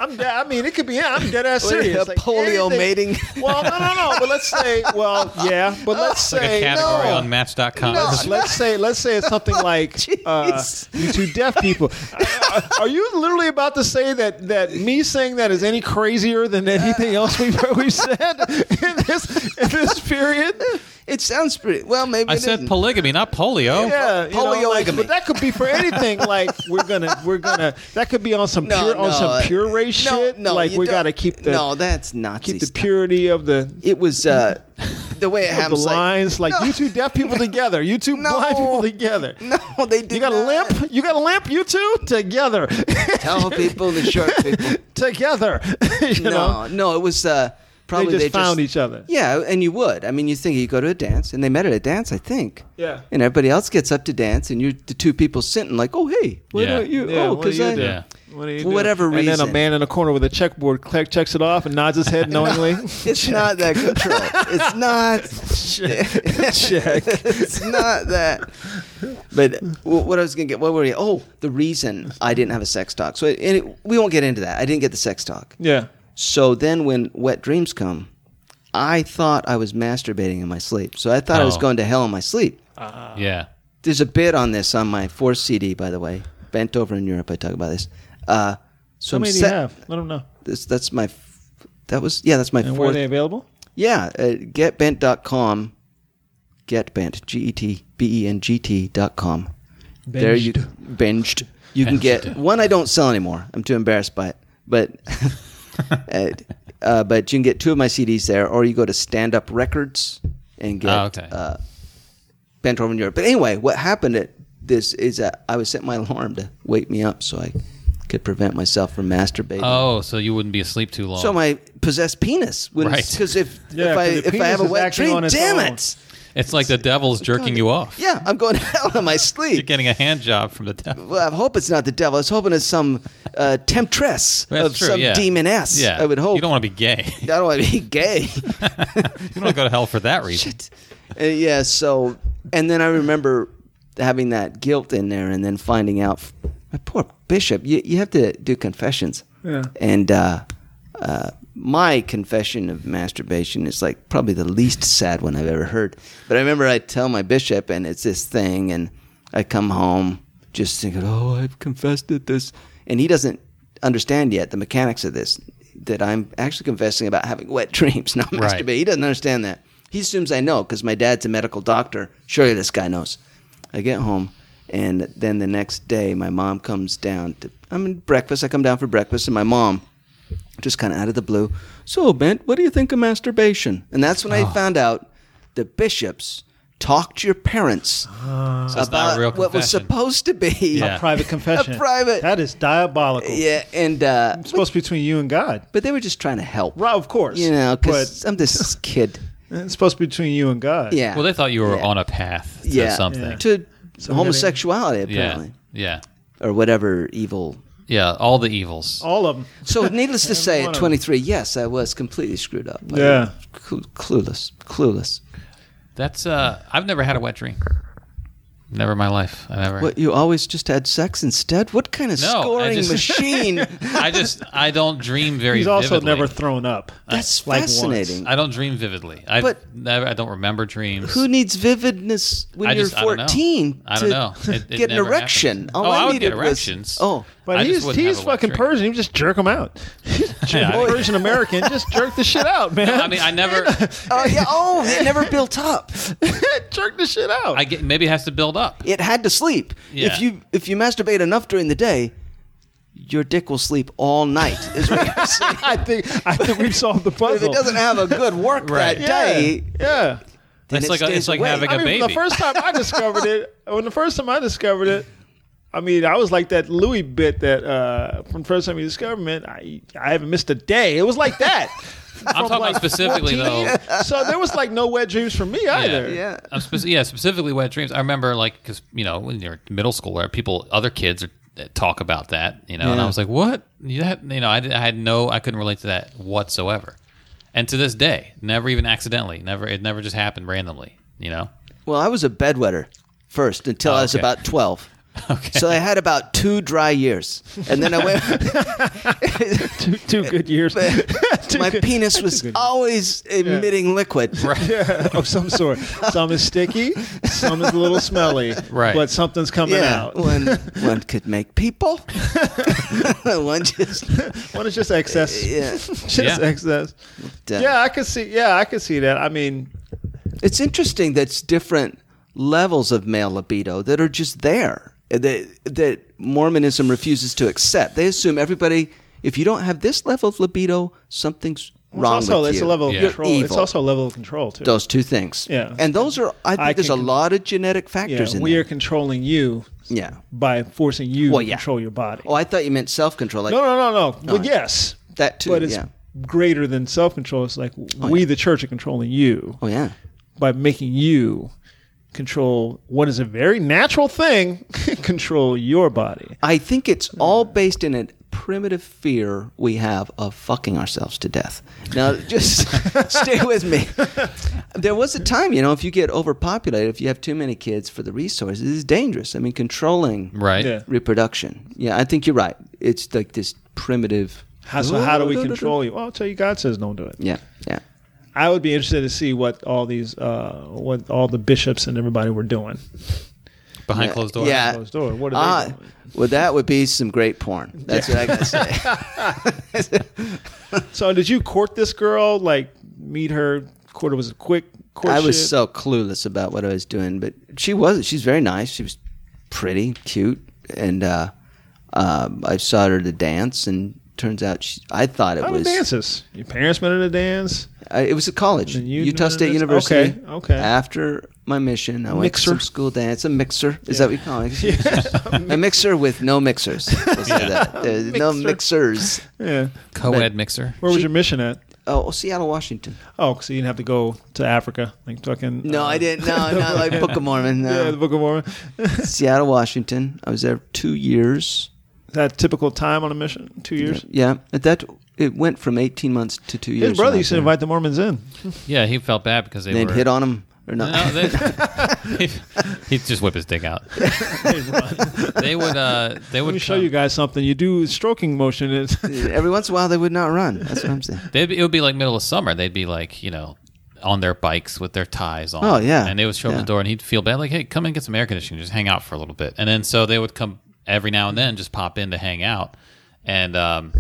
A: I'm dead. I mean, it could be. Yeah, I'm dead ass
C: Wait,
A: serious.
C: a
A: Like,
C: polio
A: anything-
C: mating?
A: Well, no, no, no. But let's say,
C: *laughs*
A: well, yeah. But let's
B: like
A: say
B: a category
A: no.
B: on Match.com.
A: Let's, let's say let's say it's something
C: *laughs*
A: like uh,
C: Jeez.
A: you two deaf people. Are- Are you literally about to say that that me saying that is any crazier than anything else we've we've said in this in this period?
C: It sounds pretty well. Maybe
B: I
C: it
B: said
C: isn't.
B: polygamy, not polio.
A: Yeah, you know, like,
C: Polyoigamy.
A: but that could be for anything. Like we're gonna, we're gonna. That could be on some
C: No,
A: pure, on some
C: no,
A: pure race
C: no,
A: shit.
C: no,
A: like
C: you
A: we
C: don't-
A: gotta keep the
C: no. That's Nazi
A: keep the
C: stuff.
A: purity of the
C: It
A: *laughs*
C: was uh, the way it
A: of the
C: happens.
A: lines. Like you two deaf
C: *laughs*
A: people together, you two
C: No.
A: blind people together.
C: Like, *laughs* no, they did.
A: You got a
C: not.
A: limp. You got a limp. You two together, *laughs*
C: Tell people the short people.
A: together. *laughs* you
C: no,
A: know,
C: no, it was uh, probably
A: they just found each other.
C: Yeah, and you would. I mean, you think you go to a dance, and they met at a dance, I think.
A: Yeah.
C: And everybody else gets up to dance, and you're the two people sitting like, oh hey, why
B: Yeah.
C: don't you?
A: Yeah,
C: oh,
A: what do
C: because
A: you
C: I.
A: do?
B: Yeah.
A: What do you
C: For
A: do?
C: whatever
A: and then a
C: reason.
A: man in the corner with a checkboard cl- checks it off and nods his head knowingly.
C: It's not that control.
A: *laughs*
C: It's not. *laughs*
A: Check.
C: it's not that. But wh- what I was gonna get? What were you? Oh, the reason I didn't have a sex talk. So and it, we won't get into that. I didn't get the sex talk.
A: *laughs* yeah.
C: So then when wet dreams come, I thought I was masturbating in my sleep. So I thought I was
B: Oh.
C: going to hell in my sleep.
A: Uh,
B: yeah.
C: There's a bit on this on my fourth CD, by the way. Bent over in Europe, I talk about this. Uh, so
A: How
C: I'm
A: many do you
C: set-
A: have? Let them know.
C: This, that's my. f- That was yeah. That's my
A: And were
C: fourth.
A: they available?
C: Yeah, uh, getbent.com. Getbent, G E T B E N G T dot com. There you binged. You can get one. I don't sell anymore. I'm too embarrassed by it.
B: *laughs*
C: But uh, uh, but you can get two of my CDs there, or you go to Stand Up Records and get
B: Oh, okay.
C: uh, Bent Over in Europe. But anyway, what happened at this is that I was setting my alarm to wake me up so I could prevent myself from masturbating.
B: Oh, so you wouldn't be asleep too long.
C: So my possessed penis would
B: Oh. Right.
C: because if
A: Yeah,
C: if I
A: 'cause the
C: if I have a
A: penis is
C: wet
A: acting
C: dream,
A: on its
C: damn
A: own.
C: it,
B: it's like the
C: *laughs*
B: devil's jerking you off.
C: yeah, I'm going *laughs* to hell in my
B: You're
C: sleep.
B: getting a hand job from the devil.
C: Well, I hope it's not the devil. I was hoping it's some uh, temptress
B: That's
C: of
B: true,
C: some
B: yeah.
C: demoness.
B: Yeah,
C: I would hope.
B: You don't want to be
C: *laughs*
B: gay.
C: I
B: *laughs* you
C: don't want to be gay. *laughs*
B: don't want to go to hell for that reason.
C: Uh, yeah. So, and then I remember having that guilt in there, and then finding out, my poor bishop. You you have to do confessions.
A: Yeah.
C: And uh, uh, my confession of masturbation is like probably the least sad one I've ever heard. But I remember I tell my bishop, and it's this thing, and I come home just thinking, oh, I've confessed at this, and he doesn't understand yet the mechanics of this. That I'm actually confessing about having wet *laughs* dreams, not
B: Right.
C: masturbating. He doesn't understand that. He assumes I know because my dad's a medical doctor. Surely this guy knows. I get home, and then the next day, my mom comes down. To, I'm in breakfast. I come down for breakfast, and my mom, just kind of out of the blue, so Bent, what do you think of masturbation? And that's when
B: Ah.
C: I found out the bishops talk to your parents Uh,
B: So it's not
C: about
B: a real
C: what was
B: confession.
C: supposed to be
B: Yeah.
A: Private confession.
C: A private-
A: That is diabolical.
C: *laughs* yeah, and uh,
A: It's supposed to be between you and God.
C: but they were just trying to help,
A: Right, of course.
C: you know,
A: but
C: because I'm this
A: *laughs*
C: kid.
A: it's supposed to be between you and God.
C: Yeah.
B: Well, they thought you were
C: Yeah.
B: on a path to
C: yeah,
B: something.
C: to
A: gonna-
C: homosexuality
B: Yeah.
C: apparently,
B: yeah.
C: or whatever evil.
B: Yeah, all the evils.
A: All of them.
B: *laughs*
C: So, needless to say,
A: one
C: at
A: of
C: 23, yes, I was completely screwed up. I
A: Yeah.
C: was clu- clueless, clueless.
B: That's uh I've never had a wet dream. Never in my life. I never
C: What you always just had sex instead? What kind of
B: No, I
C: scoring
B: just- *laughs*
C: machine?
B: *laughs* I just I
A: *laughs*
B: don't dream very
A: He's also
B: vividly.
A: never thrown up.
C: That's
A: Like once.
C: fascinating.
B: I don't dream vividly. I
C: But-
B: never I don't remember dreams.
C: Who needs vividness when
B: I
C: you're
B: just- I don't know.
C: 14
B: I
C: to
B: don't know. It- it
C: get an
B: never
C: erection?
B: happened.
C: All
B: Oh, I would
C: needed
B: get
C: was-
B: erections.
C: oh,
A: But
B: I just
A: he's
B: wouldn't
A: he's
B: have a wet
A: fucking
B: dream.
A: Persian. You just jerk him out. *laughs*
B: Yeah, I-
A: Persian American, just jerk the shit out, man.
B: I mean, I never.
C: oh, yeah.
B: *laughs*
C: Oh, it never built up.
A: *laughs* jerk the shit out.
B: I get maybe it has to build up.
C: It had to sleep.
B: Yeah.
C: If you if you masturbate enough during the day, your dick will sleep all night. Is what
B: *laughs*
C: you're saying.
A: *laughs* I think I think we've solved the puzzle.
C: if it doesn't have a good work
B: Right.
C: that day,
A: yeah.
C: then
B: It's
C: it
B: like a-
C: stays
B: it's like
C: awake.
B: having
A: I
B: a-
A: mean,
B: baby.
A: the first time
B: *laughs*
A: I discovered it, when the first time I discovered it, I mean, I was like that Louis bit that uh, from the first time you discovered it, I I haven't missed a day. It was like
C: *laughs*
A: that.
B: I'm talking about specifically though.
A: so there was like no wet dreams for me either.
C: Yeah.
B: I'm spec- yeah, specifically wet dreams. I remember like because you know when you're in middle school, where people, other kids are, that talk about that, you know, and I
C: Yeah.
B: was like, what? You had- you know, I, did- I had no, I couldn't relate to that whatsoever. And to this day, never even accidentally, never, it never just happened randomly, you
C: *laughs*
B: know.
C: Well, I was a bedwetter first until I was
B: okay.
C: about 12. So I had about two dry years. And then I went,
A: Two, two good
C: *laughs*
A: years. *laughs* Two
C: my
A: good-
C: penis was always emitting liquid.
A: *laughs* yeah, of some sort. Some is sticky, some is a little smelly.
B: Right.
A: But something's coming
C: Yeah.
A: out. *laughs*
C: One, one could make people. *laughs* one just,
A: One is just excess. *laughs*
C: yeah.
A: Just
B: Yeah.
A: excess.
C: Done.
A: Yeah, I could see. Yeah, I could see that. I mean,
C: It's interesting that's different levels of male libido that are just there eh, that that Mormonism refuses to accept. They assume everybody if you don't have this level of libido, something's
A: it's
C: wrong
A: also
C: with
A: it's
C: you.
A: a level of
B: Yeah.
A: control. It's
C: evil.
A: also a level of control too.
C: Those two things.
A: Yeah.
C: And those are I think
A: I
C: there's a
A: can-
C: lot of genetic factors
A: yeah,
C: in
A: we
C: there.
A: are controlling you
C: yeah.
A: by forcing you
C: Well,
A: to
C: yeah.
A: control your body.
C: Oh, I thought you meant self control. Like
A: no, no, no, no. Well,
C: No.
A: yes,
C: that too.
A: but it's
C: yeah.
A: greater than self-control. It's like we, the church, are controlling you
C: Oh yeah.
A: by making you control what is a very natural thing. *laughs* control your body.
C: I think it's
A: Mm.
C: all based in a primitive fear we have of fucking ourselves to death. Now,
A: *laughs*
C: just stay with me. There was a time, you know, if you get overpopulated, if you have too many kids for the resources, it's dangerous. I mean, controlling
B: Right.
A: Yeah.
C: reproduction. Yeah, I think you're right. It's like this primitive.
A: How, so how do we control you? Well, I'll tell you, God says don't do it.
C: Yeah, yeah.
A: I would be interested to see what all these, uh, what all the bishops and everybody were doing.
B: Behind closed doors.
C: Yeah.
A: Closed door. What are
C: Ah,
A: they doing?
C: well, that would be some great porn. That's what I gotta say.
A: So did you court this girl? Like meet her? Court was a quick. Court
C: I was
A: shit?
C: so clueless about what I was doing, but she was. She's very nice. She was pretty, cute, and uh, um I saw her to dance, and turns out she, I thought it
A: How
C: was.
A: the dances? Your parents met at a
C: *laughs*
A: dance.
C: I, it was a college,
A: And you
C: Utah
A: did
C: State
A: this?
C: University.
A: Okay, okay.
C: After my mission, I went to
A: Mixer.
C: some school dance. A mixer is that what you call
A: *laughs*
C: it? a mixer with no mixers. Let's say that. There's No mixers.
A: Yeah.
B: Co-ed mixer.
A: Where was your mission at?
C: Oh, Seattle, Washington.
A: Oh, so you didn't have to go to Africa, like fucking.
C: No,
A: uh,
C: I
A: *laughs*
C: didn't. No, not like Book of Mormon. No.
A: Yeah, the Book of Mormon.
C: Seattle, Washington. I was there two years.
A: that typical time on a mission, two years.
C: Yeah, at that it went from eighteen months to two years.
A: His brother
C: when I
A: used to
C: was
A: invite the Mormons
C: *laughs*
A: in.
B: Yeah, he felt bad because they
C: there. They'd
B: were
C: hit on him or not?
B: No, they, *laughs* he- he'd just whip his dick out. they would. Uh, they would
A: Let me show
B: come-
A: you guys something. You do stroking motion. *laughs* Is
C: *laughs* Every once in a while, they would not run. That's what
B: *laughs*
C: I'm saying.
B: They'd be, it would be like middle of summer. They'd be like, you know, on their bikes with their ties on.
C: Oh, yeah.
B: And they would show up
C: Yeah.
B: the door and he'd feel bad, like, hey, come and get some air conditioning, just hang out for a little bit. And then so they would come every now and then, just pop in to hang out. And um,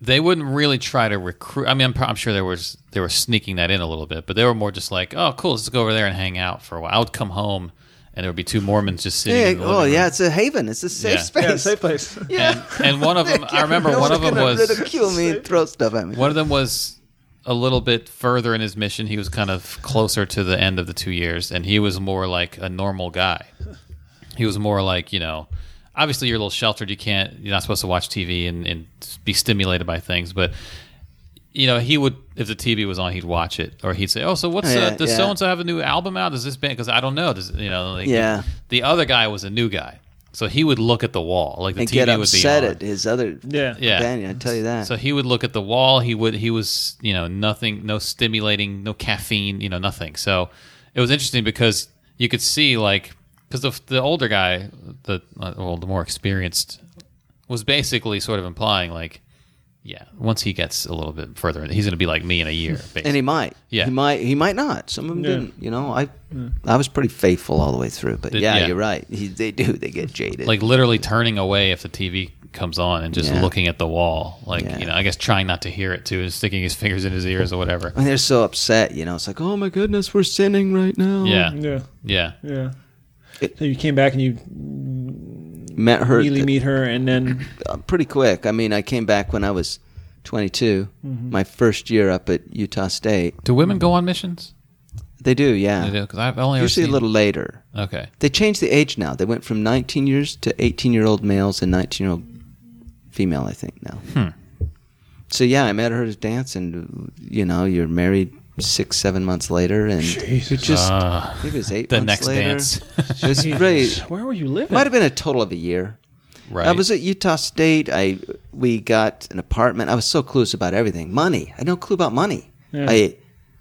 B: they wouldn't really try to recruit. I mean, I'm, pro- I'm sure there was they were sneaking that in a little bit, but they were more just like, oh, cool, let's go over there and hang out for a while. I would come home and there would be two Mormons just sitting.
C: Yeah,
B: in the
C: oh
B: living
C: yeah,
B: room.
C: it's a haven. It's a safe
B: Yeah.
C: space.
A: place.
B: And, and one of them, I remember
C: *laughs* No
B: one
C: one's
B: of them
C: gonna
B: was
C: ridicule me and throw stuff at me.
B: One of them was a little bit further in his mission. He was kind of closer to the end of the two years, and he was more like a normal guy. He was more like, you know, obviously you're a little sheltered. You can't, you're not supposed to watch TV and, and be stimulated by things, but. You know, he would if the TV was on, he'd watch it, or he'd say, "Oh, so what's
C: Yeah,
B: uh, does
C: yeah.
B: so and so have a new album out? Does this band? Because I don't know. Does you know? Like,
C: Yeah.
B: The other guy was a new guy, so he would look at the wall, like the
C: And
B: TV
C: get
B: would be
C: upset
B: on.
C: at his other
A: Yeah.
B: Yeah.
C: companion. I tell you that.
B: So he would look at the wall. He would. He was. You know, nothing. No stimulating. No caffeine. You know, nothing. So it was interesting because you could see like because the the older guy, the uh, well, the more experienced, was basically sort of implying like, yeah, once he gets a little bit further, in, he's going to be like me in a year.
C: *laughs* and
B: Basically.
C: he might.
B: Yeah.
C: He might. He might not. Some of them didn't. You know, I. I was pretty faithful all the way through. But
B: Did-
C: yeah,
B: yeah.
C: you're right. He, they do. They get jaded.
B: like literally turning away if the TV comes on and just
C: Yeah.
B: looking at the wall. Like
C: Yeah.
B: you know, I guess trying not to hear it too, and sticking his fingers in his ears or whatever.
C: and they're so upset. You know, it's like, oh my goodness, we're sinning right now.
B: Yeah.
A: Yeah.
B: Yeah.
A: Yeah.
C: It-
A: so you came back and you
C: Met her
A: Really
C: th-
A: meet her, and then
C: uh, pretty quick. I mean, I came back when I was 22, my first year up at Utah State.
B: Do women go on missions?
C: They do, yeah.
B: They do because I've only ever
C: Usually a
B: seen-
C: little later.
B: Okay,
C: They changed the age now. They went from 19 years to 18 year old males and 19 year old female, I think, now.
B: Hmm.
C: So, yeah, I met her at dance, and, you know, you're married six, seven months later, and you just, I think it was eight
B: Uh, the
C: months
B: next
C: later.
B: dance.
A: *laughs*
B: *laughs*
C: It was really,
A: where were you living?
C: might have been a total of a year.
B: right.
C: I was at Utah State. I we got an apartment. I was so clueless about everything. Money. I had no clue about money.
A: Yeah.
C: I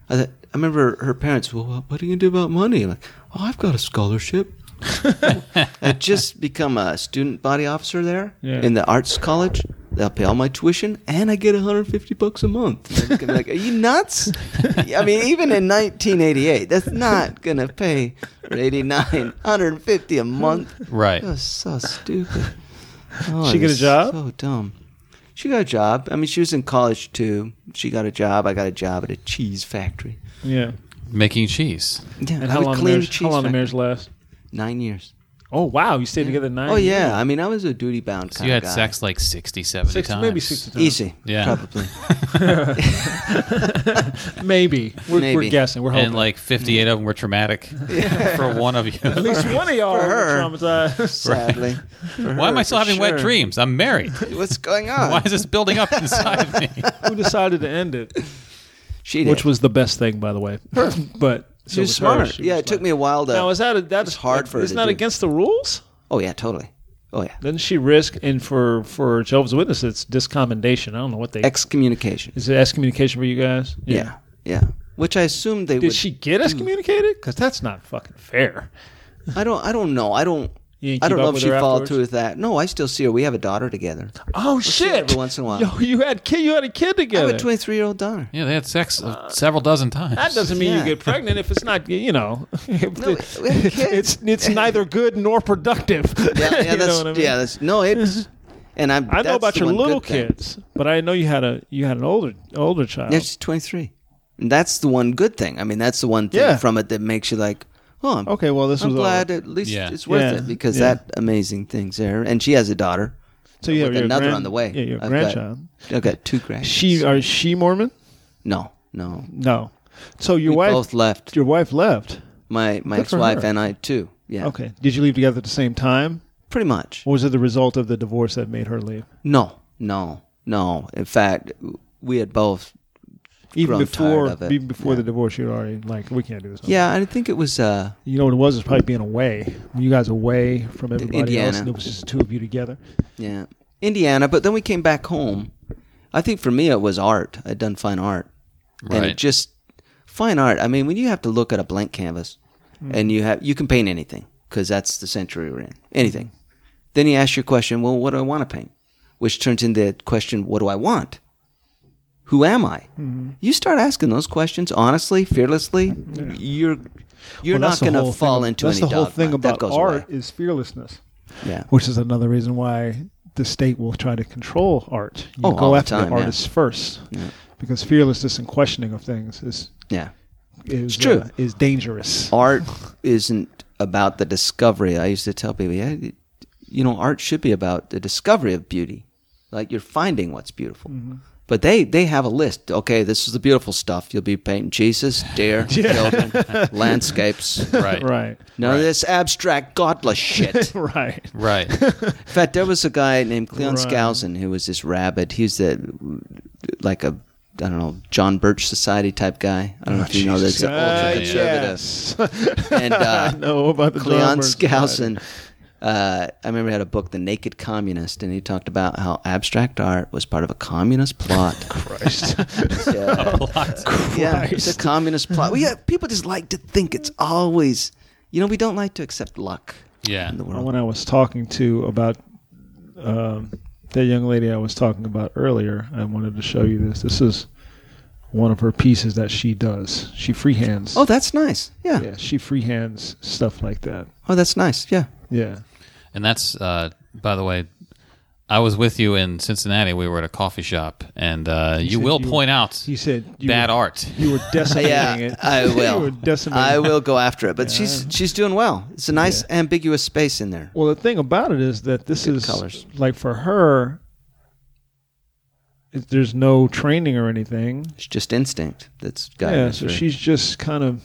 C: I, th- I remember her parents. Well, what are you gonna do about money? I'm like, oh, I've got a scholarship.
A: *laughs*
C: I'd just become a student body officer there
A: Yeah.
C: in the arts college. They'll pay all my tuition, and I get 150 bucks a month. I'm gonna be like, are you nuts? I mean, even in 1988, that's not gonna pay. Or 89, 150 a month.
B: right.
C: That was so stupid.
A: *laughs*
C: Oh,
A: She
C: it
A: get a
C: was
A: job?
C: So dumb. She got a job. I mean, she was in college too. She got a job. I got a job at a cheese factory.
A: yeah.
B: Making cheese.
C: Yeah,
A: And
C: I
A: how
C: would
A: long, the
C: clean
A: marriage,
C: cheese
A: how long the
C: factory.
A: marriage last?
C: Nine years.
A: Oh wow, you stayed together nine.
C: oh yeah,
A: years.
C: I mean, I was a duty bound kind
B: So you had
C: of guy.
B: sex like 60, 70
A: six,
B: times.
A: maybe six times.
C: Easy,
B: Yeah. *laughs*
C: probably.
A: Maybe we're, we're
C: Maybe.
A: guessing. We're hoping.
B: And like 58 of them were traumatic for one of you.
A: at least one
C: *laughs*
A: of y'all
C: for
A: were
C: her. *laughs*
A: traumatized.
C: Sadly. For
B: *laughs* Why am
C: her,
B: I still
C: for
B: having
C: sure.
B: wet dreams? I'm married. *laughs*
C: What's going on?
B: Why is this building up inside me?
A: Who decided to end it?
C: she did.
A: Which was the best thing, by the way. *laughs* but
C: she was smart. yeah, it took me a while to.
A: Now is that a, that's
C: hard for her
A: It's
C: to
A: not
C: do.
A: against the rules.
C: oh yeah, totally. Oh yeah,
A: Doesn't she risk and for for Jehovah's Witness, it's discommendation. I don't know what they
C: excommunication.
A: is it excommunication for you guys.
C: Yeah, Mm. yeah. Which I assumed they
A: Did
C: would.
A: she get excommunicated? Because that's not fucking fair.
C: I don't. I don't know. I don't.
A: You didn't
C: I don't
A: keep up
C: know if
A: with
C: she
A: her
C: followed
A: afterwards?
C: through with that. No, I still see her. We have a daughter together.
A: Oh
C: see
A: shit!
C: her every once in a while.
A: Yo, you had kid. You had a kid
C: I have
A: together.
C: a 23 year
A: *laughs*
C: old daughter.
B: Yeah, they had sex uh, several dozen times.
A: That
B: *laughs*
A: doesn't mean you
C: Yeah.
A: get pregnant if it's not you know. *laughs* if
C: No,
A: the-
C: we have a kid.
A: it's it's neither good nor productive.
C: Yeah, yeah,
A: *laughs* You know
C: that's,
A: what I mean?
C: yeah, that's no. It's and I'm.
A: I know
C: that's
A: about
C: the
A: your
C: one
A: little
C: good thing.
A: kids, but I know you had a you had an older older child.
C: Yeah, she's 23. And that's the one good thing. I mean, that's the one thing
A: Yeah.
C: from it that makes you like, oh, I'm,
A: Okay, well, this
C: I'm
A: was
C: glad
A: over.
C: at least
B: Yeah.
C: it's worth
A: Yeah,
C: it because
A: yeah.
C: that amazing thing's there. And she has a daughter.
A: So you have
C: with
A: your
C: another
A: grand-
C: on the way.
A: Yeah, your
C: I've got-
A: grandchild.
C: I've got two grandkids.
A: She uh, are she Mormon?
C: no, no.
A: No. So your
C: we
A: wife
C: both left.
A: your wife left.
C: My my
A: Good for
C: ex-wife
A: her.
C: and I too. Yeah.
A: Okay. Did you leave together at the same time?
C: Pretty much.
A: Or was it the result of the divorce that made her leave?
C: No, no, no. In fact, we had both
A: Even
C: Grown
A: before
C: tired of it.
A: even before the divorce you were already like, we can't do this.
C: Yeah, I think it was. Uh,
A: You know what it was? It's probably being away. You guys away from everybody else,
C: Indiana.
A: and it was just the two of you together.
C: yeah, Indiana. But then we came back home. I think for me it was art. I'd done fine art, and
B: Right.
C: it just fine art. I mean, when you have to look at a blank canvas,
A: Mm.
C: and you have you can paint anything because that's the century we're in. Anything. Then you ask your question. Well, what do I want to paint? Which turns into the question, what do I want? Who am I?
A: Mm-hmm.
C: You start asking those questions honestly, fearlessly. You're you're
A: Well,
C: not
A: that's the
C: going to
A: whole
C: fall
A: thing-
C: into
A: that's
C: any
A: the whole
C: dogma.
A: thing
C: That
A: about
C: goes
A: art
C: away.
A: is fearlessness,
C: Yeah.
A: which is another reason why the state will try to control art. You
C: Oh, all
A: go
C: the
A: after the,
C: time, yeah.
A: artists first,
C: Yeah.
A: because fearlessness and questioning of things is
C: Yeah.
A: is
C: true.
A: uh, is dangerous.
C: art isn't about the discovery. I used to tell people, yeah, you know, art should be about the discovery of beauty. Like you're finding what's beautiful.
A: Mm-hmm.
C: But they, they have a list. Okay, this is the beautiful stuff. You'll be painting Jesus,
A: *laughs*
C: deer, children, landscapes.
B: Right.
A: Right, *laughs*
C: None of this abstract godless shit.
A: right.
B: Right.
A: *laughs*
C: In fact, there was a guy named Cleon
A: Right.
C: Skousen who was this rabid. He's the like a I don't know John Birch Society type guy. I don't
A: Oh,
C: know if you know this. He's an ultra
A: Uh,
C: conservative.
A: yes. *laughs*
C: And uh,
A: I know about the
C: Cleon
A: John Birch Society.
C: Skousen. Uh, I remember he had a book, The Naked Communist, and he talked about how abstract art was part of a communist plot.
A: *laughs* Christ.
C: *laughs* yeah, yeah, it's a
A: Christ.
C: communist plot. Well, yeah, people just like to think it's always, you know, we don't like to accept luck
B: Yeah.
C: in the world.
A: when I was talking to about um, that young lady I was talking about earlier, I wanted to show you this. This is one of her pieces that she does. She freehands.
C: Oh, that's nice. Yeah.
A: yeah, she freehands stuff like that. *laughs*
C: Oh, that's nice. Yeah.
A: Yeah,
B: And that's, uh, by the way, I was with you in Cincinnati. We were at a coffee shop, and uh, you
A: said
B: will
A: you-
B: point out
A: He said you
B: bad
A: were,
B: art.
A: You were decimating
C: *laughs* yeah,
A: it. *laughs*
C: I
A: you
C: will.
A: were decimating.
C: I
A: it.
C: will go after it. But she's she's doing well. It's a nice ambiguous space in there.
A: Well, the thing about it is that this
C: Good
A: is
C: colors.
A: like for her. it- There's no training or anything.
C: It's just instinct that's guiding
A: yeah,
C: her
A: so
C: through.
A: she's just kind of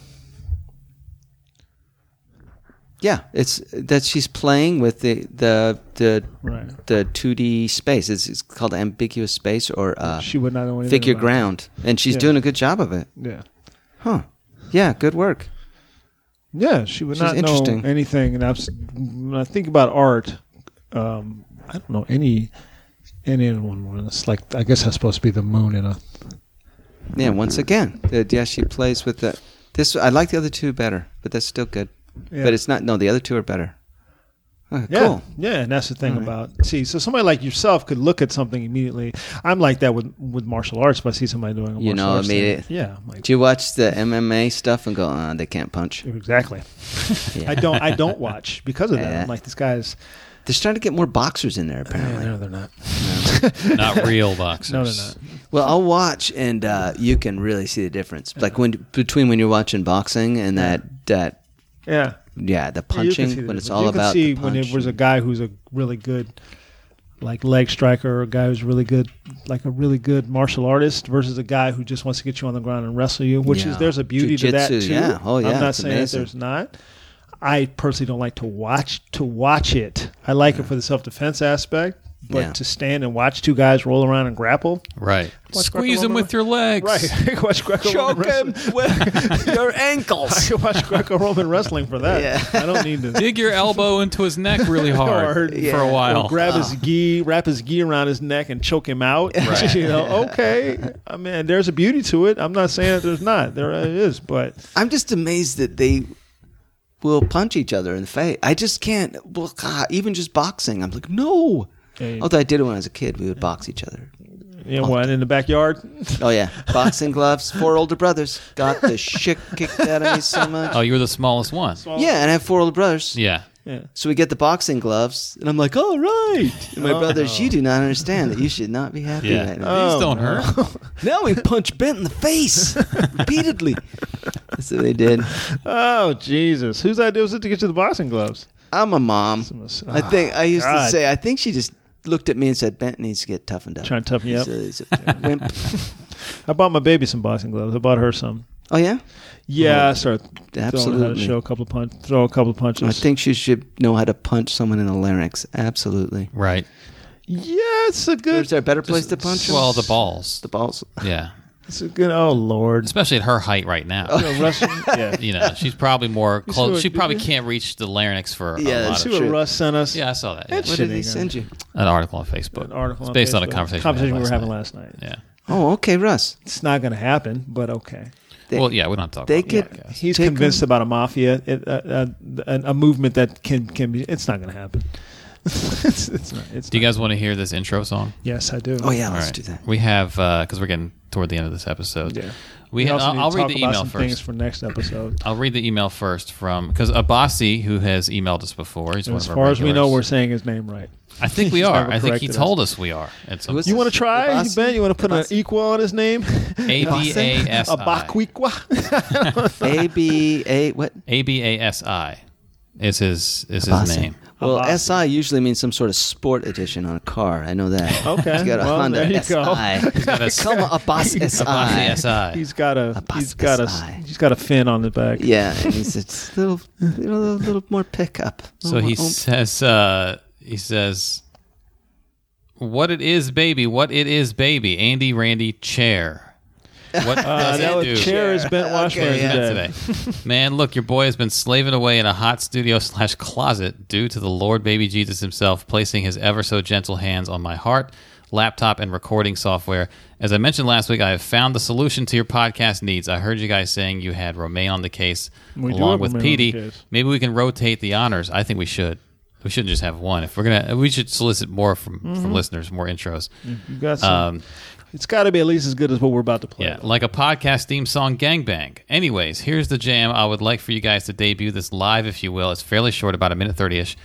C: yeah, it's that she's playing with the the the
A: right.
C: the 2D space. It's, it's called ambiguous space or uh,
A: She would not know anything.
C: figure
A: about it.
C: ground, and she's
A: Yeah.
C: doing a good job of it.
A: Yeah,
C: Huh? Yeah, good work.
A: yeah. She would
C: She's
A: not know
C: interesting.
A: anything. And I've, s- when I think about art, um, I don't know any any other one more. It's like I guess that's supposed to be the moon in a.
C: Yeah, once again, the, yeah, she plays with the. This I like the other two better, but that's still good.
A: Yeah.
C: But it's not. No, the other two are better. Uh,
A: Yeah,
C: Cool.
A: yeah, and that's the thing about see. So somebody like yourself could look at something immediately. I'm like that with with martial arts. If I see somebody doing a
C: You
A: martial
C: know,
A: arts thing.
C: immediate-
A: yeah, I'm like,
C: Do you watch the MMA stuff and go, uh, they can't punch?
A: exactly.
C: Yeah.
A: I don't. I
C: *laughs*
A: don't watch because of that.
C: Yeah.
A: I'm like, this guy's.
C: They're starting to get more boxers in there, apparently.
A: no, they're not.
B: Not real
A: *laughs*
B: boxers.
A: No, they're not.
C: Well, I'll watch, and uh, you can really see the difference. Like when between when you're watching boxing and that that
A: Yeah,
C: yeah,
A: Yeah, you
C: the
A: can
C: punching
A: see the
C: when it's
A: difference.
C: all
A: you Can
C: about
A: see
C: the
A: when
C: punch
A: it was a
C: and-
A: guy who's a really good, like leg striker, or a guy who's really good, like a really good martial artist, versus a guy who just wants to get you on the ground and wrestle you. Which
C: Yeah.
A: is there's a beauty to that
C: Jiu-jitsu,
A: too.
C: yeah. Oh, yeah,
A: I'm not
C: it's
A: saying that
C: amazing.
A: there's not. I personally don't like to watch to watch it. I like it for the self defense aspect, but
C: Yeah.
A: to stand and watch two guys roll around and grapple,
B: Right.
A: Watch
B: Squeeze
A: Greco-Roman-
B: them with your legs.
A: right? *laughs* watch Greco-Roman wrestling.
C: with your
A: I
C: ankles.
A: can *laughs* watch Greco-Roman wrestling for that.
C: *laughs* Yeah.
A: I don't need to.
B: *laughs* Dig your elbow into his neck really hard,
A: *laughs* Hard.
B: for a
C: Yeah.
B: while.
A: Or grab his gi, wrap his gi around his neck, and choke him out. *laughs*
B: Right.
A: you know, okay. I mean, there's a beauty to it. I'm not saying that there's not. There is, but
C: *laughs* I'm just amazed that they will punch each other in the face. I just can't. Well, God, even just boxing, I'm like, no.
A: Yeah, you-
C: Although I did it when I was a kid, we would box each other.
A: you know, what in the backyard. *laughs*
C: Oh yeah, boxing gloves. Four older brothers got the shit kicked out of me so
A: *laughs*
C: much.
B: Oh, you were the smallest one.
A: Oh.
C: Yeah, and I have four older brothers.
B: Yeah.
A: Yeah.
C: So we get the boxing gloves, and I'm like, all right. And my
A: Oh.
C: brothers, you do not understand that you should not be happy
B: Yeah.
C: right
B: These
C: now.
A: Oh. *laughs*
B: don't hurt.
C: now we punch Bent in the face repeatedly. That's what they did.
A: Oh Jesus! Whose idea was it to get you the boxing gloves?
C: I'm a mom. I think I used
A: Ah, God.
C: to say, I think she just looked at me and said, Bent needs to get toughened up.
A: Trying to toughen you
C: He's
A: up.
C: a- he's a wimp.
A: I bought my baby some boxing gloves. I bought her some. *laughs*
C: Oh, yeah?
A: Yeah, I started throwing her how to
C: Oh, Absolutely.
A: show a couple of punch, throw a couple of punches.
C: I think she should know how to punch someone in the larynx. Absolutely.
B: Right.
A: yeah, it's a good.
C: Is there a better place to punch? 'em?
B: Well, the balls.
C: The balls.
B: Yeah.
A: It's a good. Oh
C: *laughs*
A: Lord,
B: Especially at her height right now.
C: Oh.
A: You know, Russian. Yeah,
B: You know, she's
A: *laughs*
B: probably more close.
A: what
B: She
A: I did
B: probably
A: there?
B: can't reach the larynx for a
C: Yeah,
B: lot
C: that's
A: see
B: of.
A: what
C: Sure.
A: Russ sent us.
B: Yeah, I saw that. yeah.
A: That's
C: What did they send you?
B: An article on Facebook.
A: An article
B: It's
A: on
B: based on,
A: Facebook.
B: a conversation.
A: Conversation we
B: had
A: were having
B: night.
A: last night.
C: Oh, okay, Russ.
A: It's not going to happen, but okay.
B: Yeah.
C: They-
B: Well, yeah, we don't have to talk
C: They
B: about that.
C: could.
A: He's
C: take 'em-
A: convinced about a mafia, it, uh, uh, a, a movement that can can be. It's not going to happen. *laughs* it's, it's not. It's
B: Do you
A: not.
B: guys want to hear this intro song?
A: yes, I do.
C: Oh yeah,
B: All
C: let's
B: right.
C: do that.
B: We have because we're getting toward the end of this episode.
A: Yeah.
B: We, ha-
A: also
B: I'll,
A: need to
B: I'll read
A: talk
B: the
A: about
B: email
A: some things
B: first.
A: for next episode.
B: I'll read the email first from because Abasi, who has emailed us before, he's one
A: As
B: of our
A: far as we know, we're
B: regulars.
A: saying his name right.
B: I think we
A: he's
B: are.
A: never
B: I think he
A: corrected us.
B: told us we are. At some
C: Who is
A: You
B: point.
A: want to try,
C: Abasi?
A: Ben? You want to put an
C: Abasi?
A: equal on his name?
B: *laughs* A B A
A: *laughs*
B: S I.
A: Abaquiqua.
C: A
B: *laughs*
C: B A what?
B: A B A S I. Is his is his
C: Abasi.
B: name?
C: Well,
A: Abasi.
C: SI usually means some sort of sport edition on a car. I know
A: *laughs*
C: that.
A: Okay,
C: He's got a
A: well,
C: Honda
A: there you
C: SI.
A: go.
C: *laughs*
B: got *laughs* a-
C: Come on, Abbas SI.
B: Abasi S I.
A: *laughs* He's got a he's
C: Abasi
A: got a
C: SI.
A: he's got a fin on the back.
C: Yeah, and he's it's a little, you know, a little more pickup.
B: So he
C: Oh,
B: says, uh, he says, what it is, baby, what it is, baby. Andy, Randy, chair. What
A: Uh,
B: does
A: that
B: it
A: was
B: do?
A: chair is bent Washburn
C: yeah.
B: Not
A: today.
B: today.
C: *laughs*
B: Man, look, your boy has been slaving away in a hot studio slash closet due to the Lord Baby Jesus himself placing his ever so gentle hands on my heart, laptop, and recording software. As I mentioned last week, I have found the solution to your podcast needs. I heard you guys saying you had Romain on the case
A: We do
B: along
A: have
B: with
A: Romain on
B: Petey.
A: the case.
B: Maybe we can rotate the honors. I think we should. We shouldn't just have one. If we're gonna, we should solicit more from
A: Mm-hmm.
B: from listeners, more intros.
A: You got some.
B: Um,
A: it's got to be at least as good as what we're about to play.
B: yeah, like a podcast theme song gangbang. Anyways, here's the jam I would like for you guys to debut this live, if you will. It's fairly short, about a minute 30 ish.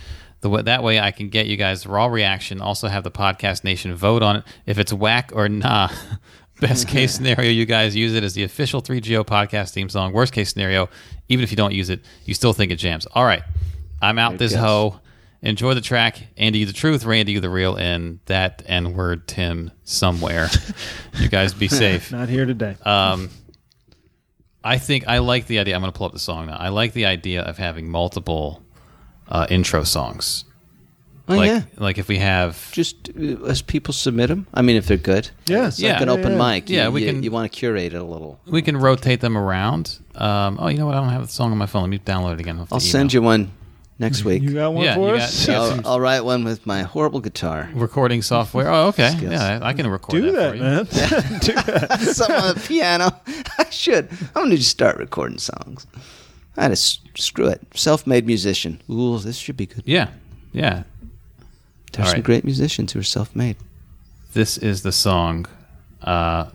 B: The way, that way I can get you guys raw reaction. Also have the podcast nation vote on it if it's whack or nah. *laughs* Best case scenario, you guys use it as the official 3GO podcast theme song. Worst case scenario, even if you don't use it, you still think it jams. All right, I'm out this
C: goes.
B: hoe. Enjoy the track. Andy, you the truth. Randy, you the real. And that N word, Tim, somewhere. you guys be safe.
A: Not here today.
B: Um, I think I like the idea. I'm going to pull up the song now. I like the idea of having multiple uh, intro songs.
C: Oh
B: like,
C: yeah,
B: like if we have,
C: just uh, as people submit them. I mean, if they're good.
A: yeah,
C: It's like an open mic.
B: Yeah,
C: you,
B: we
C: you,
B: can-
C: You want to curate it a little.
B: we can rotate them around. Um, oh, you know what? I don't have the song on my phone. Let me download it again.
C: I'll send you one next week.
A: You got one
B: Yeah,
A: for
B: you
A: us?
B: got-
C: I'll, I'll write one with my horrible guitar.
B: recording software. Oh, okay.
C: Skills.
B: Yeah, I can record.
A: Do
B: for
A: that,
B: you.
C: *laughs*
A: man. *laughs* Do that.
C: Some on the piano. *laughs* I should. I'm gonna just start recording songs. I just screw it. Self-made musician. Ooh, this should be good.
B: Yeah, yeah.
C: There's
B: all
C: some
B: right.
C: great musicians who are self-made.
B: This is the song. Uh,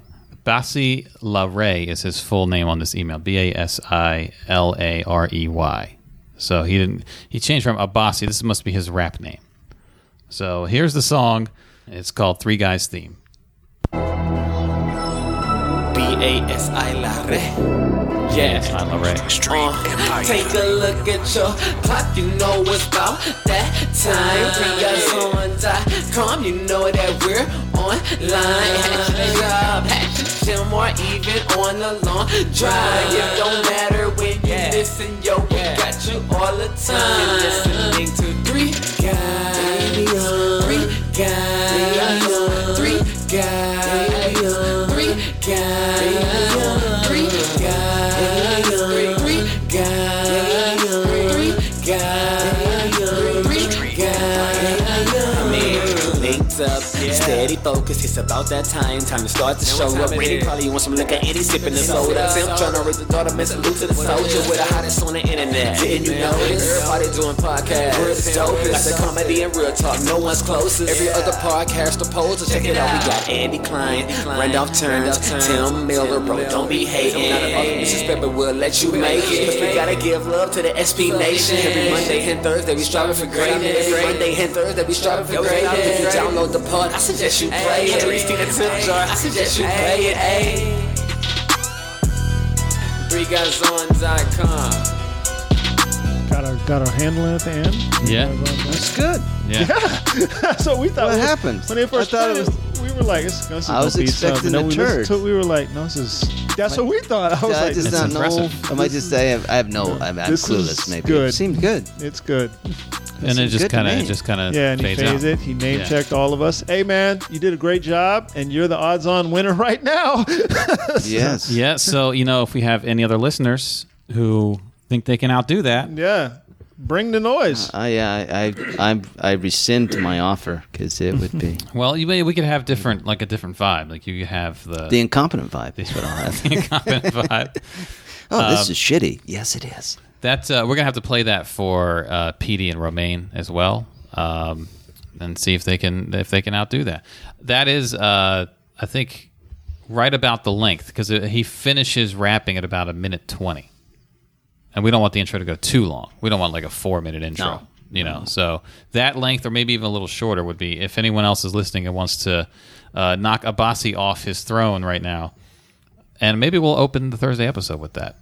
B: Basi Larey is his full name on this email. B A S I L A R E Y. So he didn't. He changed from Abasi. This must be his rap name. So here's the song. It's called Three Guys Theme.
D: B-A-S-I La Re. Yeah.
B: Basi Larey.
D: Uh, take a look at your clock, you know it's about that time. Bring us on .com, you know that we're online. At your job, at your gym, or even on a long drive. It don't matter when you listen, yo, we got you all the time. You're listening to three guys, three guys, three guys, three guys, three guys, three three guys, three guys, three guys. I mean, linked up, steady focus. It's about that time, time to start to show up. Randy probably want some liquor, and he's sipping the soda. Tim trying to raise the daughter, man, salute to the soldier with the hottest on the internet. Didn't you notice? Everybody doing podcasts. We're the dopest. Got the comedy and real talk. No one's closest. Every other podcast opposer. Check it out. We got Andy Klein, Randolph Turns, Tim Miller, bro. Don't be hating. Not a disrespect, but we'll let you make it. 'Cause we gotta give love to the SB Nation. Every Monday and Thursday, we striving for greatness. Every Monday and Thursday, we striving for greatness. If you download the pod, I suggest you play it. Three Steven Tip Jar, I suggest you play it. ayy. Three guys on dot com.
A: got our got our handle at the end.
B: Yeah.
C: It's good.
B: Yeah.
A: so we thought
C: What
A: it was-
C: happened?
A: when they first
C: I thought
A: played
C: it
A: it, We were like, it's, this is
C: I was
A: gonna be
C: expecting
A: something. And then
C: a
A: we listened to
C: turd.
A: it, we were like, no, this is. That's what we thought. *laughs* I was
C: I
A: like,
C: just
A: this-
C: don't
B: It's impressive.
C: know. I might just say I have, I have no. I'm, I'm
A: This is
C: clueless. Maybe
A: good.
C: it seemed good.
A: it's good.
B: and it
C: seems
B: just
C: good to
B: kind
C: me.
B: of just kind of
A: Yeah, and he
B: fades
A: pays
B: out.
A: it. He name checked all of us. Hey, man, you did a great job, and you're the odds-on winner *laughs* right now.
C: Yes.
B: Yeah. So you know, if we have any other listeners who think they can outdo that,
A: yeah, bring the noise.
C: I, I I I I rescind my offer because it would be
B: well, you may, we could have different like a different vibe. Like you have the,
C: the incompetent vibe. Is what I'll have.
B: *laughs* incompetent vibe.
C: Oh, this is shitty. Yes, it is.
B: That's uh, we're gonna have to play that for uh, PD and Romaine as well, um, and see if they can if they can outdo that. That is, uh, I think, right about the length because he finishes rapping at about a minute twenty, and we don't want the intro to go too long. We don't want like a four minute intro,
C: No.
B: you know. So that length, or maybe even a little shorter, would be if anyone else is listening and wants to uh, knock Abasi off his throne right now, and maybe we'll open the Thursday episode with that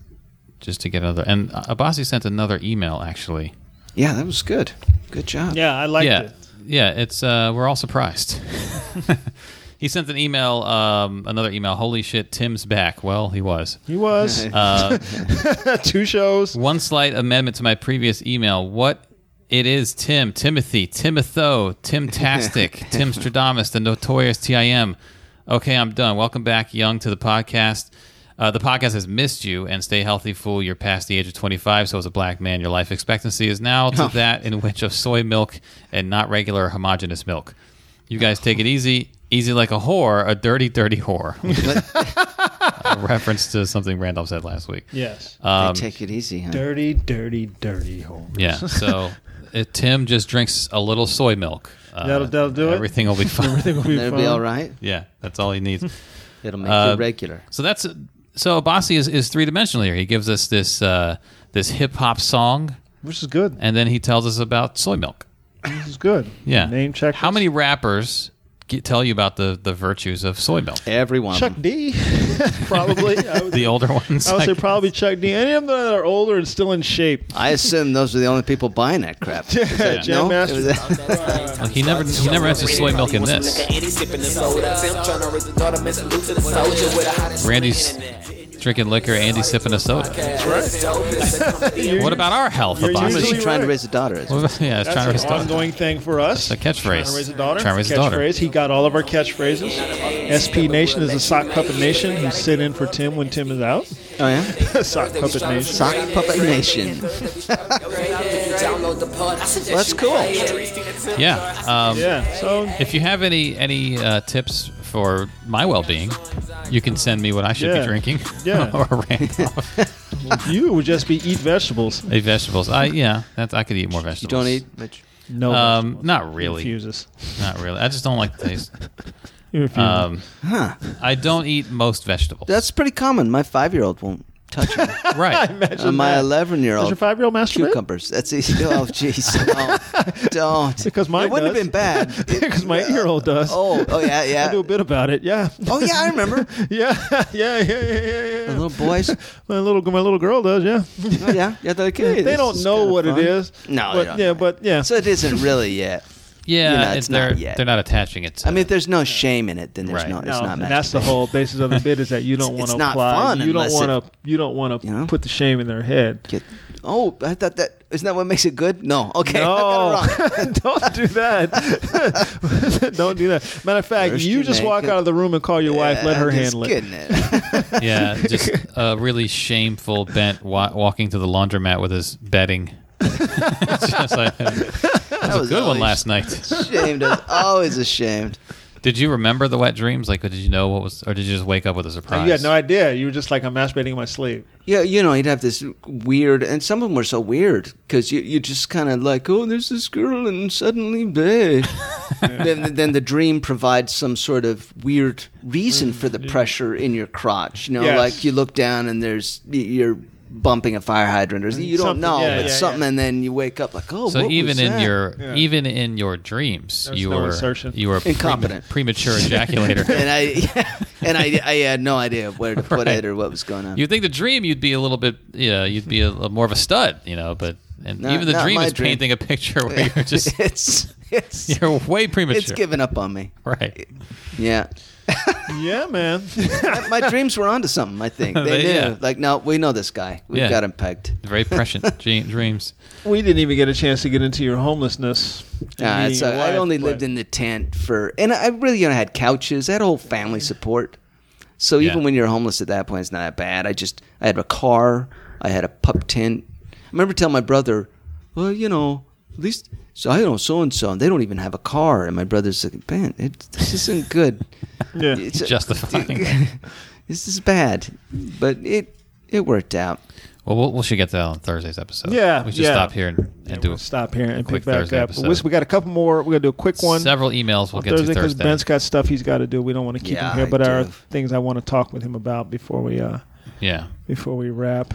B: just to get another. And Abasi sent another email actually.
C: Yeah, that was good. Good job.
A: Yeah, I liked
B: yeah,
A: it.
B: yeah. It's uh, we're all surprised. *laughs* he sent an email, um, another email. Holy shit, Tim's back. Well, he was.
A: He was *laughs*
B: Uh,
A: two shows.
B: One slight amendment to my previous email. What it is, Tim, Timothy, Timotho,
C: *laughs*
B: Timtastic, Tim Stradamus, the notorious TIM. Okay, I'm done. Welcome back, young, to the podcast. Uh, the podcast has missed you and stay healthy, fool. You're past the age of 25, so as a black man, your life expectancy is now
C: Oh.
B: to that in which of soy milk and not regular homogeneous milk. You guys take it easy, easy like a whore, a dirty, dirty
C: *laughs*
B: whore. a reference to something Randolph said last week. Um,
A: Yes,
C: They take it easy. Huh?
A: dirty, dirty, dirty home.
B: Uh, Yeah.
A: *laughs*
B: So uh, Tim just drinks a little soy milk. Uh,
A: That'll- that'll do it. *laughs*
B: Everything will be fine.
A: Everything will be
C: That'll
A: fun.
C: be all right.
B: *laughs* yeah, that's all he needs.
C: It'll make
B: Uh,
C: you regular.
B: So that's so Abasi is, is three dimensional here. He gives us this uh, this hip hop song,
A: which is good.
B: and then he tells us about soy milk.
A: This is good.
B: Yeah.
A: Name check.
B: How many rappers get, tell you about the, the virtues of
A: *laughs*
B: soy milk?
C: Everyone.
A: Chuck D. *laughs* probably. I would,
B: *laughs* The older ones.
A: I would say
B: like-
A: probably Chuck D. Any of them that are older and still in shape.
C: I assume those are the only people buying that
A: *laughs*
C: crap. Is that-
A: Jam Master.
C: It was-
B: Like, *laughs* he never he never mentions soy milk in this. Randy's drinking liquor, Andy sipping a soda. What about our health,
A: You're
C: *laughs* I'm
B: Abbas?
A: usually-
C: just trying
A: right.
C: to
A: Oh,
C: raise a daughter. as well.
B: *laughs* yeah, it's
A: That's
B: trying to
A: an
B: raise a daughter.
A: ongoing thing for us.
B: That's a catchphrase.
A: Trying to raise a daughter.
B: Trying to raise a daughter.
A: Catchphrase. He got all of our catchphrases. SP Nation is a sock puppet nation who sit in for Tim when Tim is out. *laughs*
C: Oh yeah,
A: sock puppet nation.
C: sock puppet nation. That's cool.
B: Yeah. Um,
A: Yeah.
B: *laughs*
A: So
B: If you have any any uh, tips for my well being, you can send me what I should
A: Yeah.
B: be drinking.
A: Yeah.
B: *laughs* or Randolph.
A: *laughs* you would just be eat vegetables.
B: Hey, vegetables. I yeah, that's, I could eat more vegetables.
C: You don't eat much.
A: No.
B: Um,
A: vegetables.
B: not really.
A: He
B: *laughs*
A: refuses.
B: Not really. I just don't like the
A: *laughs*
B: taste.
A: He refuses.
B: Um, I don't eat most
C: *laughs*
B: vegetables.
C: That's pretty common. My five-year-old won't
A: *laughs*
C: touch it.
B: right.
C: Uh, my
A: Does
C: eleven-year-old.
A: your five-year-old masturbate?
C: Cucumbers. That's easy.
A: *laughs*
C: Oh, jeez. No, don't.
A: Because mine
C: It wouldn't
A: does.
C: have been
A: *laughs*
C: bad.
A: Because my eight-year-old does.
C: *laughs* Oh, oh
A: *laughs*
C: yeah,
A: I do
C: yeah.
A: a bit about it. Yeah.
C: Oh yeah, I remember.
A: *laughs* Yeah. yeah. Yeah. Yeah. Yeah.
C: The
A: yeah.
C: little boys.
A: My little my little girl does. Yeah.
C: *laughs* Oh, yeah, yeah. They're like,
A: *laughs*
C: hey,
A: they
C: this
A: don't
C: is
A: know
C: kinda
A: what
C: fun.
A: it is.
C: No,
A: But,
C: they don't
A: yeah.
C: know.
A: But yeah.
C: So it isn't really yet.
B: Yeah,
C: You know,
B: it-
C: it's
B: they're
C: not yet.
B: they're not attaching it. To
C: I mean, if there's no shame in it, then there's
B: Right.
C: no. It's
A: No,
C: not.
A: and that's the
C: masturbation.
A: whole basis of the bit is that you don't
C: It's-
A: want to
C: it's not
A: apply.
C: fun
A: you don't
C: unless
A: want
C: it-
A: to. You don't want to
C: You know?
A: put the shame in their head.
C: Get- oh, I thought that isn't that what makes it good? No. Okay. I
A: No,
C: got it wrong.
A: don't do that. *laughs* don't do that. Matter of fact,
C: First
A: you
C: you
A: just
C: make
A: walk
C: it-
A: out of the room and call your *laughs* wife. Let her
C: I'm just
A: handle it.
C: kidding it. *laughs*
B: yeah, just a really shameful bent wa- walking to the laundromat with his
C: *laughs*
B: bedding. *laughs* It's just like-
C: That
B: was a good one
C: always
B: last night.
C: *laughs* Ashamed. I was always ashamed.
B: Did you remember the wet dreams? Like, did you know what was, or did you just wake up with a surprise?
A: You had no idea. You were just like I'm masturbating in my sleep.
C: Yeah, you know, he'd have this weird, and some of them were so weird because you you just kind of like, oh, there's this girl, and suddenly, bleh.
A: *laughs*
C: then then the dream provides some sort of weird reason for the pressure in your crotch. You know,
A: Mm, Yes.
C: like you look down and there's y- you're bumping a fire hydrant or you don't
A: Mm, Something,
C: know,
A: yeah,
C: but
A: yeah,
C: something,
A: yeah.
C: and then you wake up like, oh,
B: So
C: what
B: even
C: was
B: in
C: that?
B: your
A: Yeah.
B: even in your dreams,
A: There's
B: you
A: no
B: were
A: insertion.
B: you were a
C: Incompetent.
B: prema-
C: *laughs*
B: premature ejaculator.
C: *laughs* and I *laughs* and I I had no idea where to put
B: Right.
C: it or what was going on.
B: You'd think the dream you'd be a little bit, yeah, you'd be a, a more of a stud, you know. But and
C: Not-
B: even the
C: not
B: dream
C: my
B: is
C: dream.
B: painting a picture where
C: *laughs*
B: you're just
C: it's it's
B: *laughs* you're way premature.
C: it's given up on me.
B: right.
C: Yeah.
A: Yeah, man.
C: my dreams were onto something. I think they,
B: *laughs* They-
C: knew.
B: yeah.
C: Like, no, we know this guy. We've
B: Yeah.
C: got him pegged.
B: Very
C: *laughs*
B: prescient dream, dreams.
A: *laughs* we didn't even get a chance to get into your homelessness. and
C: Uh,
A: meeting
C: so
A: your
C: I
A: wife,
C: only
A: but-
C: lived in the tent for, and I really you know, had couches. I had whole family support. So even
B: Yeah.
C: when you're homeless at that point, it's not that bad. I just I had a car. I had a pup tent. I remember telling my brother, well, you know, at least so I know so and so, and they don't even have a car. And my brother's like, man, it, this
B: *laughs*
C: isn't good.
A: Yeah.
C: It's *laughs*
B: Justifying.
C: this is bad, but it it worked out.
B: Well, we'll we should get to that on Thursday's episode.
A: Yeah,
B: we should
A: yeah.
B: stop here and, and do a,
A: stop here and
B: quick
A: pick back
B: Thursday
A: up.
B: episode.
A: We, we got a couple more. We're gonna do a quick one.
B: several emails. We'll
A: on
B: get
A: Thursday
B: to
A: because
B: Thursday.
A: Ben's got stuff he's got to do. We don't want to keep
C: Yeah,
A: him here,
C: I
A: but there are
C: do.
A: things I want to talk with him about before we uh
B: yeah.
A: before we wrap.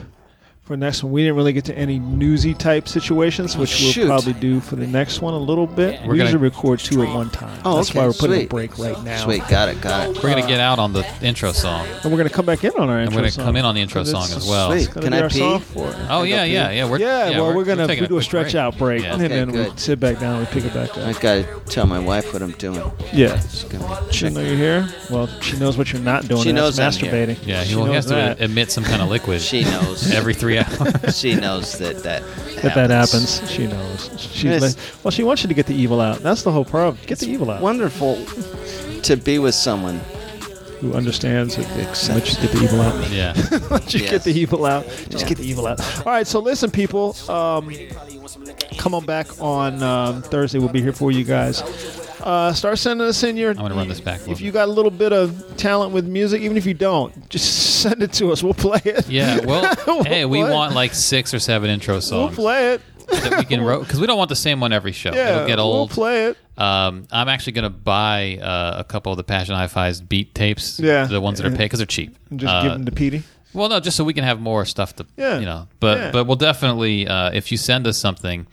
A: For next one, we didn't really get to any newsy type situations, which we'll
C: Shoot.
A: probably do for the next one a little bit.
B: We're
A: we
B: gonna-
A: usually record two at one time.
C: Oh,
A: That's
C: okay,
A: why we're putting a
C: sweet.
A: break right now.
C: Sweet, got it, got it.
B: We're
A: Uh,
B: gonna get out on the intro song.
A: And we're going to come back in on our
B: And
A: intro
B: we're gonna
A: song.
B: come in on the intro
A: It's
B: song as well.
A: gonna
C: Sweet.
A: be
C: Can I
A: our
C: pee?
A: song for it.
B: Oh yeah, yeah, yeah. We're,
A: yeah, well, we're, gonna
B: taking
A: we do a
B: quick
A: stretch out break,
B: Yeah.
A: and *laughs* then we
C: good.
A: sit back down and we pick it back
C: I
A: up.
C: gotta tell my wife what I'm doing.
A: Yeah,
C: Gonna
A: she
C: check-
A: knows you're here. Well, she knows what you're not doing.
C: She
A: and that's
C: knows I'm here.
A: masturbating.
B: Yeah,
A: She
B: he will
A: knows
B: has
A: that.
B: to emit some
A: *laughs*
B: kind of liquid
C: She knows.
B: every three hours.
C: she knows that that
A: If that happens, she knows. She's
C: Yes.
A: like, well, she wants you to get the evil out. That's the whole problem. Get the evil out.
C: Wonderful to be with someone.
A: who understands it.
C: Accept.
A: Let you get the evil *laughs* out.
B: yeah.
A: Let you
C: Yes.
A: get the evil out. Just get the evil out. All right. So listen, people. Um, come on back on um, Thursday. We'll be here for you guys. Uh, start sending us in your. I'm
B: gonna run this back a little
A: If you
B: bit.
A: got a little bit of talent with music, even if you don't, just *laughs* send it to us. We'll play it. *laughs*
B: Yeah. Well, hey, we
A: What?
B: want like six or seven intro
A: We'll
B: songs
A: play it.
B: that we can because we don't want the same one every show.
A: Yeah.
B: It'll get
A: We'll
B: old.
A: play it.
B: Um, I'm actually gonna buy uh, a couple of the Passion Hi Fi's beat tapes.
A: Yeah.
B: The ones that are paid because they're cheap.
A: And just
B: Uh,
A: give them to Petey.
B: Well, no, just so we can have more stuff to,
A: Yeah.
B: you know. But
A: Yeah.
B: but we'll definitely uh, if you send us something,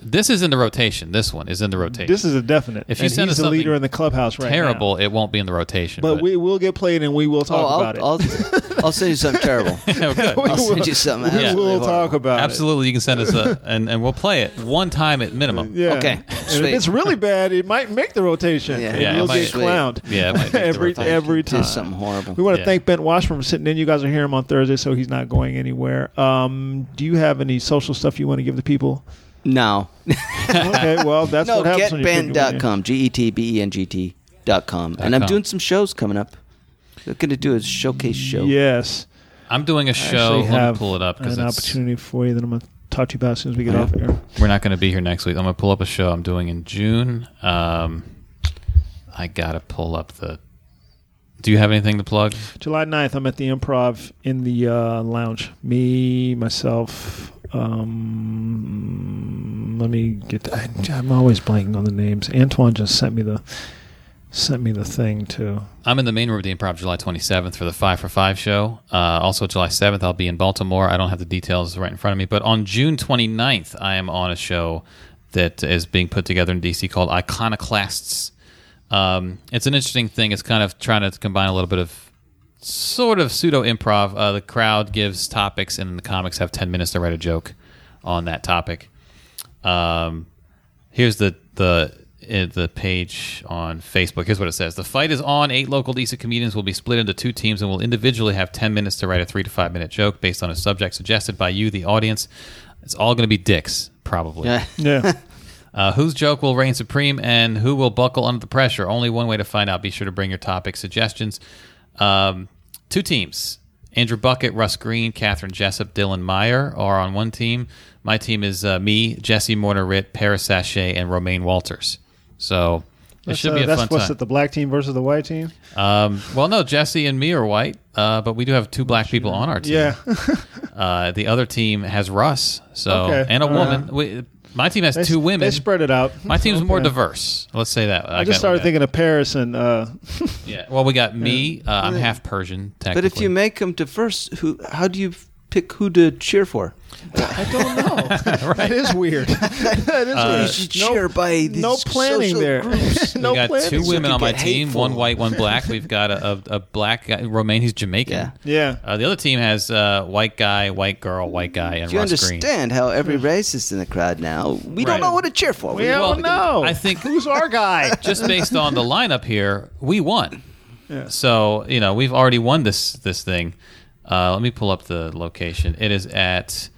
B: This is in the rotation. This one is in the rotation.
A: This is a definite.
B: If you
A: and
B: send
A: he's
B: us
A: the leader
B: something
A: in the clubhouse right
B: terrible.
A: now.
B: It won't be in the rotation.
A: But
B: *laughs*
A: we will get played and we will talk
C: Oh, I'll,
A: about it.
C: I'll, I'll send you something terrible.
B: Oh,
A: *laughs*
B: good.
A: We
C: I'll send you something
A: We
C: absolutely
A: will
C: horrible.
A: talk about
B: Absolutely, you can send us a and, and we'll play it one time at
A: it.
B: minimum.
A: Yeah.
C: Okay,
A: And if
C: sweet.
A: it's really bad, it might make the rotation.
C: Yeah.
A: and
B: Yeah, it
A: we'll
B: might.
A: get clowned
B: Yeah, it
A: *laughs*
B: might make the
A: every
B: rotation.
A: every time.
C: Did something horrible.
A: We want to
B: Yeah.
A: thank Ben Washburn for sitting in. You guys will hear him on Thursday, so he's not going anywhere. Um, do you have any social stuff you want to give the
C: *laughs*
A: people?
C: no,
A: okay, well that's
C: no.
A: what happens. when you pick your winner.
C: Getben.com. G e t b e n g t. dot com. And I'm
B: com.
C: doing some shows coming up. I'm going to do a showcase show.
A: Yes,
B: I'm doing a show.
A: Actually
B: Let
A: have
B: me pull it up
A: an
B: because
A: opportunity for you that I'm going to talk to you about as soon as we get off air.
B: we're not going to be here next week. I'm going to pull up a show I'm doing in June. Um, I gotta pull up the. Do you have anything to plug?
A: July 9th, I'm at the Improv in the uh, lounge. Me, myself. Um, let me get. I, I'm always blanking on the names. Antoine just sent me the sent me the thing too.
B: I'm in the main room of the Improv July 27th for the Five for Five show. Uh, also, July 7th, I'll be in Baltimore. I don't have the details right in front of me, but on June 29th, I am on a show that is being put together in DC called Iconoclasts. Um, it's an interesting thing. It's kind of trying to combine a little bit of sort of pseudo improv. Uh, the crowd gives topics, and the comics have 10 minutes to write a joke on that topic. Um, Here's the the uh, the page on Facebook. Here's what it says: The fight is on. Eight local DC comedians will be split into two teams and will individually have ten minutes to write a three to five minute joke based on a subject suggested by you, the audience. It's all going to be dicks, probably.
C: Yeah.
A: *laughs* Yeah.
B: Uh, whose joke will reign supreme and who will buckle under the pressure? Only one way to find out. Be sure to bring your topic suggestions. Um, two teams Andrew Bucket, Russ Green, Catherine Jessup, Dylan Meyer are on one team. My team is uh, me, Jesse Mortar Ritt, Paris Sachet, and Romaine Walters. So it should be a
A: that's
B: fun
A: what's
B: time.
A: it, the black team versus the white team?
B: um, well, no, Jesse and me are white, uh, but we do have two black people on our team.
A: Yeah.
B: Uh, the other team has Russ, so
A: Okay.
B: and a
A: All
B: woman.
A: right.
B: We, my team has
A: They-
B: two women.
A: They spread it out.
B: My team's more
A: Okay.
B: diverse. Let's say that.
A: I just started thinking of Paris and uh,
B: Yeah. Well, we got me. Uh, I'm half Persian. Technically.
C: *laughs* But if you make them to first, who? How do you pick who to cheer for?
A: I don't
B: *laughs*
A: know. *laughs* That is weird. that is
C: you
A: weird.
C: should
A: Uh, No-
C: cheer
B: Uh,
C: by these
A: no planning
C: social
A: there. *laughs*
C: groups.
A: no
B: we got
A: planning.
B: two women
C: could
B: on my
C: get
B: team,
C: hateful.
B: one white, one black. We've got a, a, a black guy, Romaine. He's Jamaican.
C: Yeah.
A: Yeah.
B: Uh, the other team has uh, white guy, white girl, white guy, and
C: Do you
B: Russ Green.
C: understand how every racist in the crowd now? We
B: Right.
C: don't know what to cheer for.
A: we don't
B: well,
A: know.
B: I think-
A: who's our
B: *laughs*
A: guy?
B: Just based on the lineup here, we won. So you know we've already won this this thing. Uh, let me pull up the location. It is at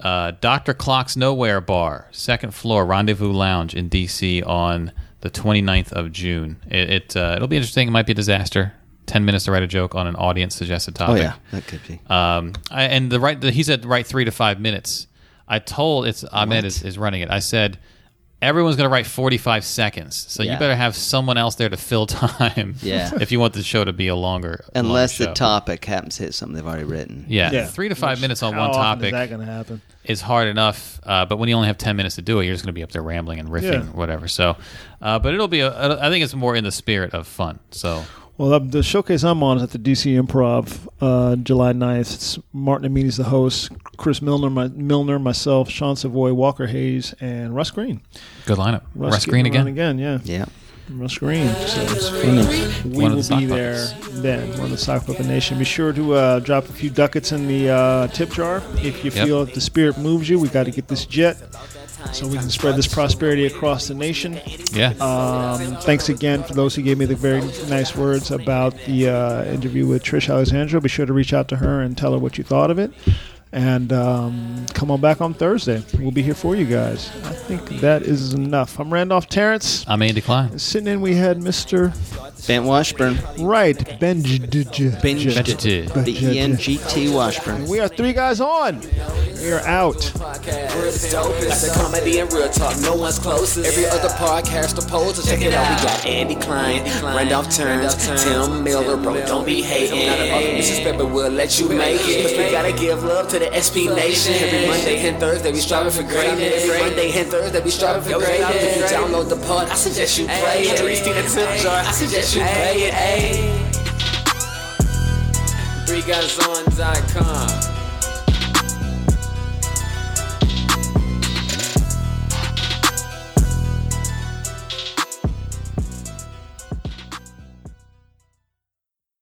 B: uh, Doctor Clock's Nowhere Bar, second floor, Rendezvous Lounge in D.C. on the 29th of June. It, it uh, it'll be interesting. It might be a disaster. Ten minutes to write a joke on an audience suggested
C: oh
B: topic.
C: yeah, that could be.
B: Um, I, and the right, the, he said right three to five minutes. I told it's Ahmed is, is running it. I said everyone's going to write forty five seconds, so
C: Yeah.
B: you better have someone else there to fill *laughs* time.
C: Yeah.
B: if you want the show to be a longer,
C: Unless
B: longer
C: the
B: show.
C: topic happens to hit something they've already written.
B: Yeah, three to five
A: Which-
B: minutes on
A: how
B: one
A: often
B: topic
A: Is that going to happen?
B: is hard enough, uh, but when you only have 10 minutes to do it, you're just going to be up there rambling and riffing,
A: Yeah.
B: whatever. So, uh, but it'll be, a, I think it's more in the spirit of fun. So,
A: Well, uh, the showcase I'm on is at the DC Improv, uh, July 9th. It's Martin Amini's the host, Chris Milner, my, Milner, myself, Sean Savoy, Walker Hayes, and Russ Green.
B: good lineup. Russ, Green
A: getting around
B: again.
A: again, yeah.
C: Yeah.
A: Russ Green. So it's we
B: One of
A: will
B: the sock
A: be there
B: puppets.
A: then. One of the sock puppet nation. Be sure to uh, drop a few ducats in the uh, tip jar if you
B: Yep.
A: feel the spirit moves you. We got to get this jet so we can spread this prosperity across the nation.
B: Yeah.
A: Um, thanks again for those who gave me the very nice words about the uh, interview with Trish Alexandra. Be sure to reach out to her and tell her what you thought of it. And um, come on back on Thursday. We'll be here for you guys. I think that is enough. I'm Randolph Terrence.
B: I'm Andy Klein.
A: Sitting in, we had Mr. *laughs*
C: Ben Washburn.
A: Right, Ben. J- J- J-
C: Ben
A: J-
C: J-
B: J-
A: J-
C: The E N G T Washburn.
A: We are three guys on. We are out.
D: podcast. We're the dopest. It's comedy and real talk. No one's closest. Every other podcast opposed. Check, Check it out. We got Andy Klein, Randolph Turns, Tim Miller, bro. Don't be hating. Not above disrespect, but we'll let you make it. 'Cause we gotta give love to the SP Nation. Every Monday and Thursday, we striving for greatness. Every Monday and Thursday, we striving for greatness. If you download the pod, I suggest you play it. At least in the tip jar, I suggest you play it. Three guys on.com.